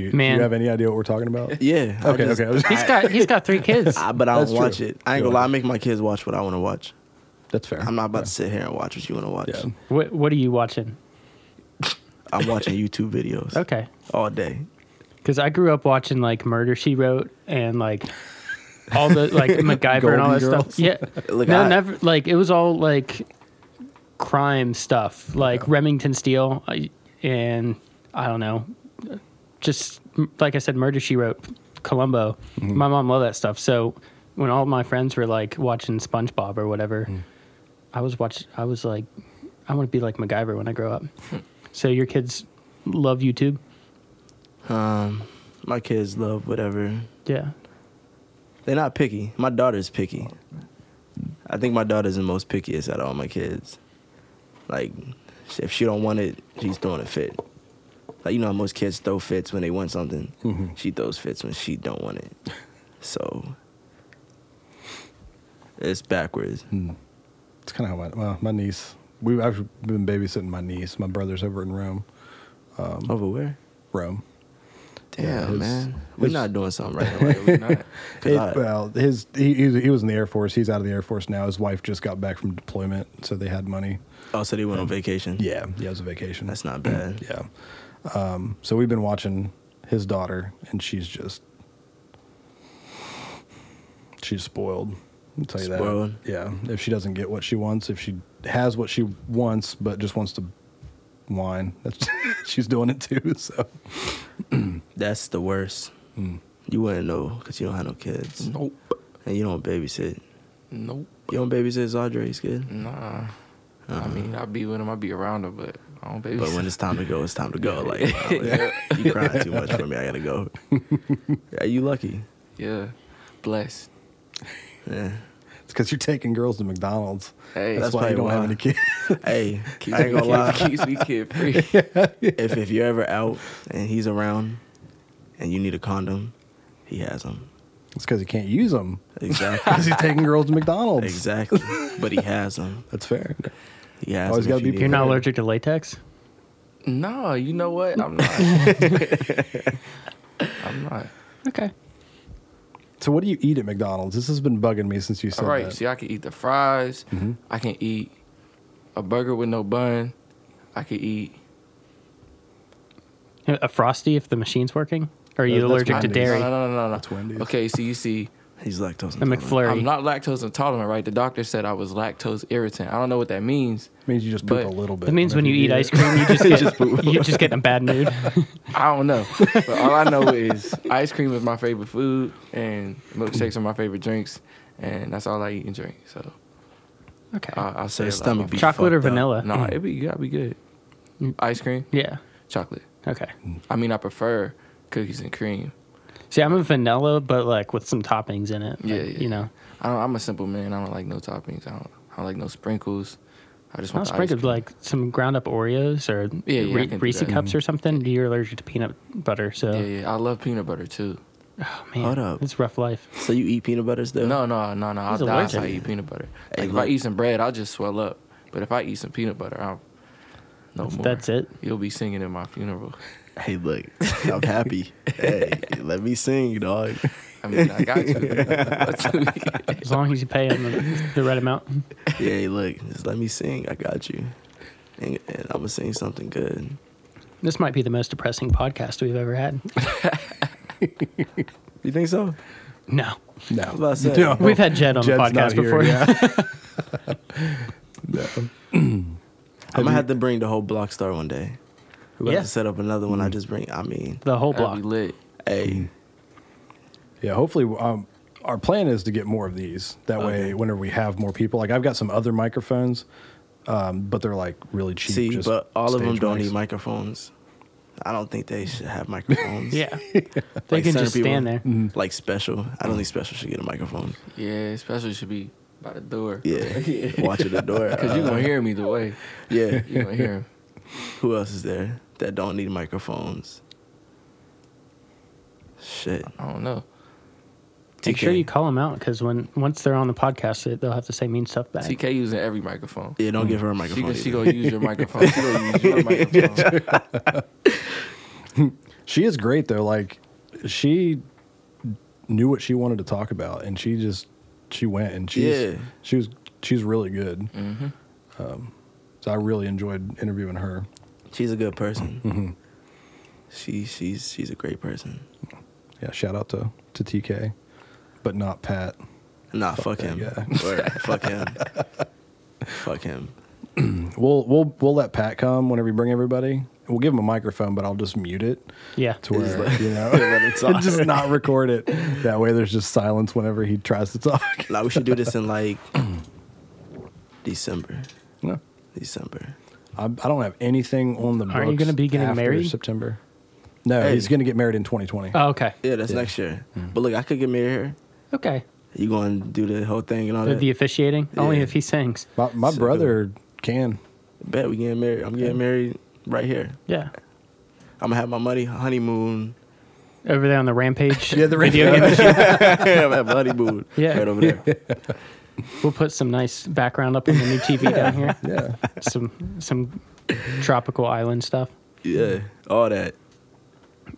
Speaker 1: you,
Speaker 2: Man.
Speaker 1: do you have any idea what we're talking about?
Speaker 4: Yeah. I
Speaker 1: Okay,
Speaker 4: just-
Speaker 1: okay. I was-
Speaker 2: He's got he's got three kids.
Speaker 4: I, but I don't
Speaker 1: That's
Speaker 4: watch
Speaker 1: true.
Speaker 4: it. I ain't gonna lie. I make my kids watch what I want to watch.
Speaker 1: that's fair.
Speaker 4: I'm not about to sit here and watch what you want to watch.
Speaker 1: Yeah.
Speaker 2: What what are you watching?
Speaker 4: I'm watching YouTube videos
Speaker 2: Okay.
Speaker 4: all day.
Speaker 2: Because I grew up watching like Murder She Wrote and like all the like MacGyver and all that
Speaker 1: Golden
Speaker 2: stuff.
Speaker 1: Girls.
Speaker 2: Yeah,
Speaker 4: Look,
Speaker 2: no,
Speaker 4: I-
Speaker 2: never. Like it was all like crime stuff, like Remington Steel, I- and I don't know, just m- like I said, Murder She Wrote, Columbo. My mom loved that stuff. So when all my friends were like watching SpongeBob or whatever, I was watching. I was like, I want to be like MacGyver when I grow up. so your kids love YouTube.
Speaker 4: Um, my kids love whatever.
Speaker 2: Yeah.
Speaker 4: They're not picky. My daughter's picky.
Speaker 1: Oh,
Speaker 4: I think my daughter's the most pickiest out of all my kids. Like, if she don't want it, she's throwing a fit. Like you know, how most kids throw fits when they want something.
Speaker 1: Mm-hmm.
Speaker 4: She throws fits when she don't want it. So it's backwards.
Speaker 1: It's kind of how my well, my niece. We've actually been babysitting my niece. My brother's over in Rome.
Speaker 4: Over where?
Speaker 1: Rome.
Speaker 4: Damn,
Speaker 1: Yeah, it's-
Speaker 4: man. We're
Speaker 1: it's-
Speaker 4: not doing something right.
Speaker 5: Like,
Speaker 4: away.
Speaker 5: we're not.
Speaker 4: 'Cause
Speaker 1: It-
Speaker 4: I-
Speaker 1: well, his he, he was- he was in the Air Force. He's out of the Air Force now. His wife just got back from deployment, so they had money.
Speaker 4: oh, so they went on vacation.
Speaker 1: Yeah, yeah, it was a vacation.
Speaker 4: That's not bad.
Speaker 1: yeah. Um, so we've been watching his daughter, and she's just she's spoiled. I'll tell you
Speaker 4: Spoiled?
Speaker 1: that. Yeah, if she doesn't get what she wants, if she has what she wants but just wants to whine, that's she's doing it too. So
Speaker 4: That's the worst.
Speaker 1: Mm.
Speaker 4: You wouldn't know because you don't have no kids.
Speaker 5: Nope.
Speaker 4: And you don't babysit.
Speaker 5: Nope.
Speaker 4: You don't babysit Audrey's kid.
Speaker 5: Nah. I mean, I'll be with him. I'll be around him, but I don't baby.
Speaker 4: But when it's time to go, it's time to go. Like, nah, like, you crying too much for me. I gotta go. yeah, you lucky.
Speaker 5: yeah, blessed.
Speaker 4: Yeah.
Speaker 1: it's because you're taking girls to McDonald's.
Speaker 5: Hey,
Speaker 1: that's
Speaker 4: That's
Speaker 1: why you
Speaker 4: probably
Speaker 1: don't have
Speaker 4: why.
Speaker 1: any kids.
Speaker 4: Hey,
Speaker 5: keeps
Speaker 4: I ain't
Speaker 5: me
Speaker 4: gonna lie.
Speaker 5: kid- keeps me kid free.
Speaker 4: if if you're ever out and he's around and you need a condom, he has them.
Speaker 1: It's because he can't use them.
Speaker 4: Exactly.
Speaker 1: Because he's taking girls to McDonald's.
Speaker 4: exactly. But he has them.
Speaker 1: That's fair.
Speaker 4: He has
Speaker 1: Always
Speaker 4: 'em if
Speaker 1: gotta be
Speaker 4: you need
Speaker 2: You're not
Speaker 1: Yeah.
Speaker 2: allergic to latex?
Speaker 5: No, you know what? I'm not. I'm not.
Speaker 2: Okay.
Speaker 1: So what do you eat at McDonald's? This has been bugging me since you said
Speaker 5: All right.
Speaker 1: that.
Speaker 5: See, I can eat the fries. I can eat a burger with no bun. I can eat.
Speaker 2: Uh, A frosty if the machine's working? Or are you
Speaker 1: That- that's
Speaker 2: allergic
Speaker 1: my
Speaker 2: to
Speaker 1: news.
Speaker 2: dairy?
Speaker 5: No, no, no, no, no.
Speaker 1: That's Wendy's.
Speaker 5: Okay. So you see,
Speaker 4: it. He's lactose
Speaker 2: A
Speaker 4: intolerant.
Speaker 2: McFlurry.
Speaker 5: I'm not lactose intolerant, right? The doctor said I was lactose irritant. I don't know what that means.
Speaker 1: means you just poop
Speaker 5: But-
Speaker 1: a little bit.
Speaker 2: That means when you
Speaker 1: whenever it.
Speaker 2: eat ice cream, you just get, you just get in a bad mood.
Speaker 5: I don't know. but all I know is ice cream is my favorite food, and milkshakes are my favorite drinks, and that's all I eat and drink. So
Speaker 2: Okay.
Speaker 5: I, I'll
Speaker 4: So
Speaker 5: say
Speaker 4: his
Speaker 5: it like
Speaker 4: stomach
Speaker 5: my-
Speaker 4: Uh, be
Speaker 2: Chocolate or
Speaker 4: fucked up.
Speaker 2: vanilla?
Speaker 5: Nah, it be gotta be good. Ice cream,
Speaker 2: Yeah.
Speaker 5: chocolate.
Speaker 2: Okay.
Speaker 5: I mean, I prefer cookies and cream.
Speaker 2: See, I'm a vanilla, but like with some toppings in it.
Speaker 5: Yeah,
Speaker 2: Like,
Speaker 5: yeah.
Speaker 2: You know,
Speaker 5: I don't, I'm a simple man. I don't like no toppings. I don't, I don't like no sprinkles. I just
Speaker 2: I'll
Speaker 5: want the ice
Speaker 2: sprinkle
Speaker 5: cream.
Speaker 2: like some ground up Oreos or
Speaker 5: Yeah, yeah, I
Speaker 2: Re-
Speaker 5: can do
Speaker 2: Reese
Speaker 5: that.
Speaker 2: cups or something. You're allergic to peanut butter, so
Speaker 4: uh,
Speaker 5: Yeah, yeah. I love peanut butter too.
Speaker 2: oh, man,
Speaker 4: Hold up.
Speaker 2: it's a rough life.
Speaker 4: So you eat peanut butter still?
Speaker 5: No, no, no, no. I'll
Speaker 2: He's
Speaker 5: die if I
Speaker 2: allergic.
Speaker 5: eat peanut butter.
Speaker 4: Hey,
Speaker 5: Like, if I
Speaker 4: look.
Speaker 5: eat some bread, I'll just swell up. But if I eat some peanut butter, I'll no more.
Speaker 2: That's it.
Speaker 5: You'll be singing at my funeral.
Speaker 4: Hey, look, I'm happy. hey, let me sing, dog.
Speaker 5: I mean, I got you.
Speaker 2: As long as you pay them the, the right amount.
Speaker 4: Hey, look, just let me sing. I got you. And, and I'm gonna sing something good.
Speaker 2: This might be the most depressing podcast we've ever had.
Speaker 4: You think so?
Speaker 2: No,
Speaker 4: I was about to say.
Speaker 1: No.
Speaker 2: we've had Jed on
Speaker 1: Jed's
Speaker 2: the
Speaker 1: not
Speaker 2: podcast
Speaker 1: here,
Speaker 2: before.
Speaker 4: I'm gonna have to bring the whole block star one day. We're gonna
Speaker 2: Yeah.
Speaker 4: have to set up another one. I just bring. I mean,
Speaker 2: The whole
Speaker 5: That'd be
Speaker 2: block.
Speaker 5: lit.
Speaker 4: hey,
Speaker 1: Yeah, hopefully, um, our plan is to get more of these. That way,
Speaker 4: Okay.
Speaker 1: whenever we have more people, like I've got some other microphones, um, but they're like really cheap.
Speaker 4: see,
Speaker 1: just
Speaker 4: but all of
Speaker 1: stage
Speaker 4: them don't
Speaker 1: mics.
Speaker 4: need microphones. I don't think they should have microphones.
Speaker 2: Yeah, they can
Speaker 4: certain
Speaker 2: just
Speaker 4: people-
Speaker 2: stand there.
Speaker 5: Mm-hmm.
Speaker 4: Like special. I don't think special should get a microphone.
Speaker 5: Yeah, especially should be by the door.
Speaker 4: Yeah, watching the door. Uh,
Speaker 5: Cause you gonna hear him either way.
Speaker 4: Yeah.
Speaker 5: You gonna hear him.
Speaker 4: Who else is there that don't need microphones? Shit.
Speaker 5: I don't know.
Speaker 2: Make sure
Speaker 4: TK.
Speaker 2: you call them out because when once they're on the podcast, they- they'll have to say mean stuff back.
Speaker 5: TK using every microphone.
Speaker 4: Yeah, don't give her a
Speaker 5: She,
Speaker 4: microphone.
Speaker 5: gonna- she
Speaker 4: either.
Speaker 5: gonna use your microphone. She gonna use your microphone.
Speaker 1: She is great though. Like she knew what she wanted to talk about, and she just she went and she's
Speaker 4: Yeah. Mm-hmm.
Speaker 1: she was she's really good. Um, so I really enjoyed interviewing her.
Speaker 4: She's a good person.
Speaker 1: Mm-hmm.
Speaker 4: She she's she's a great person.
Speaker 1: Yeah, shout out to to TK, but not Pat.
Speaker 4: Nah, fuck,
Speaker 1: that
Speaker 4: him.
Speaker 1: guy.
Speaker 4: Word. fuck him. Fuck him.
Speaker 1: We'll we'll we'll let Pat come whenever you bring everybody. We'll give him a microphone, but I'll just mute it
Speaker 2: yeah,
Speaker 1: to where you know
Speaker 4: Let him talk.
Speaker 1: just not record it. That way, there's just silence whenever he tries to talk.
Speaker 4: Nah, we should do this in like December.
Speaker 1: No,
Speaker 4: December.
Speaker 1: I, I don't have anything on the.
Speaker 2: Aren't you gonna
Speaker 1: books
Speaker 2: be getting
Speaker 1: after
Speaker 2: married?
Speaker 1: September? No,
Speaker 4: Hey.
Speaker 1: he's going to get married in 2020.
Speaker 2: Oh, okay.
Speaker 4: Yeah, that's
Speaker 1: Yeah. Mm-hmm.
Speaker 4: next year. But look, I could get married here.
Speaker 2: Okay.
Speaker 4: You going to do the whole thing and all
Speaker 2: The,
Speaker 4: that?
Speaker 2: the officiating only
Speaker 4: Yeah.
Speaker 2: if he sings.
Speaker 1: my my
Speaker 4: So-
Speaker 1: brother can.
Speaker 4: Bet we getting married. I'm getting married right here.
Speaker 2: Yeah.
Speaker 4: I'm gonna have my money honeymoon.
Speaker 2: Over there on the rampage. yeah,
Speaker 1: the
Speaker 2: video game machine.
Speaker 4: I'm gonna have my honeymoon
Speaker 2: Yeah.
Speaker 4: right over there.
Speaker 2: We'll put some nice background up on the new TV down here.
Speaker 1: Yeah,
Speaker 2: Some some tropical island stuff.
Speaker 4: Yeah, all that.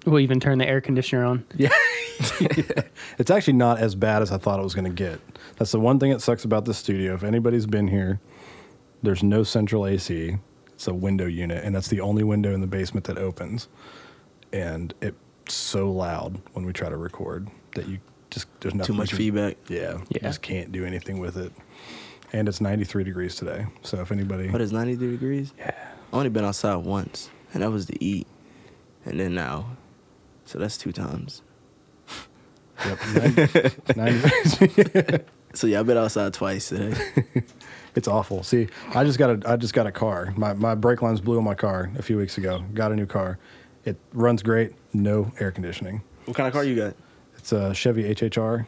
Speaker 2: We'll even turn the air conditioner on.
Speaker 1: It's actually not as bad as I thought it was going to get. That's the one thing that sucks about this studio. If anybody's been here, there's no central AC. It's a window unit, and that's the only window in the basement that opens. And it's so loud when we try to record that you just there's nothing
Speaker 4: Too much
Speaker 1: you-
Speaker 4: feedback.
Speaker 1: Yeah, you
Speaker 2: Yeah.
Speaker 1: just can't do anything with it. And it's 93 degrees today. So if anybody,
Speaker 4: What is 93 degrees? Yeah. I only been outside once, and that was to eat, and then now, so that's two times.
Speaker 1: yep, 90 90
Speaker 4: So yeah, I've been outside twice today.
Speaker 1: It's awful. See, I just got a I just got a car. My my brake lines blew on my car a few weeks ago. Got a new car. It runs great. No air conditioning.
Speaker 4: what kind of car you got?
Speaker 1: It's a Chevy HHR.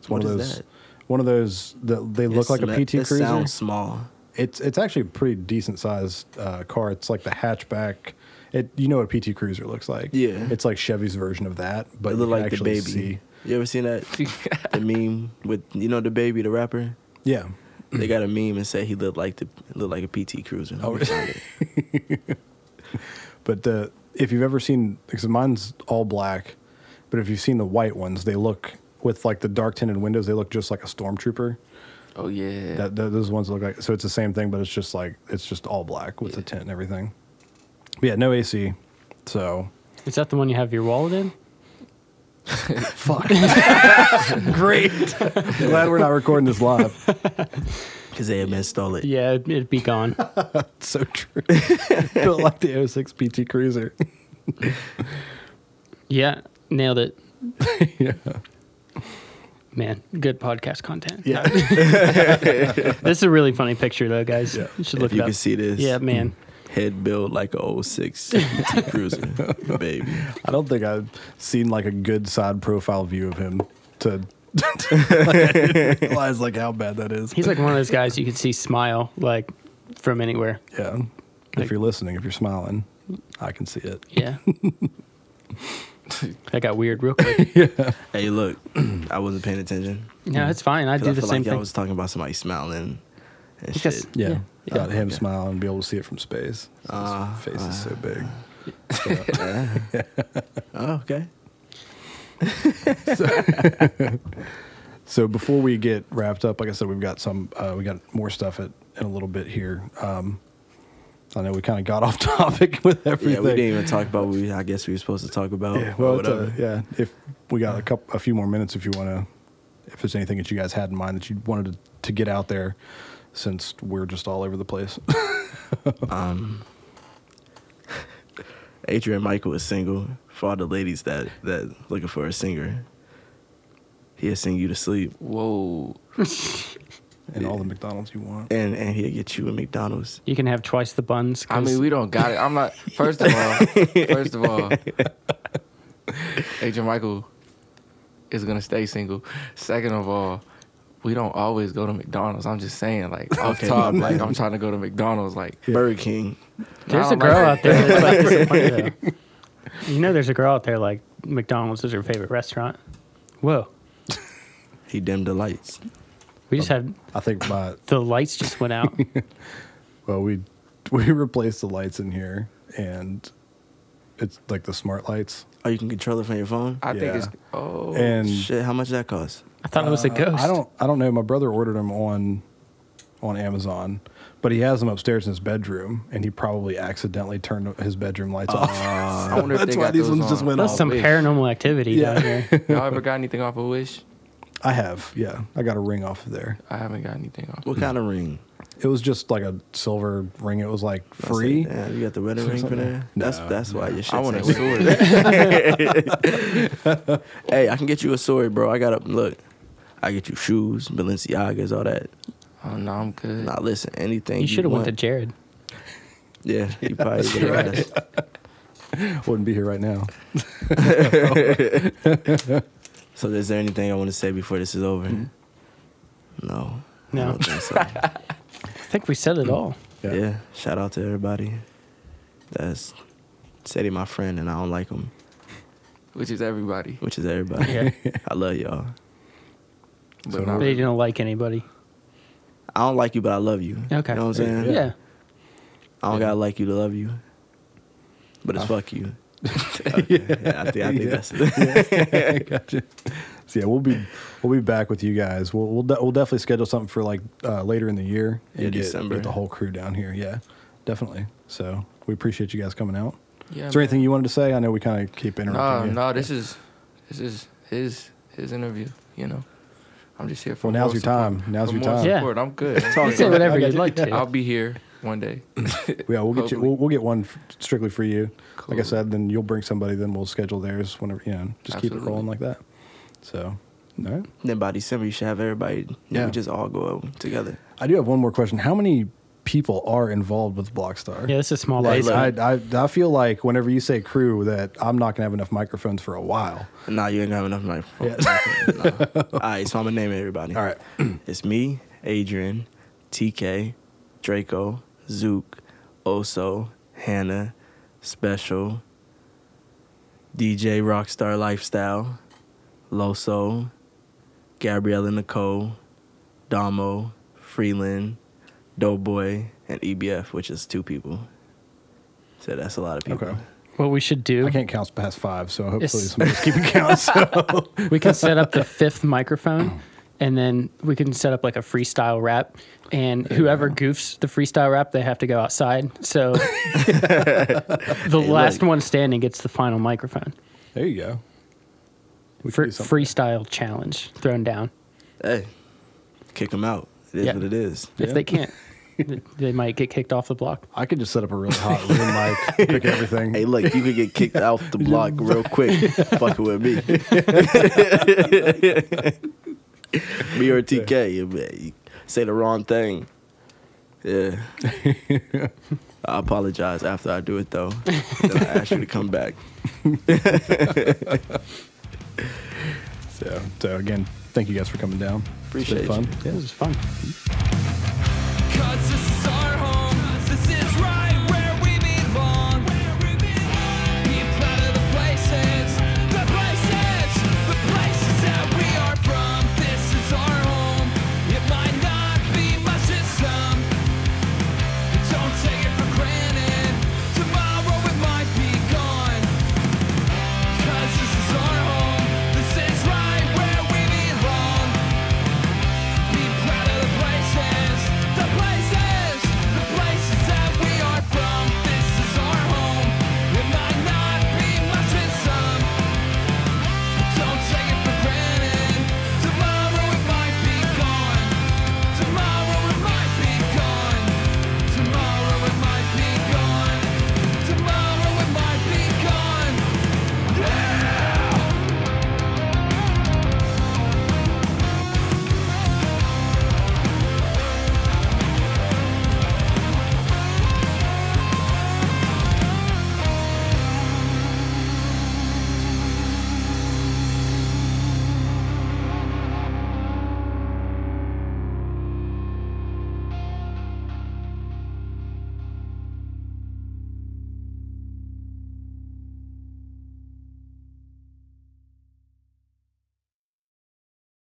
Speaker 1: It's one
Speaker 4: What
Speaker 1: of
Speaker 4: is
Speaker 1: those
Speaker 4: that?
Speaker 1: one of those that they
Speaker 4: It's
Speaker 1: look like a
Speaker 4: that-
Speaker 1: PT
Speaker 4: that
Speaker 1: Cruiser.
Speaker 4: Sounds small.
Speaker 1: It's it's actually a pretty decent sized uh, car. It's like the hatchback. It you know what a PT Cruiser looks like.
Speaker 4: Yeah.
Speaker 1: It's like Chevy's version of that, but
Speaker 4: It
Speaker 1: you
Speaker 4: looked
Speaker 1: can
Speaker 4: like the
Speaker 1: actually
Speaker 4: baby.
Speaker 1: see-
Speaker 4: You ever seen that the meme with you know the baby, the rapper?
Speaker 1: Yeah.
Speaker 4: They got a meme and said he looked like the looked like a PT Cruiser.
Speaker 1: Oh, But the if you've ever seen because mine's all black, but if you've seen the white ones, they look with like the dark tinted windows, they look just like a stormtrooper.
Speaker 6: Oh yeah.
Speaker 1: That, that those ones look like so it's the same thing, but it's just like it's just all black with the
Speaker 6: Yeah.
Speaker 1: tint and everything. But yeah, no AC. So
Speaker 2: Is that the one you have your wallet in?
Speaker 1: fuck. Great. Glad we're not recording this live.
Speaker 4: Because they had been stole it.
Speaker 2: Yeah, it'd, it'd be gone.
Speaker 1: It's so true. Built like the 06 PT Cruiser.
Speaker 2: yeah, nailed it. Man, good podcast content.
Speaker 1: Yeah.
Speaker 2: This is a really funny picture though, guys.
Speaker 1: Yeah.
Speaker 2: You should
Speaker 4: If
Speaker 2: look
Speaker 4: you
Speaker 2: it up.
Speaker 4: can see this,
Speaker 2: Yeah, man.
Speaker 4: head built like a 06 PT Cruiser, baby.
Speaker 1: I don't think I've seen like a good side profile view of him to realize like how bad that is.
Speaker 2: He's like one of those guys you could see smile like from anywhere.
Speaker 1: Yeah.
Speaker 2: Like-
Speaker 1: if you're listening, if you're smiling, I can see it.
Speaker 2: Yeah. that got weird real quick.
Speaker 4: Hey, look, I wasn't paying attention.
Speaker 2: No, it's fine. I
Speaker 4: 'Cause
Speaker 2: do
Speaker 4: I
Speaker 2: the
Speaker 4: feel
Speaker 2: same
Speaker 4: like
Speaker 2: thing.
Speaker 4: y'all was talking about somebody smiling and
Speaker 2: Because-
Speaker 4: shit.
Speaker 1: Yeah.
Speaker 2: Yeah.
Speaker 1: Got him
Speaker 4: Okay.
Speaker 1: smile and be able to see it from space. His
Speaker 4: Ah,
Speaker 1: face is so big.
Speaker 4: Oh, okay.
Speaker 1: So before we get wrapped up, like I said, we've got some, uh, we got more stuff at, in a little bit here. Um, I know we kind of got off topic with everything.
Speaker 4: Yeah, we didn't even talk about what we, I guess we were supposed to talk about.
Speaker 1: Yeah,
Speaker 4: or
Speaker 1: well, it's,
Speaker 4: Oh, whatever.
Speaker 1: uh, yeah. If we got a couple, a few more minutes, if you want to, if there's anything that you guys had in mind that you wanted to, to get out there, since we're just all over the place.
Speaker 4: Adrian Michael is single. For all the ladies that that looking for a singer, he'll sing you to sleep,
Speaker 6: Whoa.
Speaker 1: and all the McDonald's you want.
Speaker 4: and and he'll get you a McDonald's.
Speaker 2: You can have twice the buns.
Speaker 6: I
Speaker 2: 'cause-
Speaker 6: mean, we don't got it. I'm not. First of all, first of all, Adrian Michael is gonna stay single. Second of all, we don't always go to McDonald's. I'm just saying, like off
Speaker 4: Okay,
Speaker 6: top,
Speaker 4: my
Speaker 6: like
Speaker 4: bad.
Speaker 6: I'm trying to go to McDonald's. Like
Speaker 4: Burger King.
Speaker 2: There's
Speaker 6: I
Speaker 2: a
Speaker 6: don't
Speaker 2: girl
Speaker 6: like
Speaker 2: out there that's like disappointed. though. You know, there's a girl out there like McDonald's is her favorite restaurant. Whoa,
Speaker 4: He dimmed the lights.
Speaker 2: we just had
Speaker 1: I think my
Speaker 2: the lights just went out.
Speaker 1: well, we we replaced the lights in here, and it's like the smart lights.
Speaker 4: Oh, you can control it from your phone.
Speaker 6: I think it's
Speaker 1: Yeah.
Speaker 6: oh
Speaker 1: And
Speaker 4: Shit, how much that cost?
Speaker 2: I thought it was a
Speaker 1: Uh,
Speaker 2: ghost.
Speaker 1: I don't. I don't know. My brother ordered them on on Amazon, but he has them upstairs in his bedroom, and he probably accidentally turned his bedroom lights off.
Speaker 6: I wonder if
Speaker 1: That's
Speaker 6: they
Speaker 1: why
Speaker 6: got
Speaker 1: these
Speaker 6: those
Speaker 1: ones just
Speaker 6: on.
Speaker 1: went
Speaker 2: That's
Speaker 1: off.
Speaker 2: some
Speaker 6: wish.
Speaker 2: paranormal activity
Speaker 1: Yeah.
Speaker 2: down here.
Speaker 6: Y'all ever got anything off of Wish?
Speaker 1: I have. Yeah, I got a ring off of there.
Speaker 6: I haven't got anything off.
Speaker 4: What kind of ring?
Speaker 1: It was just like a silver ring. It was like
Speaker 4: I said,
Speaker 1: free.
Speaker 4: "Damn, you got the wedding ring for there. that's that's why your shit.
Speaker 6: I want a
Speaker 4: ain't
Speaker 6: sword.
Speaker 4: Hey, I can get you a sword, bro. I got up. Look, I get you shoes, Balenciagas, all that.
Speaker 6: oh no, I'm good.
Speaker 4: Now listen, anything
Speaker 2: You should have went to
Speaker 4: want-
Speaker 2: Jared.
Speaker 4: Yeah, you probably would have asked.
Speaker 1: Wouldn't be here right now.
Speaker 4: So is there anything I want to say before this is over? No. I
Speaker 2: Mm-hmm. No.
Speaker 4: don't think so.
Speaker 2: I think we said it all.
Speaker 1: Yeah.
Speaker 4: yeah. Shout out to everybody. That's Sadie, my friend, and I don't like him,
Speaker 6: Which is everybody.
Speaker 4: which is everybody.
Speaker 2: Yeah,
Speaker 4: I love y'all.
Speaker 6: But
Speaker 1: So
Speaker 6: not
Speaker 2: they didn't like anybody.
Speaker 4: I don't like you, but I love you.
Speaker 2: Okay.
Speaker 4: You know what I'm
Speaker 1: Yeah.
Speaker 4: saying?
Speaker 2: Yeah.
Speaker 4: I don't gotta like you to love you. But it's fuck you. Uh. Yeah, I think, I think that's it.
Speaker 1: gotcha. So yeah, we'll be we'll be back with you guys. We'll we'll, de- we'll definitely schedule something for like uh, later in the year and
Speaker 4: Yeah,
Speaker 1: get,
Speaker 4: December.
Speaker 1: get the whole crew down here. Yeah, definitely. So we appreciate you guys coming out.
Speaker 6: Yeah,
Speaker 1: Is there
Speaker 6: man.
Speaker 1: anything you wanted to say? I know we kind of keep
Speaker 6: No,
Speaker 1: interrupting you.
Speaker 6: no, this is this is his his interview. You know, I'm just here for.
Speaker 1: Well,
Speaker 6: moral
Speaker 1: now's your
Speaker 6: support.
Speaker 1: time. Now's
Speaker 6: For
Speaker 1: your
Speaker 6: moral
Speaker 1: time.
Speaker 2: Yeah.
Speaker 6: Support. I'm good. I'm
Speaker 2: You
Speaker 6: good.
Speaker 2: say whatever you'd
Speaker 1: you.
Speaker 2: like to.
Speaker 6: I'll be here one day.
Speaker 1: Yeah, we'll get you.
Speaker 6: Hopefully.
Speaker 1: We'll, we'll get one f- strictly for you. Like I
Speaker 6: Cool.
Speaker 1: said, then you'll bring somebody. Then we'll schedule theirs whenever you know. Just keep it
Speaker 6: Absolutely.
Speaker 1: rolling like that. So, all right.
Speaker 4: Then by December, you should have everybody. Yeah.
Speaker 1: Yeah.
Speaker 4: We just all go out together.
Speaker 1: I do have one more question. How many people are involved with Blockstar?
Speaker 2: Yeah, this is small
Speaker 1: Like,
Speaker 2: basement.
Speaker 1: I, I, I feel like whenever you say crew, that I'm not gonna have enough microphones for a while.
Speaker 4: Nah, you ain't got enough money. for- Nah. All right, so I'm gonna name everybody.
Speaker 1: All right.
Speaker 4: it's me, Adrian, TK, Draco, Zook, Oso, Hannah, Special, DJ Rockstar Lifestyle, Loso, Gabriella Nicole, Damo, Freeland, Doughboy, and EBF, which is two people. So that's a lot of people.
Speaker 1: Okay.
Speaker 2: what we should
Speaker 1: I
Speaker 2: do,
Speaker 1: can't count past five, so hopefully
Speaker 2: It's-
Speaker 1: somebody's keeping count. So.
Speaker 2: we can set up the fifth microphone, and then we can set up like a freestyle rap. And whoever goofs the freestyle rap, they have to go outside. So the last
Speaker 4: look.
Speaker 2: one standing gets the final microphone.
Speaker 1: There you go. We
Speaker 2: Fr-
Speaker 1: could do something.
Speaker 2: freestyle challenge thrown down.
Speaker 4: Hey, kick them out. It is
Speaker 2: Yeah.
Speaker 4: what it is.
Speaker 2: If they can't, th- they might get kicked off the block.
Speaker 1: I could just set up a really hot room mic, pick everything.
Speaker 4: Hey, look, you could get kicked off the block real quick. fucking with me. me or TK. you- you Say the wrong thing. Yeah. I apologize after I do it, though. Then I ask you to come back.
Speaker 1: So, so again, thank you guys for coming down. It's been
Speaker 4: Appreciate you.
Speaker 1: fun. Yeah.
Speaker 2: This is fun.